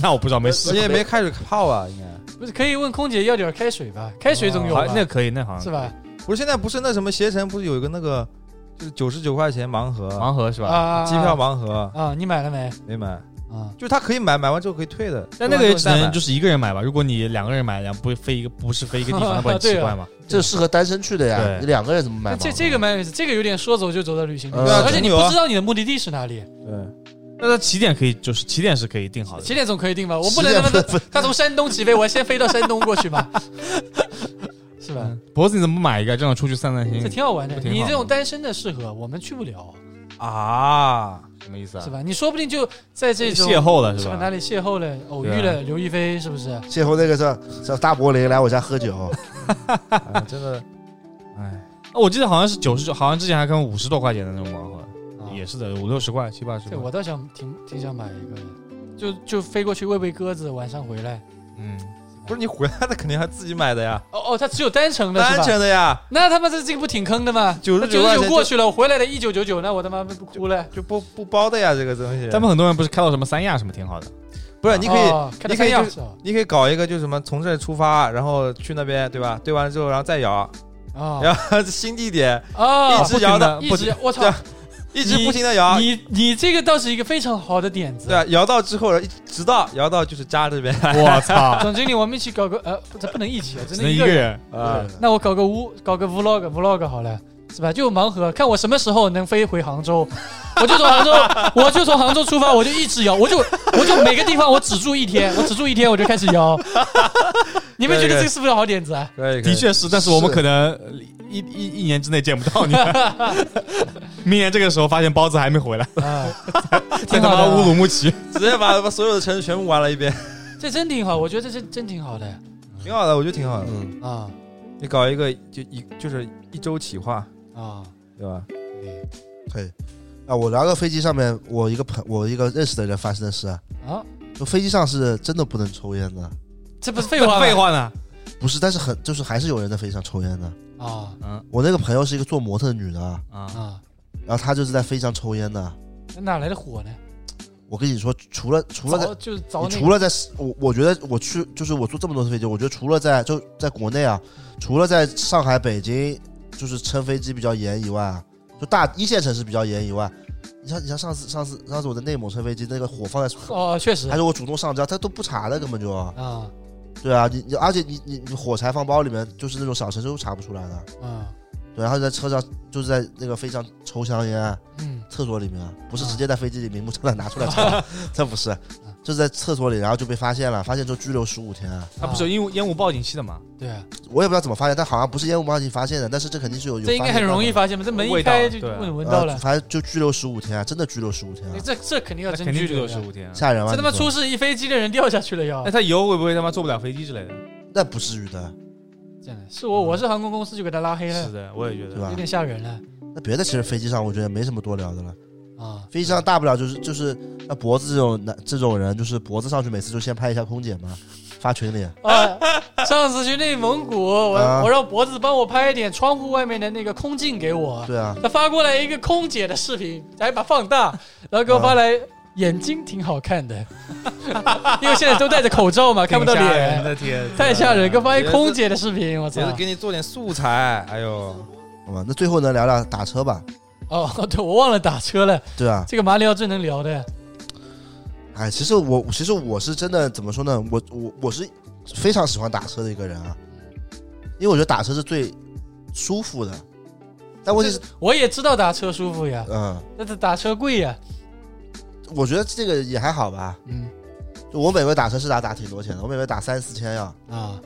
Speaker 3: 那我不知道，没试
Speaker 4: 人
Speaker 3: 过。
Speaker 4: 家也没开始泡 啊，应该
Speaker 2: 不是可以问空姐要点开水吧？开水总有
Speaker 3: 哦好
Speaker 2: 吧？
Speaker 3: 那可以，那好像
Speaker 2: 是吧？
Speaker 4: 不是现在不是那什么携程不是有一个那个就是九十九块钱盲盒
Speaker 3: 盲盒是吧？
Speaker 2: 啊，
Speaker 4: 机票盲盒
Speaker 2: 啊，你买了没？
Speaker 4: 没买，
Speaker 2: 啊啊，
Speaker 4: 就是他可以买，买完之后可以退的。
Speaker 3: 但那个也只
Speaker 4: 退完之后
Speaker 3: 能
Speaker 4: 你再买
Speaker 3: 就是一个人买吧。如果你两个人买，然后不飞一个不是飞一个地方，那 不很
Speaker 2: 啊
Speaker 3: 奇怪吗？
Speaker 1: 这适合单身去的呀，
Speaker 3: 对
Speaker 1: 你两个人怎么买
Speaker 2: 那
Speaker 1: 嘛？
Speaker 2: 这这个蛮有意思，这个有点说走就走的旅行，
Speaker 1: 嗯对啊
Speaker 2: 而且你
Speaker 4: 穷游
Speaker 2: 不
Speaker 4: 啊
Speaker 2: 知道你的目的地是哪里，
Speaker 4: 对，
Speaker 3: 那它起点可以就是起点是可以定好的
Speaker 2: 起，点总可以定吧？我不能他妈
Speaker 1: 不
Speaker 2: 的他从山东起飞，我先飞到山东过去吧，是吧？
Speaker 3: 嗯脖子你怎么不买一个这样出去散散心
Speaker 2: 这？挺好玩的，
Speaker 3: 不挺好
Speaker 2: 你
Speaker 3: 吗
Speaker 2: 这种单身的适合，我们去不了，
Speaker 4: 啊，
Speaker 3: 什么意思啊
Speaker 2: 是？吧？你说不定就在这种
Speaker 3: 邂逅了
Speaker 2: 是
Speaker 3: 是
Speaker 2: 吧？
Speaker 3: 吧？
Speaker 2: 哪里邂逅了，偶遇
Speaker 3: 对
Speaker 2: 了刘亦菲，是不是？
Speaker 1: 邂逅那个叫叫大柏林来我家喝酒，
Speaker 4: 哎真的，哎，
Speaker 3: 啊我记得好像是九十九，好像之前还跟五十多块钱的那种盲盒，
Speaker 2: 啊
Speaker 3: 也是的，五六十块、七八十
Speaker 2: 对，
Speaker 3: 块
Speaker 2: 我。倒想挺挺想买一个的，就就飞过去喂喂鸽子，晚上回来。
Speaker 3: 嗯，
Speaker 4: 不是你回来的肯定还自己买的 呀，
Speaker 2: 哦哦，它只有单程的是
Speaker 4: 单
Speaker 2: 吧？
Speaker 4: 程的呀，
Speaker 2: 那他妈这这个不挺坑的吗？
Speaker 4: 99
Speaker 2: 九十
Speaker 4: 块钱
Speaker 2: 九
Speaker 4: 就
Speaker 2: 过去了，我回来的一九九九，那我他妈不哭了？
Speaker 4: 就不不包的呀，这个东西。
Speaker 3: 他们很多人不是开到什么三亚什么挺好的，
Speaker 4: 不是你可以
Speaker 2: 哦看
Speaker 4: 你
Speaker 2: 到
Speaker 4: 可
Speaker 2: 三
Speaker 4: 以
Speaker 2: 亚
Speaker 4: 就是
Speaker 2: 吧
Speaker 4: 你可以搞一个，就是什么从这儿出发，然后去那边，对吧？对完之后，然后再摇，
Speaker 2: 啊
Speaker 4: 然后新地点，
Speaker 2: 啊
Speaker 4: 一！直摇到
Speaker 2: 一
Speaker 4: 不
Speaker 2: 直我操
Speaker 4: 对！啊一直不停的摇，
Speaker 2: 你你这个倒是一个非常好的点子。
Speaker 4: 对啊，摇到之后，然后一直到摇到就是家这 边，
Speaker 3: 我操，
Speaker 2: 总经理，我们一起搞个呃，不这不能一起啊，只
Speaker 3: 只
Speaker 2: 能
Speaker 3: 能
Speaker 2: 一
Speaker 3: 一
Speaker 2: 个
Speaker 3: 个
Speaker 2: 人。
Speaker 3: 人。
Speaker 1: 啊，
Speaker 2: 那我搞个 v 搞个 vlog vlog 好了，是吧？就盲盒，看我什么时候能飞回杭州，我就从杭州，我就从杭州出发，我就一直摇，我就我就每个地方我只住一天，我只住一天我就开始摇。 你们觉得这是不是好点子啊？
Speaker 4: 可以，可以
Speaker 3: 的确是，但是我们
Speaker 1: 是
Speaker 3: 可能一一一年之内见不到你。明年这个时候发现包子还没回来，
Speaker 2: 啊，
Speaker 3: 在
Speaker 2: 挺
Speaker 3: 他
Speaker 2: 好
Speaker 3: 妈乌
Speaker 2: 的啊，
Speaker 3: 鲁木齐。
Speaker 4: 直接把把所有的城市全部玩了一遍，
Speaker 2: 这真挺好，我觉得这真真挺好的
Speaker 4: 挺好的，我觉得挺好的。
Speaker 1: 嗯，
Speaker 2: 啊
Speaker 4: 你搞一个就一就是一周企划，
Speaker 2: 啊。
Speaker 4: 对吧？
Speaker 2: 嗯
Speaker 1: 可以。啊，我聊个飞机上面，我一个朋，我一个认识的人发生的事啊，
Speaker 2: 啊，
Speaker 1: 就飞机上是真的不能抽烟的，
Speaker 2: 这不是废话吗？
Speaker 3: 废话呢？
Speaker 1: 不是，但是很就是还是有人在飞机上抽烟的。
Speaker 2: 啊
Speaker 3: 嗯
Speaker 1: 我那个朋友是一个做模特的女的啊，
Speaker 3: 啊，
Speaker 2: 啊，
Speaker 1: 然后她就是在飞机上抽烟的。
Speaker 2: 那哪来的火呢？
Speaker 1: 我跟你说，除了除了在
Speaker 2: 凿就是凿
Speaker 1: 你
Speaker 2: 那
Speaker 1: 除
Speaker 2: 个
Speaker 1: 了在我，我觉得我去就是我坐这么多次飞机，我觉得除了在就在国内啊，除了在上海、北京，就是乘飞机比较严以外啊，就大一线城市比较严以外，你像你像上次上次上次我在内蒙乘飞机，那个火放在，
Speaker 2: 哦，确实
Speaker 1: 还是我主动上交，他都不查的，根本就
Speaker 2: 啊
Speaker 1: 对啊，你你而且你你你火柴放包里面，就是那种小城市都查不出来的，
Speaker 2: 啊
Speaker 1: 对，然后在车上就是在那个飞机上抽香烟啊，
Speaker 2: 嗯
Speaker 1: 厕所里面啊，不是直接在飞机里明目张胆拿出来抽 啊，这不是，就是在厕所里，然后就被发现了，发现之后拘留十五天啊。
Speaker 3: 他不是有烟雾烟雾报警器的吗？
Speaker 2: 对啊。
Speaker 1: 我也不知道怎么发现，但好像不是烟雾报警发现的，但是这肯定是有有
Speaker 2: 这应该很容易
Speaker 1: 发
Speaker 2: 发现吧？这门一
Speaker 3: 味道
Speaker 2: 开就
Speaker 3: 对啊
Speaker 2: 闻
Speaker 1: 现
Speaker 2: 闻
Speaker 1: 的
Speaker 2: 到
Speaker 1: 呃
Speaker 2: 了，
Speaker 1: 反正就拘留十五天啊，真的拘留十五天啊，
Speaker 2: 这这肯定要
Speaker 3: 那
Speaker 2: 真
Speaker 3: 肯定
Speaker 2: 拘
Speaker 3: 拘
Speaker 2: 留
Speaker 3: 留
Speaker 2: 的
Speaker 3: 十。五天啊。
Speaker 1: 吓人吗？
Speaker 2: 这他妈
Speaker 1: 你说
Speaker 2: 出事，一飞机的人掉下去了要
Speaker 3: 那。他以后会不会他妈坐不了飞机之类的？
Speaker 1: 那不至于的，
Speaker 2: 真的是我，我是航空公司就给他拉黑
Speaker 3: 是
Speaker 2: 了，
Speaker 3: 的，我也觉
Speaker 1: 对
Speaker 3: 得。
Speaker 1: 吧
Speaker 2: 有？点吓人了
Speaker 1: 那别的其实飞机上我觉得没什么多聊的了，
Speaker 2: 啊。
Speaker 1: 飞机上大不了就是就是那脖子这种男这种人，就是脖子上去每次就先拍一下空姐嘛，发群里，
Speaker 2: 啊，上次去内蒙古，我
Speaker 1: 啊
Speaker 2: 我让脖子帮我拍一点窗户外面的那个空镜给我，
Speaker 1: 对啊，
Speaker 2: 他发过来一个空姐的视频，还把放 大，然后给我发来眼睛挺好看的， 因为现在都戴着口罩 嘛，看不到
Speaker 3: 挺吓人
Speaker 2: 脸，
Speaker 3: 的天，
Speaker 2: 太吓人了，给我发一
Speaker 4: 也是
Speaker 2: 空姐的视频，我操
Speaker 4: 也！是给你做点素材。哎呦，
Speaker 1: 好吧，那最后呢聊聊打车吧，
Speaker 2: 哦， 对，我忘了打车了，
Speaker 1: 对啊，
Speaker 2: 这个马里奥最能聊的。
Speaker 1: 哎，其实我其实我是真的怎么说呢，我我我是非常喜欢打车的一个人啊，因为我觉得打车是最舒服的，但问题是
Speaker 2: 哎我也知道打车舒服呀，
Speaker 1: 嗯。
Speaker 2: 但是打车贵呀。
Speaker 1: 我觉得这个也还好吧。
Speaker 2: 嗯
Speaker 1: 就我每回打车是打打挺多钱的，我每回打三四千呀。
Speaker 2: 啊，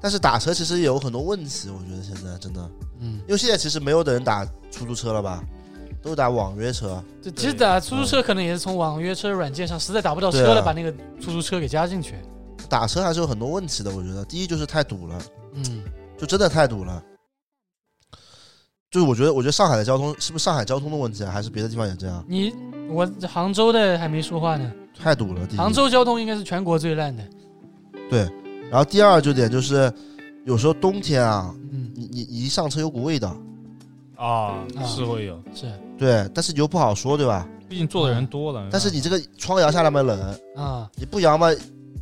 Speaker 1: 但是打车其实也有很多问题，我觉得现在真的，
Speaker 2: 嗯，
Speaker 1: 因为现在其实没有的人打出租车了吧，都是打网约车。
Speaker 2: 这其实打出租车可能也是从网约车软件上实在打不到
Speaker 1: 对
Speaker 2: 车
Speaker 1: 啊
Speaker 2: 了，把那个出租车给加进去。
Speaker 1: 打车还是有很多问题的，我觉得。第一就是太堵了，
Speaker 2: 嗯，
Speaker 1: 就真的太堵了。就是我觉得，我觉得上海的交通是不是上海交通的问题啊，还是别的地方也这样？
Speaker 2: 你我杭州的还没说话呢，
Speaker 1: 太堵了。第一
Speaker 2: 杭州交通应该是全国最烂的。
Speaker 1: 然后第二就点就是，有时候冬天啊，
Speaker 2: 嗯，
Speaker 1: 你你你一上车有股味道，
Speaker 3: 啊，
Speaker 2: 啊
Speaker 3: 是会有，
Speaker 2: 是
Speaker 1: 对，但是你又不好说，对吧？
Speaker 2: 嗯
Speaker 3: 毕竟坐的人多了。
Speaker 1: 但是你这个窗摇下来嘛冷，
Speaker 2: 啊
Speaker 1: 你不摇嘛，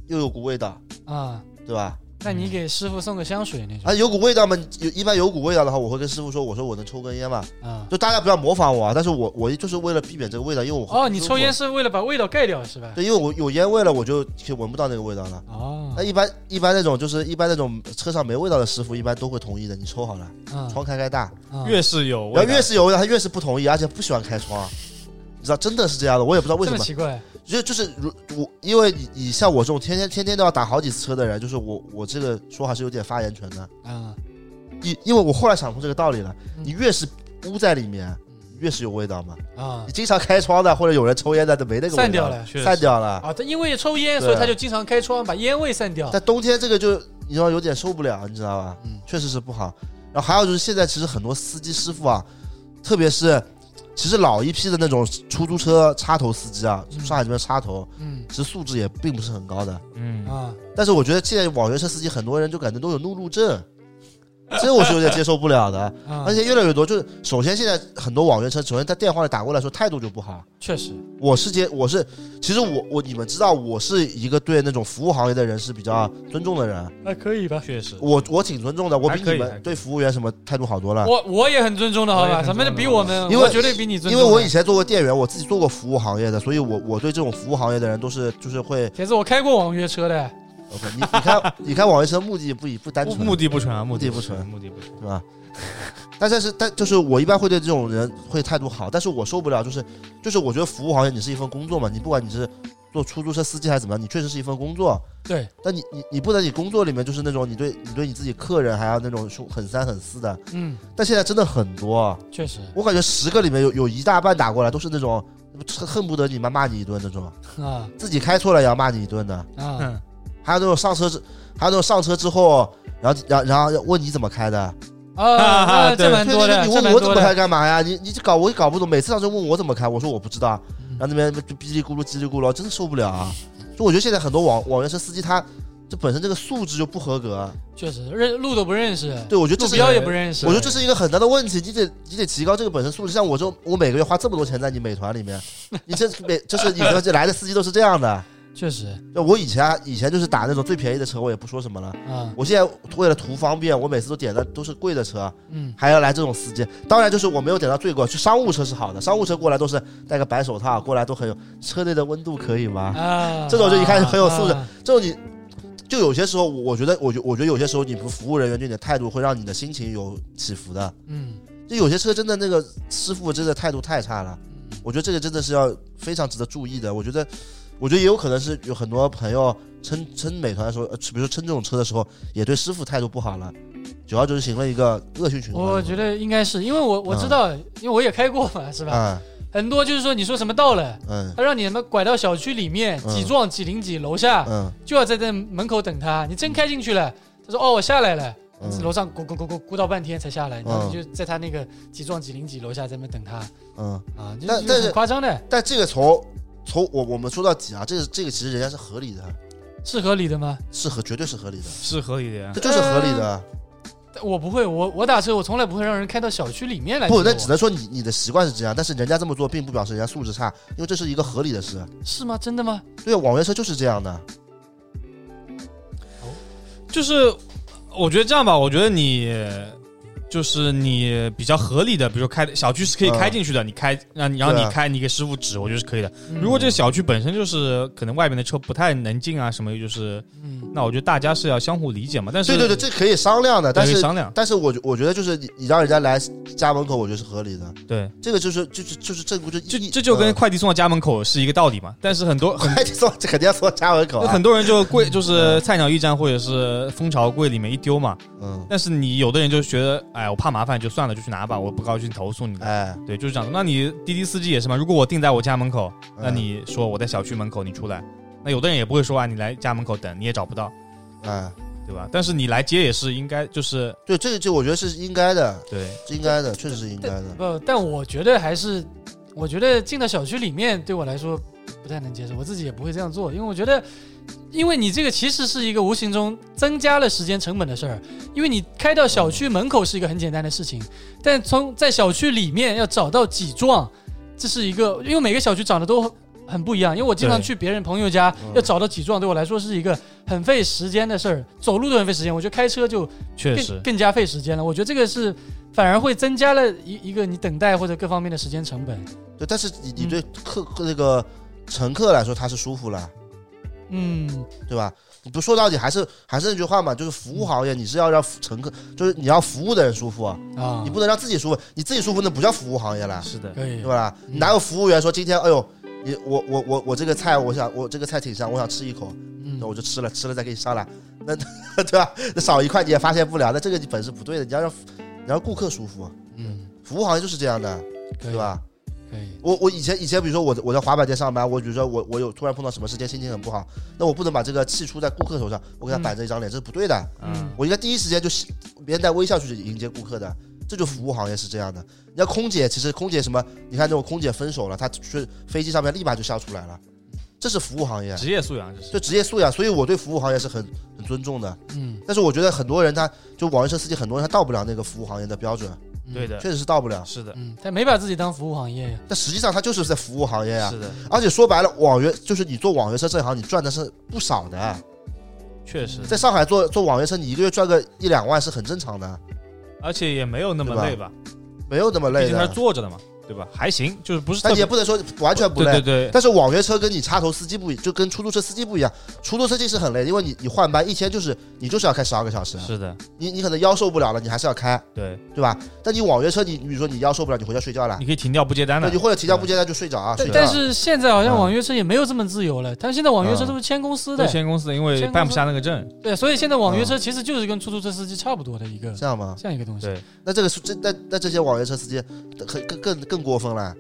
Speaker 1: 又有股味道，
Speaker 2: 啊，
Speaker 1: 对吧？
Speaker 2: 那你给师傅送个香水那
Speaker 1: 啊，
Speaker 2: 种
Speaker 1: 有股味道嘛，有一般有股味道的话，我会跟师傅说，我说我能抽根烟嘛，
Speaker 2: 啊？
Speaker 1: 就大家不要模仿我啊，但是我我就是为了避免这个味道，因为我
Speaker 2: 哦，你抽烟是为了把味道盖掉是吧？
Speaker 1: 对，因为我有烟味了，我就就闻不到那个味道了。
Speaker 2: 哦
Speaker 1: 那，一般一般那种就是一般那种车上没味道的师傅，一般都会同意的。你抽好了，
Speaker 2: 啊
Speaker 1: 窗开开大，
Speaker 2: 啊
Speaker 3: 越是有味道，
Speaker 1: 然后哎越是有味道，他越是不同意，而且不喜欢开窗。啊你知道，真的是这样的，我也不知道为什
Speaker 2: 这么
Speaker 1: 么。
Speaker 2: 奇怪
Speaker 1: 就就是如我，因为你你像我这种天天天天都要打好几次车的人，就是我我这个说还是有点发言权的。
Speaker 2: 啊？
Speaker 1: 因因为我后来想通这个道理了，
Speaker 2: 嗯
Speaker 1: 你越是捂在里面，越是有味道嘛。
Speaker 2: 啊嗯
Speaker 1: 你经常开窗的或者有人抽烟的，都没那个味道
Speaker 2: 散掉了
Speaker 3: 确实
Speaker 1: 散掉了。
Speaker 2: 啊！他因为抽烟，
Speaker 1: 对
Speaker 2: 所以他就经常开窗把烟味散掉。
Speaker 1: 但冬天这个就你知道有点受不了，你知道吧？
Speaker 2: 嗯
Speaker 1: 确实是不好。然后还有就是现在其实很多司机师傅啊，特别是其实老一批的那种出租车插头司机啊，
Speaker 2: 嗯
Speaker 1: 上海这边插头，
Speaker 2: 嗯
Speaker 1: 其实素质也并不是很高的。
Speaker 4: 嗯，
Speaker 2: 啊，
Speaker 1: 但是我觉得现在网约车司机很多人就感觉都有路怒症，这我是有点接受不了 的。
Speaker 2: 啊
Speaker 1: 而且越来越多，就是首先现在很多网约车，首先他电话里打过来说态度就不好。
Speaker 2: 确实
Speaker 1: 我是接我是，其实我我你们知道，我是一个对那种服务行业的人是比较尊重的人。
Speaker 2: 还可以吧。
Speaker 3: 确实，
Speaker 1: 我我挺尊重的，我比
Speaker 4: 还可
Speaker 1: 你
Speaker 4: 以还可
Speaker 1: 们
Speaker 4: 以
Speaker 1: 对服务员什么态度好多了。
Speaker 2: 我我也很尊重的，好
Speaker 4: 我也
Speaker 2: 吧？
Speaker 4: 很
Speaker 2: 什么就
Speaker 4: 尊重
Speaker 2: 比
Speaker 4: 的
Speaker 2: 我们，
Speaker 1: 因为
Speaker 2: 我绝对比你尊
Speaker 1: 因
Speaker 2: 重
Speaker 1: 为
Speaker 2: 的。
Speaker 1: 我以前做过店员，我自己做过服务行业的，所以我我对这种服务行业的人都是就是会，
Speaker 2: 铁子，我开过网约车的，
Speaker 1: 呃你你 看你看网约车目的不不单
Speaker 3: 目
Speaker 1: 纯，
Speaker 3: 目的不纯啊，目
Speaker 1: 的不
Speaker 3: 不
Speaker 1: 纯
Speaker 3: 目的不纯。
Speaker 1: 对吧？但但是但就是我一般会对这种人会态度好，但是我受不了就是就是我觉得服务行业你是一份工作嘛，你不管你是做出租车司机还是怎么样，你确实是一份工作，
Speaker 2: 对，
Speaker 1: 但你你你不能你工作里面就是那种你对你对你自己客人还要那种凶很三很四的，
Speaker 2: 嗯，
Speaker 1: 但现在真的很多啊，
Speaker 2: 确实
Speaker 1: 我感觉十个里面有有一大半打过来都是那种恨恨不得你妈骂你一顿那种，
Speaker 2: 啊
Speaker 1: 自己开错了也要骂你一顿的，
Speaker 2: 啊
Speaker 4: 嗯
Speaker 1: 还有那种上车之，还有那种上车之后，然后然后然后要问你怎么开的，
Speaker 2: 啊，这 蛮
Speaker 1: 对
Speaker 2: 多
Speaker 1: 对对，
Speaker 2: 的，
Speaker 1: 你
Speaker 2: 这
Speaker 1: 问
Speaker 2: 蛮
Speaker 1: 我怎
Speaker 2: 多
Speaker 1: 么开
Speaker 2: 的。
Speaker 1: 干嘛呀？你你这搞我也搞不懂，每次上车问我怎么开，我说我不知道，
Speaker 2: 嗯
Speaker 1: 然后那边就叽里咕噜叽里咕噜，真的受不了啊！就我觉得现在很多网网约车司机他这本身这个素质就不合格，啊
Speaker 2: 确实认路都不认识，
Speaker 1: 对我觉得这
Speaker 2: 路
Speaker 1: 是
Speaker 2: 标也不认识。
Speaker 1: 我觉得这是一个很大的问题，你得你得提高这个本身素质。像我这种，我每个月花这么多钱在你美团里面， 你这每就是你这来的司机都是这样的。
Speaker 2: 确实
Speaker 1: 就我以前啊以前就是打那种最便宜的车，我也不说什么了。
Speaker 2: 啊，
Speaker 1: 我现在为了图方便，我每次都点的都是贵的车，
Speaker 2: 嗯
Speaker 1: 还要来这种司机。当然就是我没有点到最贵，去商务车是好的，商务车过来都是戴个白手套，过来都很有车内的温度可以吗？
Speaker 2: 啊，
Speaker 1: 这种就一看就很有素质
Speaker 2: 啊。
Speaker 1: 这种你就有些时候，我我觉得，我觉我觉得有些时候你不服务人员对你的态度会让你的心情有起伏的。
Speaker 2: 嗯，
Speaker 1: 就有些车真的那个师傅真的态度太差了，
Speaker 2: 嗯
Speaker 1: 我觉得这个真的是要非常值得注意的。我觉得，我觉得也有可能是有很多朋友撑撑美团的时候，呃比如说撑这种车的时候，也对师傅态度不好了，主要就是形成一个恶性循环。
Speaker 2: 我觉得应该是因为
Speaker 1: 嗯
Speaker 2: 我我知道，因为我也开过嘛，是吧？
Speaker 1: 啊，
Speaker 2: 很多就是说你说什么到了，
Speaker 1: 嗯
Speaker 2: 他让你什么拐到小区里面
Speaker 1: 嗯
Speaker 2: 几幢几零几楼下，
Speaker 1: 嗯
Speaker 2: 就要在这门口等他。你真开进去了，他说哦我下来了，
Speaker 1: 嗯
Speaker 2: 楼上咕咕咕咕咕到半天才下来，
Speaker 1: 嗯
Speaker 2: 然后你就在他那个几幢几零几楼下在那边等他
Speaker 1: 嗯，
Speaker 2: 啊，就
Speaker 1: 但
Speaker 2: 就
Speaker 1: 但是
Speaker 2: 很夸张的，
Speaker 1: 但这个从从我我们说到底啊，这个这个其实人家是合理的，
Speaker 2: 是合理的吗？
Speaker 1: 是合绝对是合理的，
Speaker 3: 是合理的
Speaker 2: 嗯
Speaker 1: 这，就是合理
Speaker 2: 呃
Speaker 1: 的。
Speaker 2: 我不会，我我打车我从来不会让人开到小区里面来接我。
Speaker 1: 不，那只能说你你的习惯是这样，但是人家这么做并不表示人家素质差，因为这是一个合理的事。
Speaker 2: 是吗？真的吗？
Speaker 1: 对，网约车就是这样的。
Speaker 3: 就是我觉得这样吧，我觉得你就是你比较合理的，比如说开小区是可以
Speaker 1: 嗯
Speaker 3: 开进去的，你开让你让你
Speaker 1: 对啊
Speaker 3: 开，你给师傅指，我觉得是可以的。
Speaker 2: 嗯
Speaker 3: 如果这个小区本身就是可能外面的车不太能进啊什么，就是
Speaker 2: 嗯
Speaker 3: 那我觉得大家是要相互理解嘛。但是
Speaker 1: 对对对，这可以商量的，但
Speaker 3: 可以
Speaker 1: 是
Speaker 3: 商量，
Speaker 1: 但是我觉我觉得就是你你让人家来家门口，我觉得是合理的，
Speaker 3: 对，
Speaker 1: 这个就是就是就是正规就
Speaker 3: 这
Speaker 1: 一
Speaker 3: 这就跟
Speaker 1: 嗯
Speaker 3: 快递送到家门口是一个道理嘛。但是很多很
Speaker 1: 快递送这肯定要送家门口、啊，
Speaker 3: 很多人就 跪，就是菜鸟驿站或者是蜂巢柜里面一丢嘛。
Speaker 1: 嗯，
Speaker 3: 但是你有的人就觉得，哎，我怕麻烦就算了，就去拿吧，我不高兴投诉你。
Speaker 1: 哎，
Speaker 3: 对，就是这样。那你滴滴司机也是嘛？如果我定在我家门口，
Speaker 1: 嗯
Speaker 3: 那你说我在小区门口，你出来，那有的人也不会说啊，你来家门口等，你也找不到，
Speaker 1: 哎，
Speaker 3: 对吧？但是你来接也是应该，就是
Speaker 1: 对，这个就我觉得是应该的，
Speaker 3: 对，
Speaker 1: 是应该的，确实是应该的，
Speaker 2: 不，呃但我觉得还是，我觉得进到小区里面对我来说不太能接受，我自己也不会这样做，因为我觉得，因为你这个其实是一个无形中增加了时间成本的事儿，因为你开到小区门口是一个很简单的事情，但从在小区里面要找到几幢，这是一个，因为每个小区长得都很不一样，因为我经常
Speaker 3: 对
Speaker 2: 去别人朋友家
Speaker 1: 嗯，
Speaker 2: 要找到几幢，对我来说是一个很费时间的事儿，走路都很费时间，我觉得开车就
Speaker 3: 确
Speaker 2: 更
Speaker 3: 实，
Speaker 2: 更加费时间了。我觉得这个是反而会增加了一一个你等待或者各方面的时间成本。
Speaker 1: 对，但是你你
Speaker 3: 嗯
Speaker 1: 对客客那个乘客来说他是舒服了，
Speaker 2: 嗯，
Speaker 1: 对吧？你不说到底还是还是那句话嘛，就是服务行业你是要让乘客，就是你要服务的人舒服，啊，
Speaker 2: 啊，
Speaker 1: 你不能让自己舒服，你自己舒服那不叫服务行业了，
Speaker 3: 嗯是的，
Speaker 2: 可以
Speaker 1: 对吧？
Speaker 2: 嗯
Speaker 1: 哪有服务员说今天哎呦你我我我我这个菜我想我这个菜挺香，我想吃一口，
Speaker 2: 嗯
Speaker 1: 那我就吃了，吃了再给你上来，那 对吧？那少一块你也发现不了，那这个你本是不对的，你要让你要让顾客舒服，
Speaker 2: 嗯，
Speaker 1: 服务行业就是这样的，
Speaker 2: 可以
Speaker 1: 对？吧？
Speaker 2: 可以，
Speaker 1: 我我以前以前比如说我我在滑板店上班，我比如说我我有突然碰到什么事情心情很不好，那我不能把这个气出在顾客头上，我给他
Speaker 2: 嗯
Speaker 1: 板着一张脸，这是不对的，
Speaker 2: 嗯
Speaker 3: 嗯，
Speaker 1: 我应该第一时间就连带微笑去迎接顾客的。这就服务行业是这样的，你看空姐，其实空姐什么，你看那种空姐分手了，她去飞机上面立马就笑出来了，这是服务行业，
Speaker 3: 职业素养就是
Speaker 1: 这职业素养，所以我对服务行业是很很尊重的。
Speaker 2: 嗯，
Speaker 1: 但是我觉得很多人他就网约车司机，很多人他到不了那个服务行业的标准，
Speaker 2: 嗯
Speaker 3: 对，的，
Speaker 1: 确实是到不了。
Speaker 3: 是的，
Speaker 2: 嗯，但没把自己当服务行业呀。
Speaker 1: 但实际上他就是在服务行业呀、
Speaker 3: 是的，
Speaker 1: 而且说白了，网约就是你做网约车这行，你赚的是不少的。
Speaker 3: 确实，
Speaker 1: 在上海做做网约车，你一个月赚个一两万是很正常的，
Speaker 3: 而且也没有那么
Speaker 1: 对吧
Speaker 3: 累吧，
Speaker 1: 没有那么
Speaker 3: 毕
Speaker 1: 累
Speaker 3: 竟他
Speaker 1: 的
Speaker 3: 是。坐着的嘛，对吧？还行，就是不是
Speaker 1: 但你
Speaker 3: 特别
Speaker 1: 也不能说完全不累。
Speaker 3: 对对对，
Speaker 1: 但是网约车跟你插头司机不一，就跟出租车司机不一样。出租车司机是很累，因为你你换班一天就是你就是要开十二个小时，
Speaker 3: 是的，
Speaker 1: 你你可能腰受不了了，你还是要开，
Speaker 3: 对，
Speaker 1: 对吧？但你网约车你，你比如说你腰受不了，你回家睡觉了，
Speaker 3: 你可以停掉不接单
Speaker 1: 对，
Speaker 3: 的
Speaker 1: 你，或者提交不接啊单就睡着啊。
Speaker 2: 但
Speaker 1: 睡觉
Speaker 2: 但是现在好像
Speaker 1: 嗯
Speaker 2: 网约车也没有这么自由了，但现在网约车都是签公司
Speaker 3: 对
Speaker 2: 的，
Speaker 3: 签公司的，因为
Speaker 2: 签公司嗯
Speaker 3: 办不下那个证，
Speaker 2: 对，所以现在网
Speaker 1: 嗯
Speaker 2: 约车其实就是跟出租车司机差不多的一个
Speaker 1: 这样吗？
Speaker 2: 这样一个东西。
Speaker 3: 对，
Speaker 1: 那这个是这那那这些网约车司机可更更更过分了，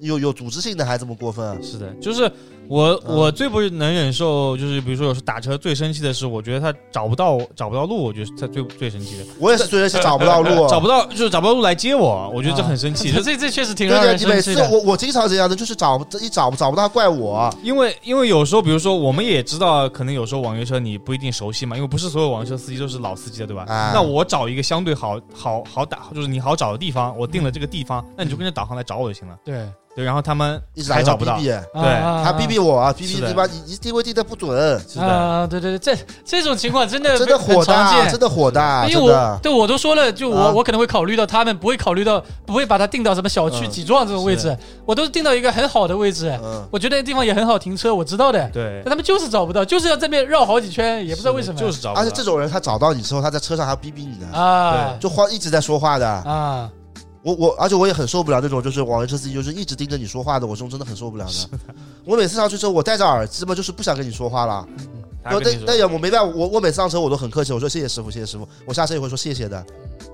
Speaker 1: 有有组织性的还这么过分，啊
Speaker 3: 是的，就是我
Speaker 1: 嗯
Speaker 3: 我最不能忍受，就是比如说有时打车最生气的是，我觉得他找不到找不到路，我觉得他最最生气的，
Speaker 1: 我也是觉得是找不到路，
Speaker 3: 呃找不到就是找不到路来接我，我觉得这很生气，
Speaker 2: 这
Speaker 3: 就是
Speaker 2: 这这确实挺
Speaker 1: 对
Speaker 2: 让
Speaker 1: 对，
Speaker 2: 人
Speaker 1: 你
Speaker 2: 生
Speaker 1: 每次
Speaker 2: 气的。
Speaker 1: 我我经常这样的，就是找一找找不到怪我，
Speaker 3: 因为因为有时候，比如说我们也知道，可能有时候网约车你不一定熟悉嘛，因为不是所有网约车司机都是老司机的，对吧？
Speaker 1: 啊
Speaker 3: 那我找一个相对好好好打，就是你好找的地方，我定了这个地方，那你就跟着导航来找我就行了。
Speaker 2: 对，
Speaker 3: 对，然后他们
Speaker 1: 一直打
Speaker 3: 还
Speaker 1: 电
Speaker 3: 找
Speaker 1: 话
Speaker 3: 不
Speaker 1: 逼
Speaker 3: 到，
Speaker 1: 逼，
Speaker 2: 啊
Speaker 3: 对
Speaker 2: 啊
Speaker 1: 还逼逼我啊，逼逼
Speaker 3: 是的
Speaker 1: 对吧？你你定位定的不准，
Speaker 3: 是的，
Speaker 2: 啊！对对对，这这种情况真的
Speaker 1: 真的
Speaker 2: 很
Speaker 1: 火
Speaker 2: 常
Speaker 1: 大，啊
Speaker 2: 见
Speaker 1: 真的火大，
Speaker 2: 因为
Speaker 1: 真
Speaker 2: 我
Speaker 1: 的。
Speaker 2: 对我都说了，就我、
Speaker 1: 啊
Speaker 2: 我可能会考虑到他们，不会考虑到不会把它定到什么小区
Speaker 1: 嗯
Speaker 2: 几幢这种位置，我都是定到一个很好的位置，
Speaker 1: 嗯，
Speaker 2: 我觉得那地方也很好停车，我知道的。
Speaker 3: 对
Speaker 2: 但，他们就是找不到，就是要这边绕好几圈，也不知道为什么。
Speaker 3: 就是找不到，
Speaker 1: 而且这种人他找到你之后，他在车上还要逼逼你呢，
Speaker 2: 啊
Speaker 1: 就话一直在说话的。
Speaker 2: 啊，
Speaker 1: 我我，而且我也很受不了那种就是网约车司机就是一直盯着你说话的，我这种真的很受不了的。我每次上去之后，我戴着耳机嘛，就是不想跟你说话了。
Speaker 3: 他
Speaker 1: 然后
Speaker 3: 跟
Speaker 1: 但
Speaker 3: 你说
Speaker 1: 但也我没办法，我我每次上车我都很客气，我说谢谢师傅，谢谢师傅，我下车也会说谢谢
Speaker 3: 嗯
Speaker 1: 的，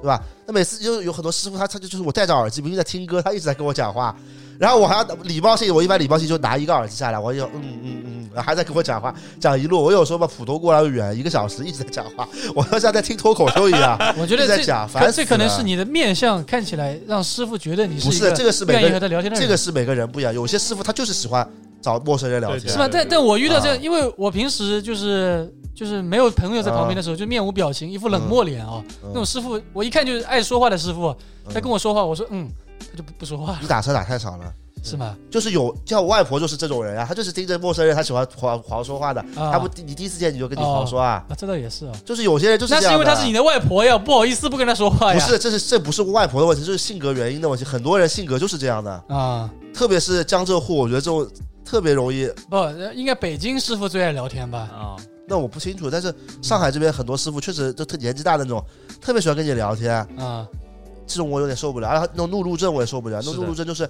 Speaker 1: 对吧？那每次就有很多师傅他他就就是我戴着耳机，明明在听歌，他一直在跟我讲话，然后我还要礼貌性，我一般礼貌性就拿一个耳机下来，我就嗯嗯嗯，然后还在跟我讲话，讲一路。我有时候把浦东过来远一个小时一直在讲话，我要像在听脱口秀一 样。
Speaker 2: 我觉得
Speaker 1: 一直在
Speaker 2: 这
Speaker 1: 讲
Speaker 2: 可
Speaker 1: 烦死
Speaker 2: 这可能
Speaker 1: 了
Speaker 2: 是你的面相看起来让师傅觉得你
Speaker 1: 不
Speaker 2: 一
Speaker 1: 是
Speaker 2: 个
Speaker 1: 这个是每个
Speaker 2: 愿意和他聊天的
Speaker 1: 这
Speaker 2: 人，
Speaker 1: 个是每个人不一样，有些师傅他就是喜欢找陌生人聊
Speaker 3: 对
Speaker 1: 天，
Speaker 2: 是吧？
Speaker 3: 对
Speaker 2: 但但我遇到这样，
Speaker 1: 啊
Speaker 2: 因为我平时就是就是没有朋友在旁边的时候，就面无表情，一副冷漠脸啊。
Speaker 1: 啊嗯
Speaker 2: 那种师傅，我一看就是爱说话的师傅，他跟
Speaker 1: 我，
Speaker 2: 我说话，我说嗯，他就不不说话了，
Speaker 1: 你打车打太少了。
Speaker 2: 是吗？
Speaker 1: 就是有像我外婆就是这种人啊，她就是盯着陌生人，她喜欢狂狂说话的，
Speaker 2: 啊
Speaker 1: 嗯她不你第一次见你就跟你狂说啊，
Speaker 2: 啊，这倒也是啊。
Speaker 1: 就是有些人就是
Speaker 2: 那
Speaker 1: 这
Speaker 2: 是
Speaker 1: 样
Speaker 2: 因为
Speaker 1: 的
Speaker 2: 她是你的外婆呀，不好意思不跟她说话
Speaker 1: 不
Speaker 2: 呀。
Speaker 1: 是，这是这不是外婆的问题，这是性格原因的问题。很多人性格就是这样的，
Speaker 2: 啊，
Speaker 1: 特别是江浙沪，我觉得这种特别容易。
Speaker 2: 不，呃应该北京师傅最爱聊天吧？
Speaker 3: 啊，
Speaker 1: 那我不清楚，但是上海这边很多师傅确实就特年纪大的那种，特别喜欢跟你聊天，
Speaker 2: 啊，
Speaker 1: 这种我有点受不了。然后那种怒路症我也受不了，那
Speaker 3: 是
Speaker 1: 种
Speaker 3: 的
Speaker 1: 怒路症就是，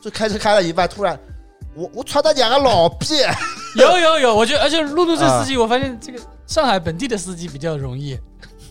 Speaker 1: 就开车开到一半，突然我我操他娘个老逼！
Speaker 2: 有有有，我觉得，而且路路这司
Speaker 1: 嗯
Speaker 2: 机，我发现这个上海本地的司机比较容易。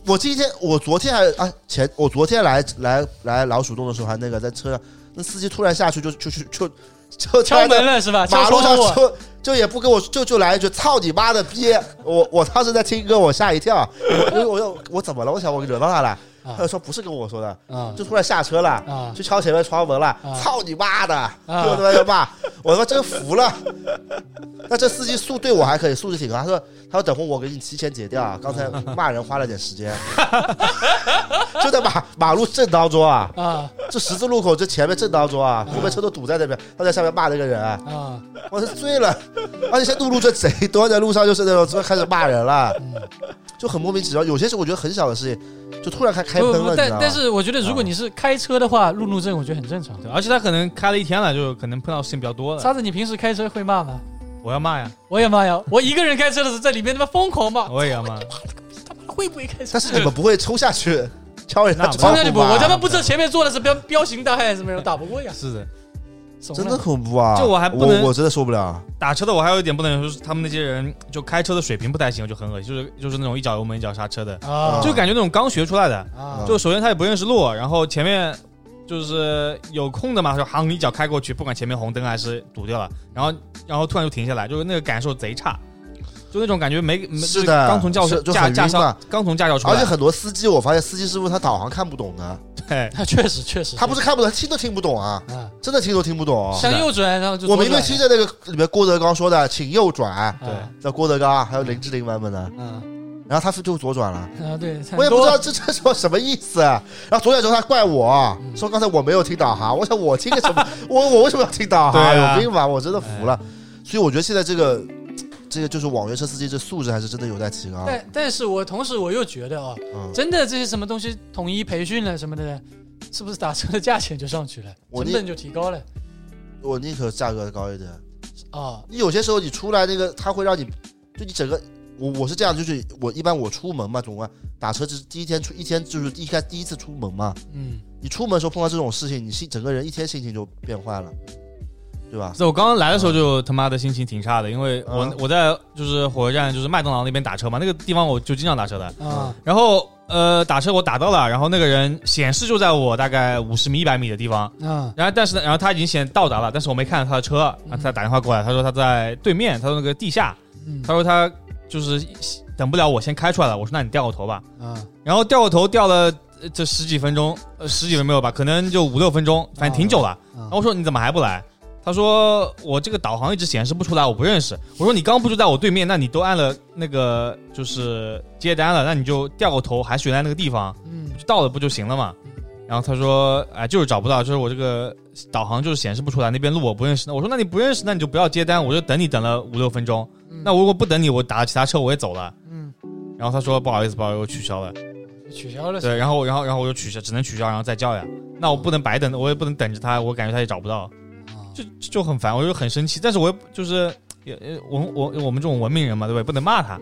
Speaker 1: 我今天，我昨天还啊前，我昨天来来来老鼠洞的时候，还那个在车上，那司机突然下去就就就就就
Speaker 2: 敲
Speaker 1: 突然
Speaker 2: 门了是吧？
Speaker 1: 在啊马
Speaker 2: 敲
Speaker 1: 路上
Speaker 2: 窗户。
Speaker 1: 就就也不跟我就就来一句“操你妈的逼”，我我当时在听歌，我吓一跳，我我我我怎么了？我想我惹到他了，他就
Speaker 2: 啊
Speaker 1: 说不是跟我说的，
Speaker 2: 啊
Speaker 1: 就突然下车了。
Speaker 2: 啊！
Speaker 1: 去敲前面窗门了
Speaker 2: 啊，
Speaker 1: 操你妈的！就他妈就骂，我他妈真服了。那这司机素对我还可以，素质挺高。他说他说等会我给你提前解掉啊，刚才骂人花了点时 间，就在马马路正当中啊，
Speaker 2: 啊
Speaker 1: 这十字路口这前面正当中啊，后面车都堵在那边，他在下面骂那个人啊，
Speaker 2: 啊，
Speaker 1: 我是醉了，而且现在路路这贼多，在路上就是那种就开始骂人了，
Speaker 2: 嗯
Speaker 1: 就很莫名其妙。有些事我觉得很小的事情，就突然开开
Speaker 2: 不
Speaker 1: 喷了，
Speaker 2: 不，
Speaker 1: 你知
Speaker 2: 但
Speaker 1: 道吗？
Speaker 2: 但是我觉得如果你是开车的话，路怒症我觉得很正常。
Speaker 3: 对，而且他可能开了一天了，就可能碰到事情比较
Speaker 1: 嗯
Speaker 3: 多了。
Speaker 2: 沙子，你平时开车会骂吗？
Speaker 3: 我要骂呀，
Speaker 2: 我也骂呀，我一个人开车的时候在里面他妈疯狂
Speaker 1: 嗯
Speaker 2: 骂，
Speaker 3: 我也要骂。
Speaker 2: 他妈会不会开车
Speaker 1: 但？是你们不会冲下去敲人家
Speaker 3: 那不
Speaker 1: 窗
Speaker 2: 冲
Speaker 1: 户
Speaker 2: 下去不？
Speaker 1: 吧
Speaker 2: 我他妈不知道前面坐的是彪彪形大汉什么人，打不过呀，
Speaker 3: 是的，
Speaker 2: 怂
Speaker 1: 真
Speaker 2: 了
Speaker 1: 的恐怖啊！
Speaker 3: 就我还不能
Speaker 1: 我我真的受不了。
Speaker 3: 打车的我还有一点不能，就是他们那些人就开车的水平不太行，我就很恶心，就是就是那种一脚油门一脚刹车的，
Speaker 2: 啊，
Speaker 3: 就感觉那种刚学出来的。
Speaker 2: 啊
Speaker 3: 就首先他也不认识路，然后前面就是有空的嘛，就航一脚开过去，不管前面红灯还是堵掉了，然后然后突然就停下来，就是那个感受贼差，就那种感觉没没
Speaker 1: 是的
Speaker 3: 就刚从教
Speaker 1: 是
Speaker 3: 室
Speaker 1: 就
Speaker 3: 驾
Speaker 1: 很
Speaker 3: 驾
Speaker 1: 晕嘛
Speaker 3: 校刚从驾校出
Speaker 1: 而且
Speaker 3: 来，
Speaker 1: 很多司机，我发现司机师傅他导航看不懂的，
Speaker 3: 对，
Speaker 2: 啊确实确实，
Speaker 1: 他不是看不懂，他听都听不懂啊，
Speaker 2: 确实啊，
Speaker 1: 真的听都听不懂。
Speaker 2: 向右转，然后就
Speaker 1: 我
Speaker 2: 左
Speaker 1: 明明
Speaker 2: 转
Speaker 1: 听着那个里面郭德纲说的“请右转
Speaker 3: 对
Speaker 2: 啊”，
Speaker 1: 在郭德纲啊还有林志玲版本的，
Speaker 2: 啊
Speaker 3: 嗯
Speaker 1: 然后他就左转了。
Speaker 2: 啊，对，
Speaker 1: 我也
Speaker 2: 很
Speaker 1: 不
Speaker 2: 多
Speaker 1: 知道这这说什么意思、啊然后左转之后他怪我，啊说刚才我没有听导航。我想我听个什么？我我为什么要听导航？
Speaker 3: 对啊
Speaker 1: 有病吧！我真的服了。所以我觉得现在这个这个就是网约车司机这素质还是真的有待提高。啊
Speaker 2: 但但是我同时我又觉得啊，
Speaker 1: 嗯，
Speaker 2: 真的这些什么东西统一培训了什么的，是不是打车的价钱就上去了，
Speaker 1: 我
Speaker 2: 成
Speaker 1: 那
Speaker 2: 本就提高了
Speaker 1: 我宁可价格高一点。
Speaker 2: 啊？
Speaker 1: 你有些时候你出来那个，他会让你就你整个。我我是这样，就是我一般我出门嘛，总归打车就是第一天出一天就是一开第一次出门嘛，
Speaker 2: 嗯，
Speaker 1: 你出门的时候碰到这种事情，你心整个人一天心情就变坏了，对吧？
Speaker 3: 所以我刚刚来的时候就他妈的心情挺差的，因为我、
Speaker 1: 嗯
Speaker 3: 我在就是火车站就是麦当劳那边打车嘛，那个地方我就经常打车的，
Speaker 2: 啊
Speaker 3: 然后呃打车我打到了，然后那个人显示就在我大概五十米一百米的地方，
Speaker 2: 啊
Speaker 3: 然后但是呢，然后他已经先到达了，但是我没看到他的车，
Speaker 2: 嗯
Speaker 3: 然后他打电话过来，他说他在对面，他说那个地下，
Speaker 2: 嗯
Speaker 3: 他说他就是等不了我先开出来了，我说那你掉个头吧，
Speaker 2: 啊
Speaker 3: 然后掉个头掉了呃这十几分钟，呃十几分钟没有吧，可能就五六分钟，反正挺久了。
Speaker 2: 啊
Speaker 3: 然
Speaker 1: 哦
Speaker 3: 后我说你怎么还不来？他说我这个导航一直显示不出来，我不认识。我说你刚不就在我对面，那你都按了那个就是接单了，那你就掉个头还选在那个地方，
Speaker 2: 嗯
Speaker 3: 就到了不就行了嘛？然后他说，哎，就是找不到，就是我这个导航就是显示不出来，那边路我不认识。那我说，那你不认识，那你就不要接单，我就等你等了五六分钟。
Speaker 2: 嗯
Speaker 3: 那我如果不等你，我打了其他车我也走了。
Speaker 2: 嗯
Speaker 3: 然后他说不好意思，不好意思，我取消了。
Speaker 2: 取消了
Speaker 3: 对，然后然后然后我就取消，只能取消，然后再叫呀。那我不能白等，我也不能等着他，我感觉他也找不到，
Speaker 2: 啊
Speaker 3: 就就就很烦，我就很生气。但是我又就是也也我我我们这种文明人嘛，对不对？不能骂他，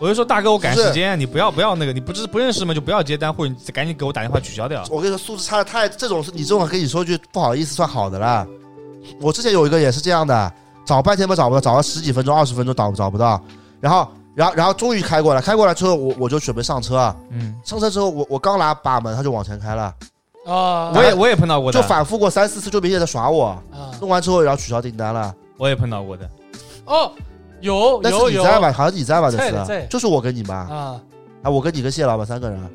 Speaker 3: 我就说大哥，我赶
Speaker 1: 不是
Speaker 3: 时间，你不要不要那个，你不知不认识嘛，就不要接单，或者你赶紧给我打电话取消掉。
Speaker 1: 啊我跟你说，素质差的太，这种事你这种跟你说句不好意思算好的啦。我之前有一个也是这样的，找半天都找不到，找了十几分钟、二十分钟找找不到，然后，然后，然后终于开过来，开过来之后，我我就准备上车，啊
Speaker 3: 嗯，
Speaker 1: 上车之后，我我刚拿把门，他就往前开了，
Speaker 2: 啊，
Speaker 3: 我也我也碰到过的，
Speaker 1: 就反复过三四次，就明显在耍我。
Speaker 2: 啊
Speaker 1: 弄完之后，然后取消订单了。
Speaker 3: 我也碰到过的。
Speaker 2: 哦，有
Speaker 1: 但
Speaker 2: 有
Speaker 1: 是你
Speaker 2: 有
Speaker 1: 在吧？好像你在吧？这
Speaker 2: 在的在
Speaker 1: 次
Speaker 2: 的
Speaker 1: 就是我跟你吧，
Speaker 2: 啊，
Speaker 1: 啊，我跟你跟谢老板三个人。啊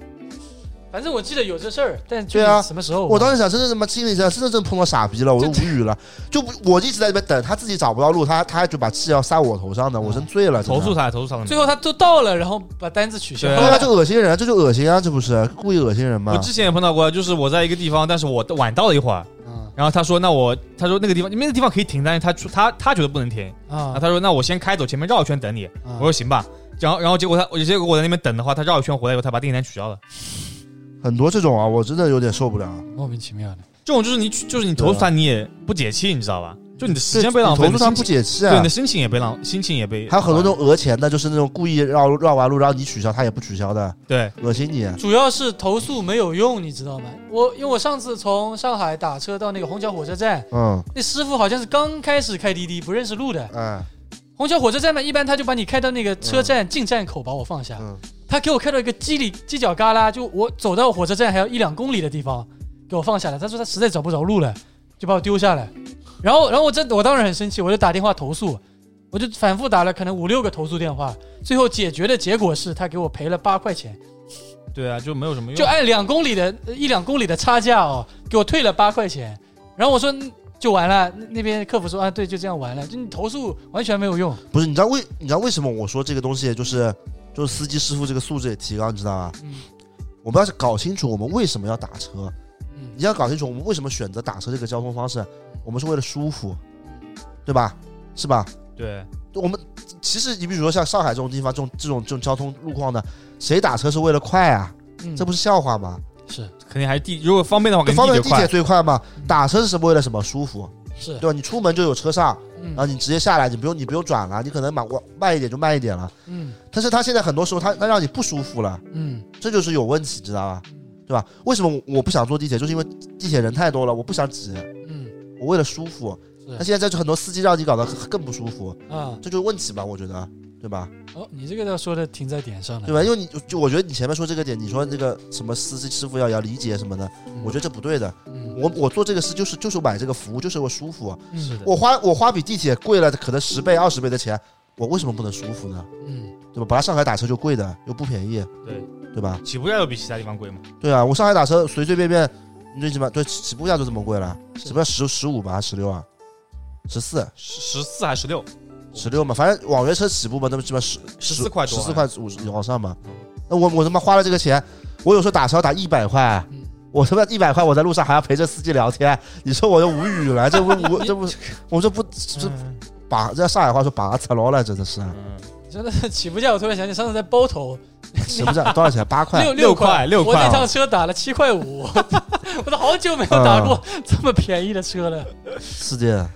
Speaker 2: 反正我记得有这事儿，但具
Speaker 1: 对啊
Speaker 2: 体什么时候
Speaker 3: 哦
Speaker 1: 我当
Speaker 2: 时
Speaker 1: 时想，真的他妈心里想，真的真碰到傻逼了，我都无语了。就不我一直在那边等，他自己找不到路，他他还就把气要撒我头上的，我真醉了。真
Speaker 3: 哦投
Speaker 1: 的
Speaker 3: 诉他，投诉他了没有。
Speaker 2: 最后他都到了，然后把单子取消
Speaker 1: 对啊，
Speaker 2: 了
Speaker 1: 就恶心人，这就恶心啊，这不是故意恶心人
Speaker 3: 我
Speaker 1: 吗？
Speaker 3: 之前也碰到过，就是我在一个地方，但是我晚到了一会儿，
Speaker 2: 啊
Speaker 3: 然后他说那我，他说那个地方，因为那个地方可以停，但是他出他他觉得不能停，然后
Speaker 2: 啊！
Speaker 3: 他说那我先开走，前面绕一圈等你。我说行吧，然后然后结果他，我结果我在那边等的话，他绕一圈回来以后，他把订单取消了。
Speaker 1: 很多这种啊，我真的有点受不了。
Speaker 2: 莫名其妙的，
Speaker 3: 这种就是你就是你投诉他，你也不解气，你知道吧？就你的时间被
Speaker 1: 你
Speaker 3: 浪费，
Speaker 1: 啊投诉他
Speaker 3: 你
Speaker 1: 不
Speaker 3: 的心情
Speaker 1: 解气
Speaker 3: 对啊
Speaker 1: 啊
Speaker 3: 你的，心情也被浪，心情也被
Speaker 1: 还有很多那种讹钱的，就是那种故意绕绕完路，然后你取消，他也不取消的，
Speaker 3: 对
Speaker 1: 恶心你。啊
Speaker 2: 主要是投诉没有用，你知道吗？我因为我上次从上海打车到那个虹桥火车站，
Speaker 1: 嗯，
Speaker 2: 那师傅好像是刚开始开滴滴，不认识路的。
Speaker 1: 哎，
Speaker 2: 虹桥火车站嘛，一般他就把你开到那个车站进站口，把我放下。
Speaker 1: 嗯，
Speaker 2: 他给我开到一个犄里犄角旮旯，就我走到火车站还有一两公里的地方，给我放下来。他说他实在找不着路了，就把我丢下来。然后，然后我这我当然很生气，我就打电话投诉，我就反复打了可能五六个投诉电话，最后解决的结果是他给我赔了八块钱，
Speaker 1: 嗯
Speaker 3: 对啊，就没有
Speaker 1: 哎
Speaker 3: 什么用。
Speaker 2: 就按两公里的一两公里的差价哦，给我退了八块钱。然后我说嗯就完了。那那边客服说啊，对，就这样完了，就你投诉完全没有用。
Speaker 1: 不是，你知道为你知道为什么我说这个东西就是就是司机师傅这个素质也提高，你知道吗？
Speaker 2: 嗯
Speaker 1: 我们要是搞清楚我们为什么要打车，
Speaker 2: 嗯
Speaker 1: 你要搞清楚我们为什么选择打车这个交通方式，我们是为了舒服，对吧？是吧？
Speaker 3: 对，
Speaker 1: 我们其实你比如说像上海这种地方，这种这种这种交通路况的，谁打车是为了快啊？
Speaker 2: 嗯，
Speaker 1: 这不是笑话吗？
Speaker 2: 是
Speaker 3: 肯定还是地，如果方便的话，肯
Speaker 1: 方
Speaker 3: 定
Speaker 1: 便
Speaker 3: 地
Speaker 1: 地
Speaker 3: 铁
Speaker 1: 铁
Speaker 3: 快。
Speaker 1: 最快嘛？打车是什么为了什么舒服，
Speaker 2: 是
Speaker 1: 对，啊吧？你出门就有车上，然后
Speaker 2: 嗯
Speaker 1: 你直接下来，你不用你不用转了，你可能慢我慢一点就慢一点了。
Speaker 2: 嗯
Speaker 1: 但是他现在很多时候他他让你不舒服了，
Speaker 2: 嗯
Speaker 1: 这就是有问题，知道吧？对吧？为什么我我不想坐地铁？就是因为地铁人太多了，我不想挤，
Speaker 2: 嗯
Speaker 1: 我为了舒服。
Speaker 2: 是
Speaker 1: 那现在就很多司机让你搞得更不舒服，
Speaker 2: 啊，
Speaker 1: 这就是问题吧？我觉得，对吧？
Speaker 2: 哦，你这个倒说的挺在点上
Speaker 1: 对
Speaker 2: 了。
Speaker 1: 吧？因为你就我觉得你前面说这个点，你说那个什么司机师傅要要理解什么的，我觉得这不对的。
Speaker 2: 嗯
Speaker 1: 我我做这个事就是就是买这个服务，就是我舒服。
Speaker 2: 嗯
Speaker 3: 是的
Speaker 1: 我花我花比地铁贵了可能十倍二十倍的钱，我为什么不能舒服呢？
Speaker 2: 嗯
Speaker 1: 对吧？本来上海打车就贵的，又不便宜，
Speaker 3: 对
Speaker 1: 对吧？
Speaker 3: 起步价又比其他地方贵嘛？
Speaker 1: 对啊，我上海打车随随便便，你最起码对起步价就这么贵了，起步价十十五吧，还是十六啊，十四
Speaker 3: 十十四还是十六？
Speaker 1: 十六嘛，反正网约车起步嘛，那么起码十
Speaker 3: 14块多
Speaker 1: 十四块五十往上嘛。那我我他妈花了这个钱，我有时候打车打一百块。
Speaker 2: 嗯
Speaker 1: 我他妈一百块，我在路上还要陪着司机聊天，你说我就无语了，这不我这不，我这不这
Speaker 2: 嗯
Speaker 1: 把这上海话说把操牢了，真的是
Speaker 3: 嗯，
Speaker 2: 真的是起步价，我突然想起上次在包头
Speaker 1: 什么价多少钱？八块，
Speaker 2: 六
Speaker 3: 六
Speaker 2: 块
Speaker 3: 块六
Speaker 2: 我
Speaker 3: 块
Speaker 2: 那
Speaker 3: 啊
Speaker 2: 趟车打了七 块五，我都好久没有
Speaker 1: 嗯
Speaker 2: 打
Speaker 1: 啊
Speaker 2: 过这么便宜的车了。
Speaker 1: 是的。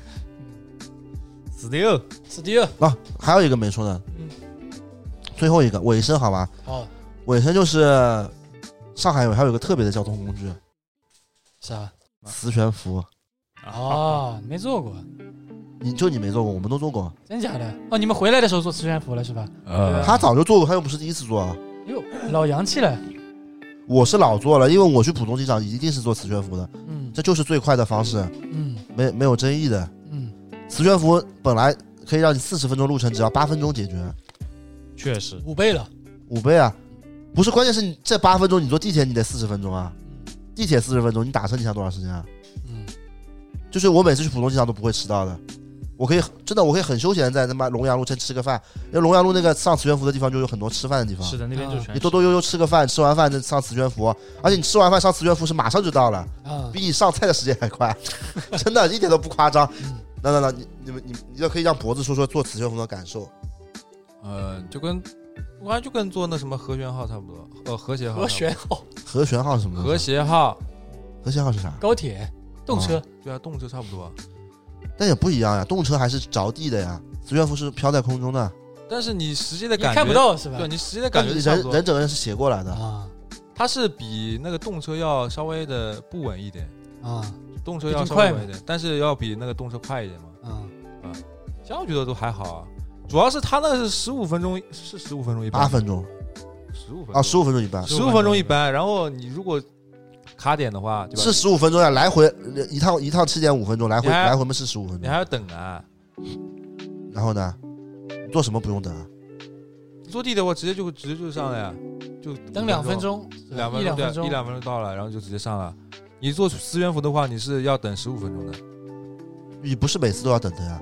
Speaker 3: 死定了！
Speaker 2: 史蒂尔，
Speaker 1: 啊，还有一个没说呢，
Speaker 2: 嗯
Speaker 1: 最后一个尾声好吧？
Speaker 2: 哦，
Speaker 1: 尾声就是上海有还有一个特别的交通工具，
Speaker 2: 啥？
Speaker 1: 磁悬浮。啊
Speaker 2: 哦，没坐过，
Speaker 1: 你就你没坐过，我们都坐过。
Speaker 2: 真假的？哦，你们回来的时候坐磁悬浮了是吧？
Speaker 3: 呃
Speaker 1: 他早就坐过，他又不是第一次坐。
Speaker 2: 哟，老洋气了。
Speaker 1: 我是老坐了，因为我去浦东机场一定是坐磁悬浮的，
Speaker 2: 嗯
Speaker 1: 这就是最快的方式，
Speaker 2: 嗯
Speaker 1: 没没有争议的。
Speaker 2: 嗯，
Speaker 1: 磁悬浮本来可以让你四十分钟路程，只要八分钟解决，
Speaker 3: 确实，
Speaker 2: 五倍了。
Speaker 1: 五倍啊！不是，关键是你这八分钟你坐地铁你得四十分钟啊，地铁四十分钟，你打车你想多长时间啊？
Speaker 2: 嗯
Speaker 1: 就是我每次去浦东机场都不会迟到的，我可以真的我可以很休闲地在他妈龙阳路先吃个饭，因为龙阳路那个上磁悬浮的地方就有很多吃饭的地方，
Speaker 3: 是的，那边就
Speaker 2: 啊
Speaker 3: 全
Speaker 1: 你
Speaker 3: 是
Speaker 1: 兜兜悠悠吃个饭，吃完饭再上磁悬浮，而且你吃完饭上磁悬浮是马上就到了，
Speaker 2: 啊
Speaker 1: 比你上菜的时间还快，啊真的一点都不夸张
Speaker 2: 嗯。
Speaker 1: 那那那，你你们你你就可以让脖子说说做磁悬浮的感受，
Speaker 4: 呃，就跟我感觉就跟做那什么和弦号差不多，呃，和谐号
Speaker 2: 和
Speaker 4: 差
Speaker 2: 弦号、
Speaker 1: 和弦号是什么
Speaker 4: 不多，
Speaker 1: 东
Speaker 4: 和
Speaker 1: 西啊
Speaker 4: 谐号，
Speaker 1: 和谐号是啥？
Speaker 2: 高铁、动车，
Speaker 4: 对啊，动车差不多。
Speaker 1: 但也不一样呀，动车还是着地的呀，磁悬浮是飘在空中的，
Speaker 4: 但是你实际的
Speaker 2: 你
Speaker 4: 感觉
Speaker 2: 看不，到是吧
Speaker 4: 对？你实际的感觉
Speaker 1: 但
Speaker 4: 是
Speaker 1: 是
Speaker 4: 差不
Speaker 1: 人
Speaker 4: 多
Speaker 1: 人整个人是斜过来的，
Speaker 2: 啊
Speaker 4: 它是比那个动车要稍微的不稳一点，
Speaker 2: 啊
Speaker 4: 动车要
Speaker 2: 毕
Speaker 4: 稍
Speaker 2: 竟
Speaker 4: 微
Speaker 2: 快
Speaker 4: 稳一点，但是要比那个动车快一点嘛。
Speaker 2: 啊！
Speaker 4: 其他我觉得都还好啊，主要是它那个是十五分钟，是十五分钟一班，
Speaker 1: 八分钟
Speaker 4: 十五分
Speaker 1: 啊，十五分钟一般。
Speaker 4: 十五分钟一班。然后你如果卡点的话，对吧？
Speaker 1: 是十五分钟呀，来回呃一趟一趟七点五分钟，来回
Speaker 4: 你还
Speaker 1: 来回嘛是十五分
Speaker 4: 你
Speaker 1: 钟
Speaker 4: 还。要等啊。
Speaker 1: 然后呢，你做什么不用等啊？
Speaker 4: 你坐地铁我直接就直接就上了呀，就
Speaker 2: 等
Speaker 4: 五
Speaker 2: 两分，钟，是吧
Speaker 4: 两
Speaker 2: 一
Speaker 4: 分
Speaker 2: 两
Speaker 4: 对
Speaker 2: 分
Speaker 4: 啊，一
Speaker 2: 钟，
Speaker 4: 两分钟到了，然后就直接上了。你坐思源服的话，你是要等十五分钟的。
Speaker 1: 你不是每次都要等的呀？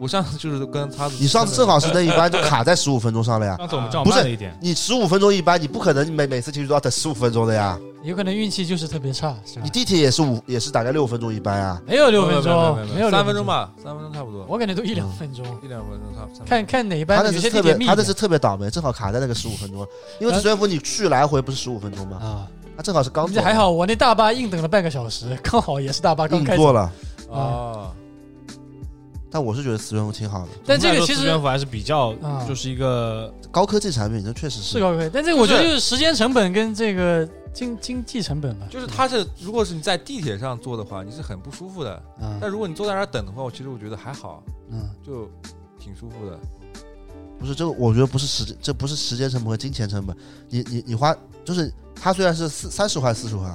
Speaker 4: 我上次就是跟他，
Speaker 1: 你 上次正好是那一班就卡在十五分钟上了呀。
Speaker 3: 上次我们正好
Speaker 1: 不是
Speaker 3: 慢了一点，
Speaker 1: 你十五分钟一班，你不可能每每次进去都要等十五分钟的呀。
Speaker 2: 有可能运气就是特别差，是吧
Speaker 1: 你？地铁也是五也是大概六分钟一班啊。
Speaker 2: 没有
Speaker 4: 没有
Speaker 2: 六分钟
Speaker 4: 没有，没有
Speaker 2: 没
Speaker 4: 没有
Speaker 2: 有
Speaker 4: 三分钟
Speaker 2: 吧？
Speaker 4: 吧，三分钟差不多，
Speaker 2: 我感觉都一两分钟，
Speaker 4: 一两分钟差不多。
Speaker 2: 看看哪一
Speaker 1: 他
Speaker 2: 班
Speaker 1: 那
Speaker 2: 有
Speaker 1: 是
Speaker 2: 些
Speaker 1: 特
Speaker 2: 地铁
Speaker 1: 别，
Speaker 2: 密
Speaker 1: 他那是
Speaker 2: 点
Speaker 1: 特别倒霉，正好卡在那个十五分钟，因为
Speaker 2: 啊
Speaker 1: 磁悬浮你去来回不是十五分钟吗？
Speaker 2: 啊。
Speaker 1: 他正好是刚
Speaker 2: 这
Speaker 1: 坐，
Speaker 2: 还好，我那大巴硬等了半个小时，刚好也是大巴刚
Speaker 1: 硬
Speaker 2: 开走。
Speaker 1: 坐了。
Speaker 4: 哦，
Speaker 1: 但我是觉得磁悬浮挺好的，
Speaker 2: 但这个
Speaker 3: 总
Speaker 2: 其
Speaker 3: 体来说
Speaker 2: 实
Speaker 3: 磁悬浮还是比较
Speaker 2: 啊，
Speaker 3: 就是一个
Speaker 1: 高科技产品，这确实
Speaker 2: 是啊
Speaker 1: 是。
Speaker 2: 高贵，但这个我觉得就是时间成本跟这个经经济成本吧。
Speaker 4: 就是它是，如果是你在地铁上坐的话，你是很不舒服的。
Speaker 2: 嗯
Speaker 4: 但如果你坐在那儿等的话，我其实我觉得还好，
Speaker 2: 嗯，
Speaker 4: 就挺舒服的。
Speaker 1: 不是这个，我觉得不是时间，这不是时间成本和金钱成本。你你你花就是它虽然是四三十块四十块，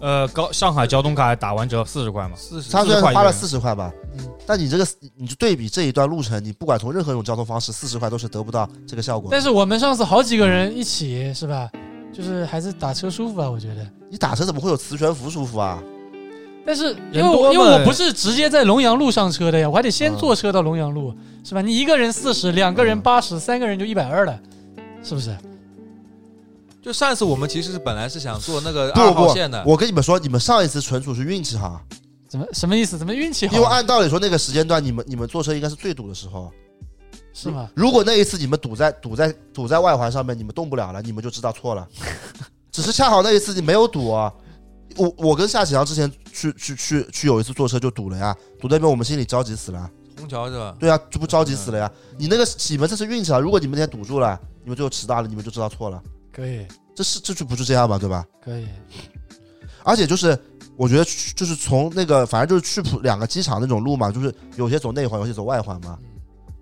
Speaker 3: 呃高上海交通卡打完折四十块嘛，
Speaker 4: 四十
Speaker 1: 它虽然花了
Speaker 3: 40
Speaker 1: 四十块吧，
Speaker 2: 嗯
Speaker 1: 但你这个你就对比这一段路程，你不管从任何一种交通方式，四十块都是得不到这个效果
Speaker 2: 但。是我们上次好几个人一起是吧？就是还是打车舒服啊，我觉得。
Speaker 1: 你打车怎么会有磁悬浮舒服啊？
Speaker 2: 但是因为
Speaker 3: 人多
Speaker 2: 我
Speaker 3: 嘛啊
Speaker 2: 因为我不是直接在龙阳路上车的呀，我还得先坐车到龙阳路，是吧？你一个人四十，两个人
Speaker 1: 嗯
Speaker 2: 八十，三个人就一百二了，是不是？
Speaker 4: 就上次我们其实是本来是想做那个
Speaker 1: 不
Speaker 4: 二号
Speaker 1: 不
Speaker 4: 线的，，
Speaker 1: 我跟你们说，你们上一次纯属是运气好，
Speaker 2: 怎么什么意思？怎么运气好？
Speaker 1: 因为按道理说那个时间段，你们你们坐车应该是最堵的时候。
Speaker 2: 是吗？
Speaker 1: 如果那一次你们堵在堵在堵在外环上面，你们动不了了，你们就知道错 了。只是恰好那一次你没有堵啊。我我跟夏启阳之前去去去去有一次坐车就堵了呀，堵那边我们心里着急死了。
Speaker 4: 虹桥是吧？
Speaker 1: 对啊，这不着急死了呀？
Speaker 4: 嗯
Speaker 1: 你那个你们这是运气啊！如果你们那天堵住了，你们最后迟到了，你们就知道错了。
Speaker 2: 可以，
Speaker 1: 这是这就不是这样嘛，对吧？
Speaker 2: 可以，
Speaker 1: 而且就是我觉得去就是从那个反正就是去普两个机场那种路嘛，就是有些走内环，有些走外环嘛。
Speaker 2: 嗯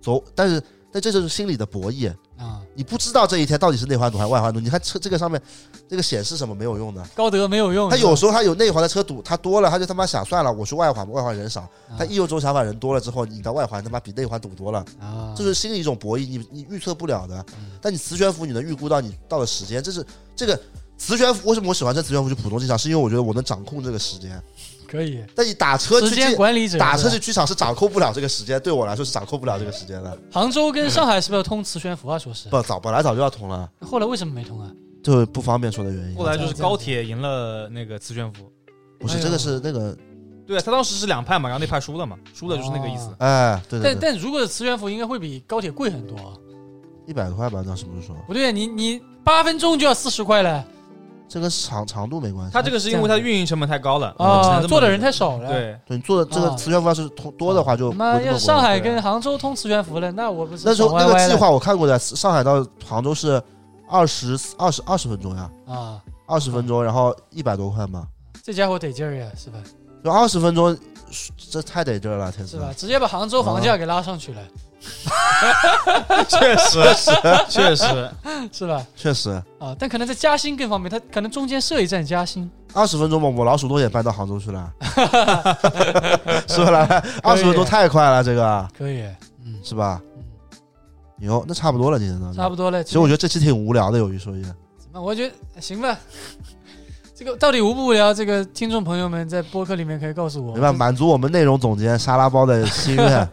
Speaker 1: 走，但是但这就是心理的博弈，
Speaker 2: 啊、
Speaker 1: 你不知道这一天到底是内环堵还是外环堵。你看车这个上面这个显示什么没有用的，
Speaker 2: 高德没有用。
Speaker 1: 他
Speaker 2: 哦是吧
Speaker 1: 有时候他有内环的车堵，他多了他就他妈想算了，我去外环吧，外环人少。
Speaker 2: 啊
Speaker 1: 他一有周想法人多了之后，你到外环他妈比内环堵多了。
Speaker 2: 啊，
Speaker 1: 这是心理一种博弈，你你预测不了的
Speaker 2: 嗯。
Speaker 1: 但你磁悬浮，你能预估到你到的时间，这是这个磁悬浮。为什么我喜欢这磁悬浮去浦东机场？是因为我觉得我能掌控这个时间。
Speaker 2: 可以。
Speaker 1: 但你打车
Speaker 2: 时
Speaker 1: 去
Speaker 2: 间
Speaker 1: 机
Speaker 2: 管理者，
Speaker 1: 打
Speaker 2: 是
Speaker 1: 车
Speaker 2: 吧
Speaker 1: 去机场是掌控不了这个时间，对我来说是掌控不了这个时间的。
Speaker 2: 杭州跟上海是不是要通磁悬浮啊？说是，
Speaker 1: 不早本来早就要通了，
Speaker 2: 后来为什么没通啊？
Speaker 1: 就是不方便说的原因
Speaker 3: 后。来就是高铁赢了那个磁悬浮，
Speaker 1: 不
Speaker 2: 哎
Speaker 1: 是
Speaker 2: 呦
Speaker 1: 这个是那个
Speaker 3: 对啊，他当时是两派嘛，然后那派输了嘛，输的就是那个意思
Speaker 2: 哦。
Speaker 1: 哎，对对
Speaker 2: 但
Speaker 1: 对，
Speaker 2: 但如果磁悬浮应该会比高铁贵很多啊，
Speaker 1: 一百块吧，当时不是说
Speaker 2: 不对，你你八分钟就要四十块了
Speaker 1: 这跟长长度没关系
Speaker 3: 他。这个是因为它运营成本太高了只能
Speaker 2: 啊，
Speaker 3: 这么
Speaker 2: 坐的人太少了。，
Speaker 3: 对，
Speaker 1: 对你做的这个
Speaker 2: 啊
Speaker 1: 磁悬浮要是通多的话就
Speaker 2: 他
Speaker 1: 不
Speaker 2: 妈
Speaker 1: 会那
Speaker 2: 要
Speaker 1: 么
Speaker 2: 上
Speaker 1: 贵。
Speaker 2: 海
Speaker 3: 对啊
Speaker 2: 跟杭州通磁悬浮了，那我不是
Speaker 1: 那时候
Speaker 2: 爽
Speaker 1: 那
Speaker 2: 歪
Speaker 1: 个
Speaker 2: 歪
Speaker 1: 计
Speaker 2: 了
Speaker 1: 划我看过的，上海到杭州是二十二十二十分钟呀。
Speaker 2: 啊？
Speaker 1: 二十分钟，然后一百多块嘛，
Speaker 2: 这家伙得劲儿呀，是吧？
Speaker 1: 就二十分钟，这太得劲儿了，天
Speaker 2: 是
Speaker 1: 子。
Speaker 2: 吧？直接把杭州
Speaker 1: 嗯
Speaker 2: 房价给拉上去了，
Speaker 3: 确实确实，
Speaker 2: 是吧？
Speaker 1: 确实，
Speaker 2: 啊，但可能在嘉兴更方便，它可能中间设一站嘉兴，
Speaker 1: 二十分钟嘛，我老鼠洞也搬到杭州去 了，是吧？来，二十分钟太快了，这个
Speaker 2: 可以，嗯
Speaker 1: 是吧？
Speaker 2: 嗯，
Speaker 1: 牛，那差不多了，今天呢？
Speaker 2: 差不多了。
Speaker 1: 嗯其实我觉得这期挺无聊的，有一说一，
Speaker 2: 那我觉得哎行吧。 这个到底无不无聊？这个听众朋友们在播客里面可以告诉我。
Speaker 1: 没办法，满足我们内容总监沙拉包的心 愿。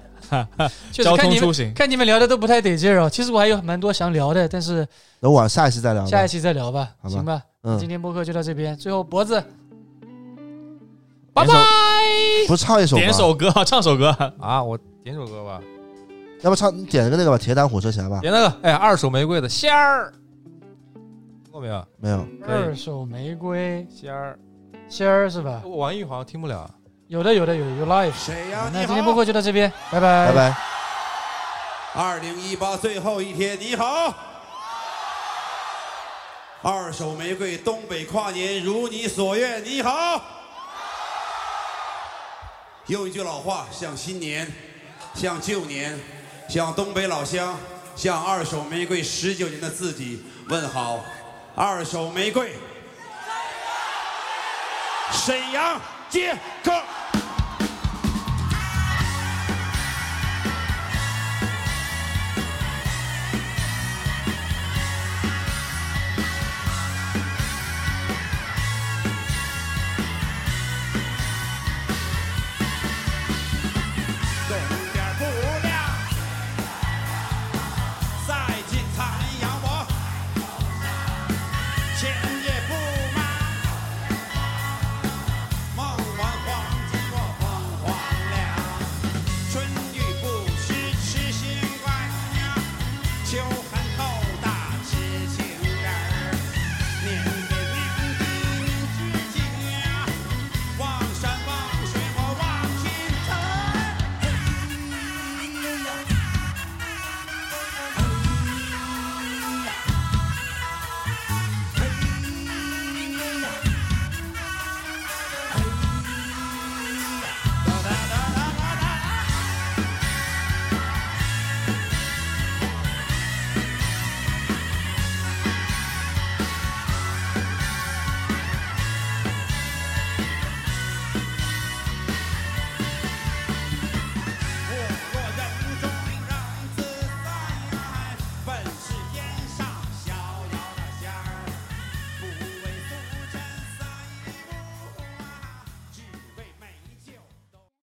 Speaker 2: 确实
Speaker 3: 交
Speaker 2: 看
Speaker 3: 通
Speaker 2: 你
Speaker 3: 出
Speaker 2: 们
Speaker 3: 行，
Speaker 2: 看你们聊的都不太得劲儿哦。其实我还有蛮多想聊的，但是
Speaker 1: 等我下一期再聊吧。
Speaker 2: 下一期再聊吧，
Speaker 1: 好吧
Speaker 2: 行吧？今
Speaker 1: 嗯，
Speaker 2: 天播客就到这边，最后脖子，拜
Speaker 1: 点首
Speaker 2: 拜。
Speaker 1: 不是唱一首吗
Speaker 3: 点？首歌，唱首歌，
Speaker 4: 啊，我点首歌吧，
Speaker 1: 要不唱你点一个那个吧，《铁胆火车侠》吧？
Speaker 4: 点那个，哎，二手玫瑰的仙儿，听过没有？
Speaker 1: 没有，
Speaker 4: 可以
Speaker 2: 二手玫瑰
Speaker 4: 仙儿，
Speaker 2: 仙儿是吧？
Speaker 4: 我王力宏好像听不了。
Speaker 2: 有的，有的，有的有 live。
Speaker 5: 沈
Speaker 2: 好
Speaker 5: 阳，
Speaker 2: 那
Speaker 5: 你
Speaker 2: 今天播
Speaker 5: 好。
Speaker 2: 客就到这边，拜拜，
Speaker 1: 拜。拜。
Speaker 5: 二零一八最后一天，你好。二手玫瑰，东北跨年如你所愿，你好。用一句老话，向新年，向旧年，向东北老乡，向二手玫瑰十九年的自己问好。二手玫瑰，沈阳接客。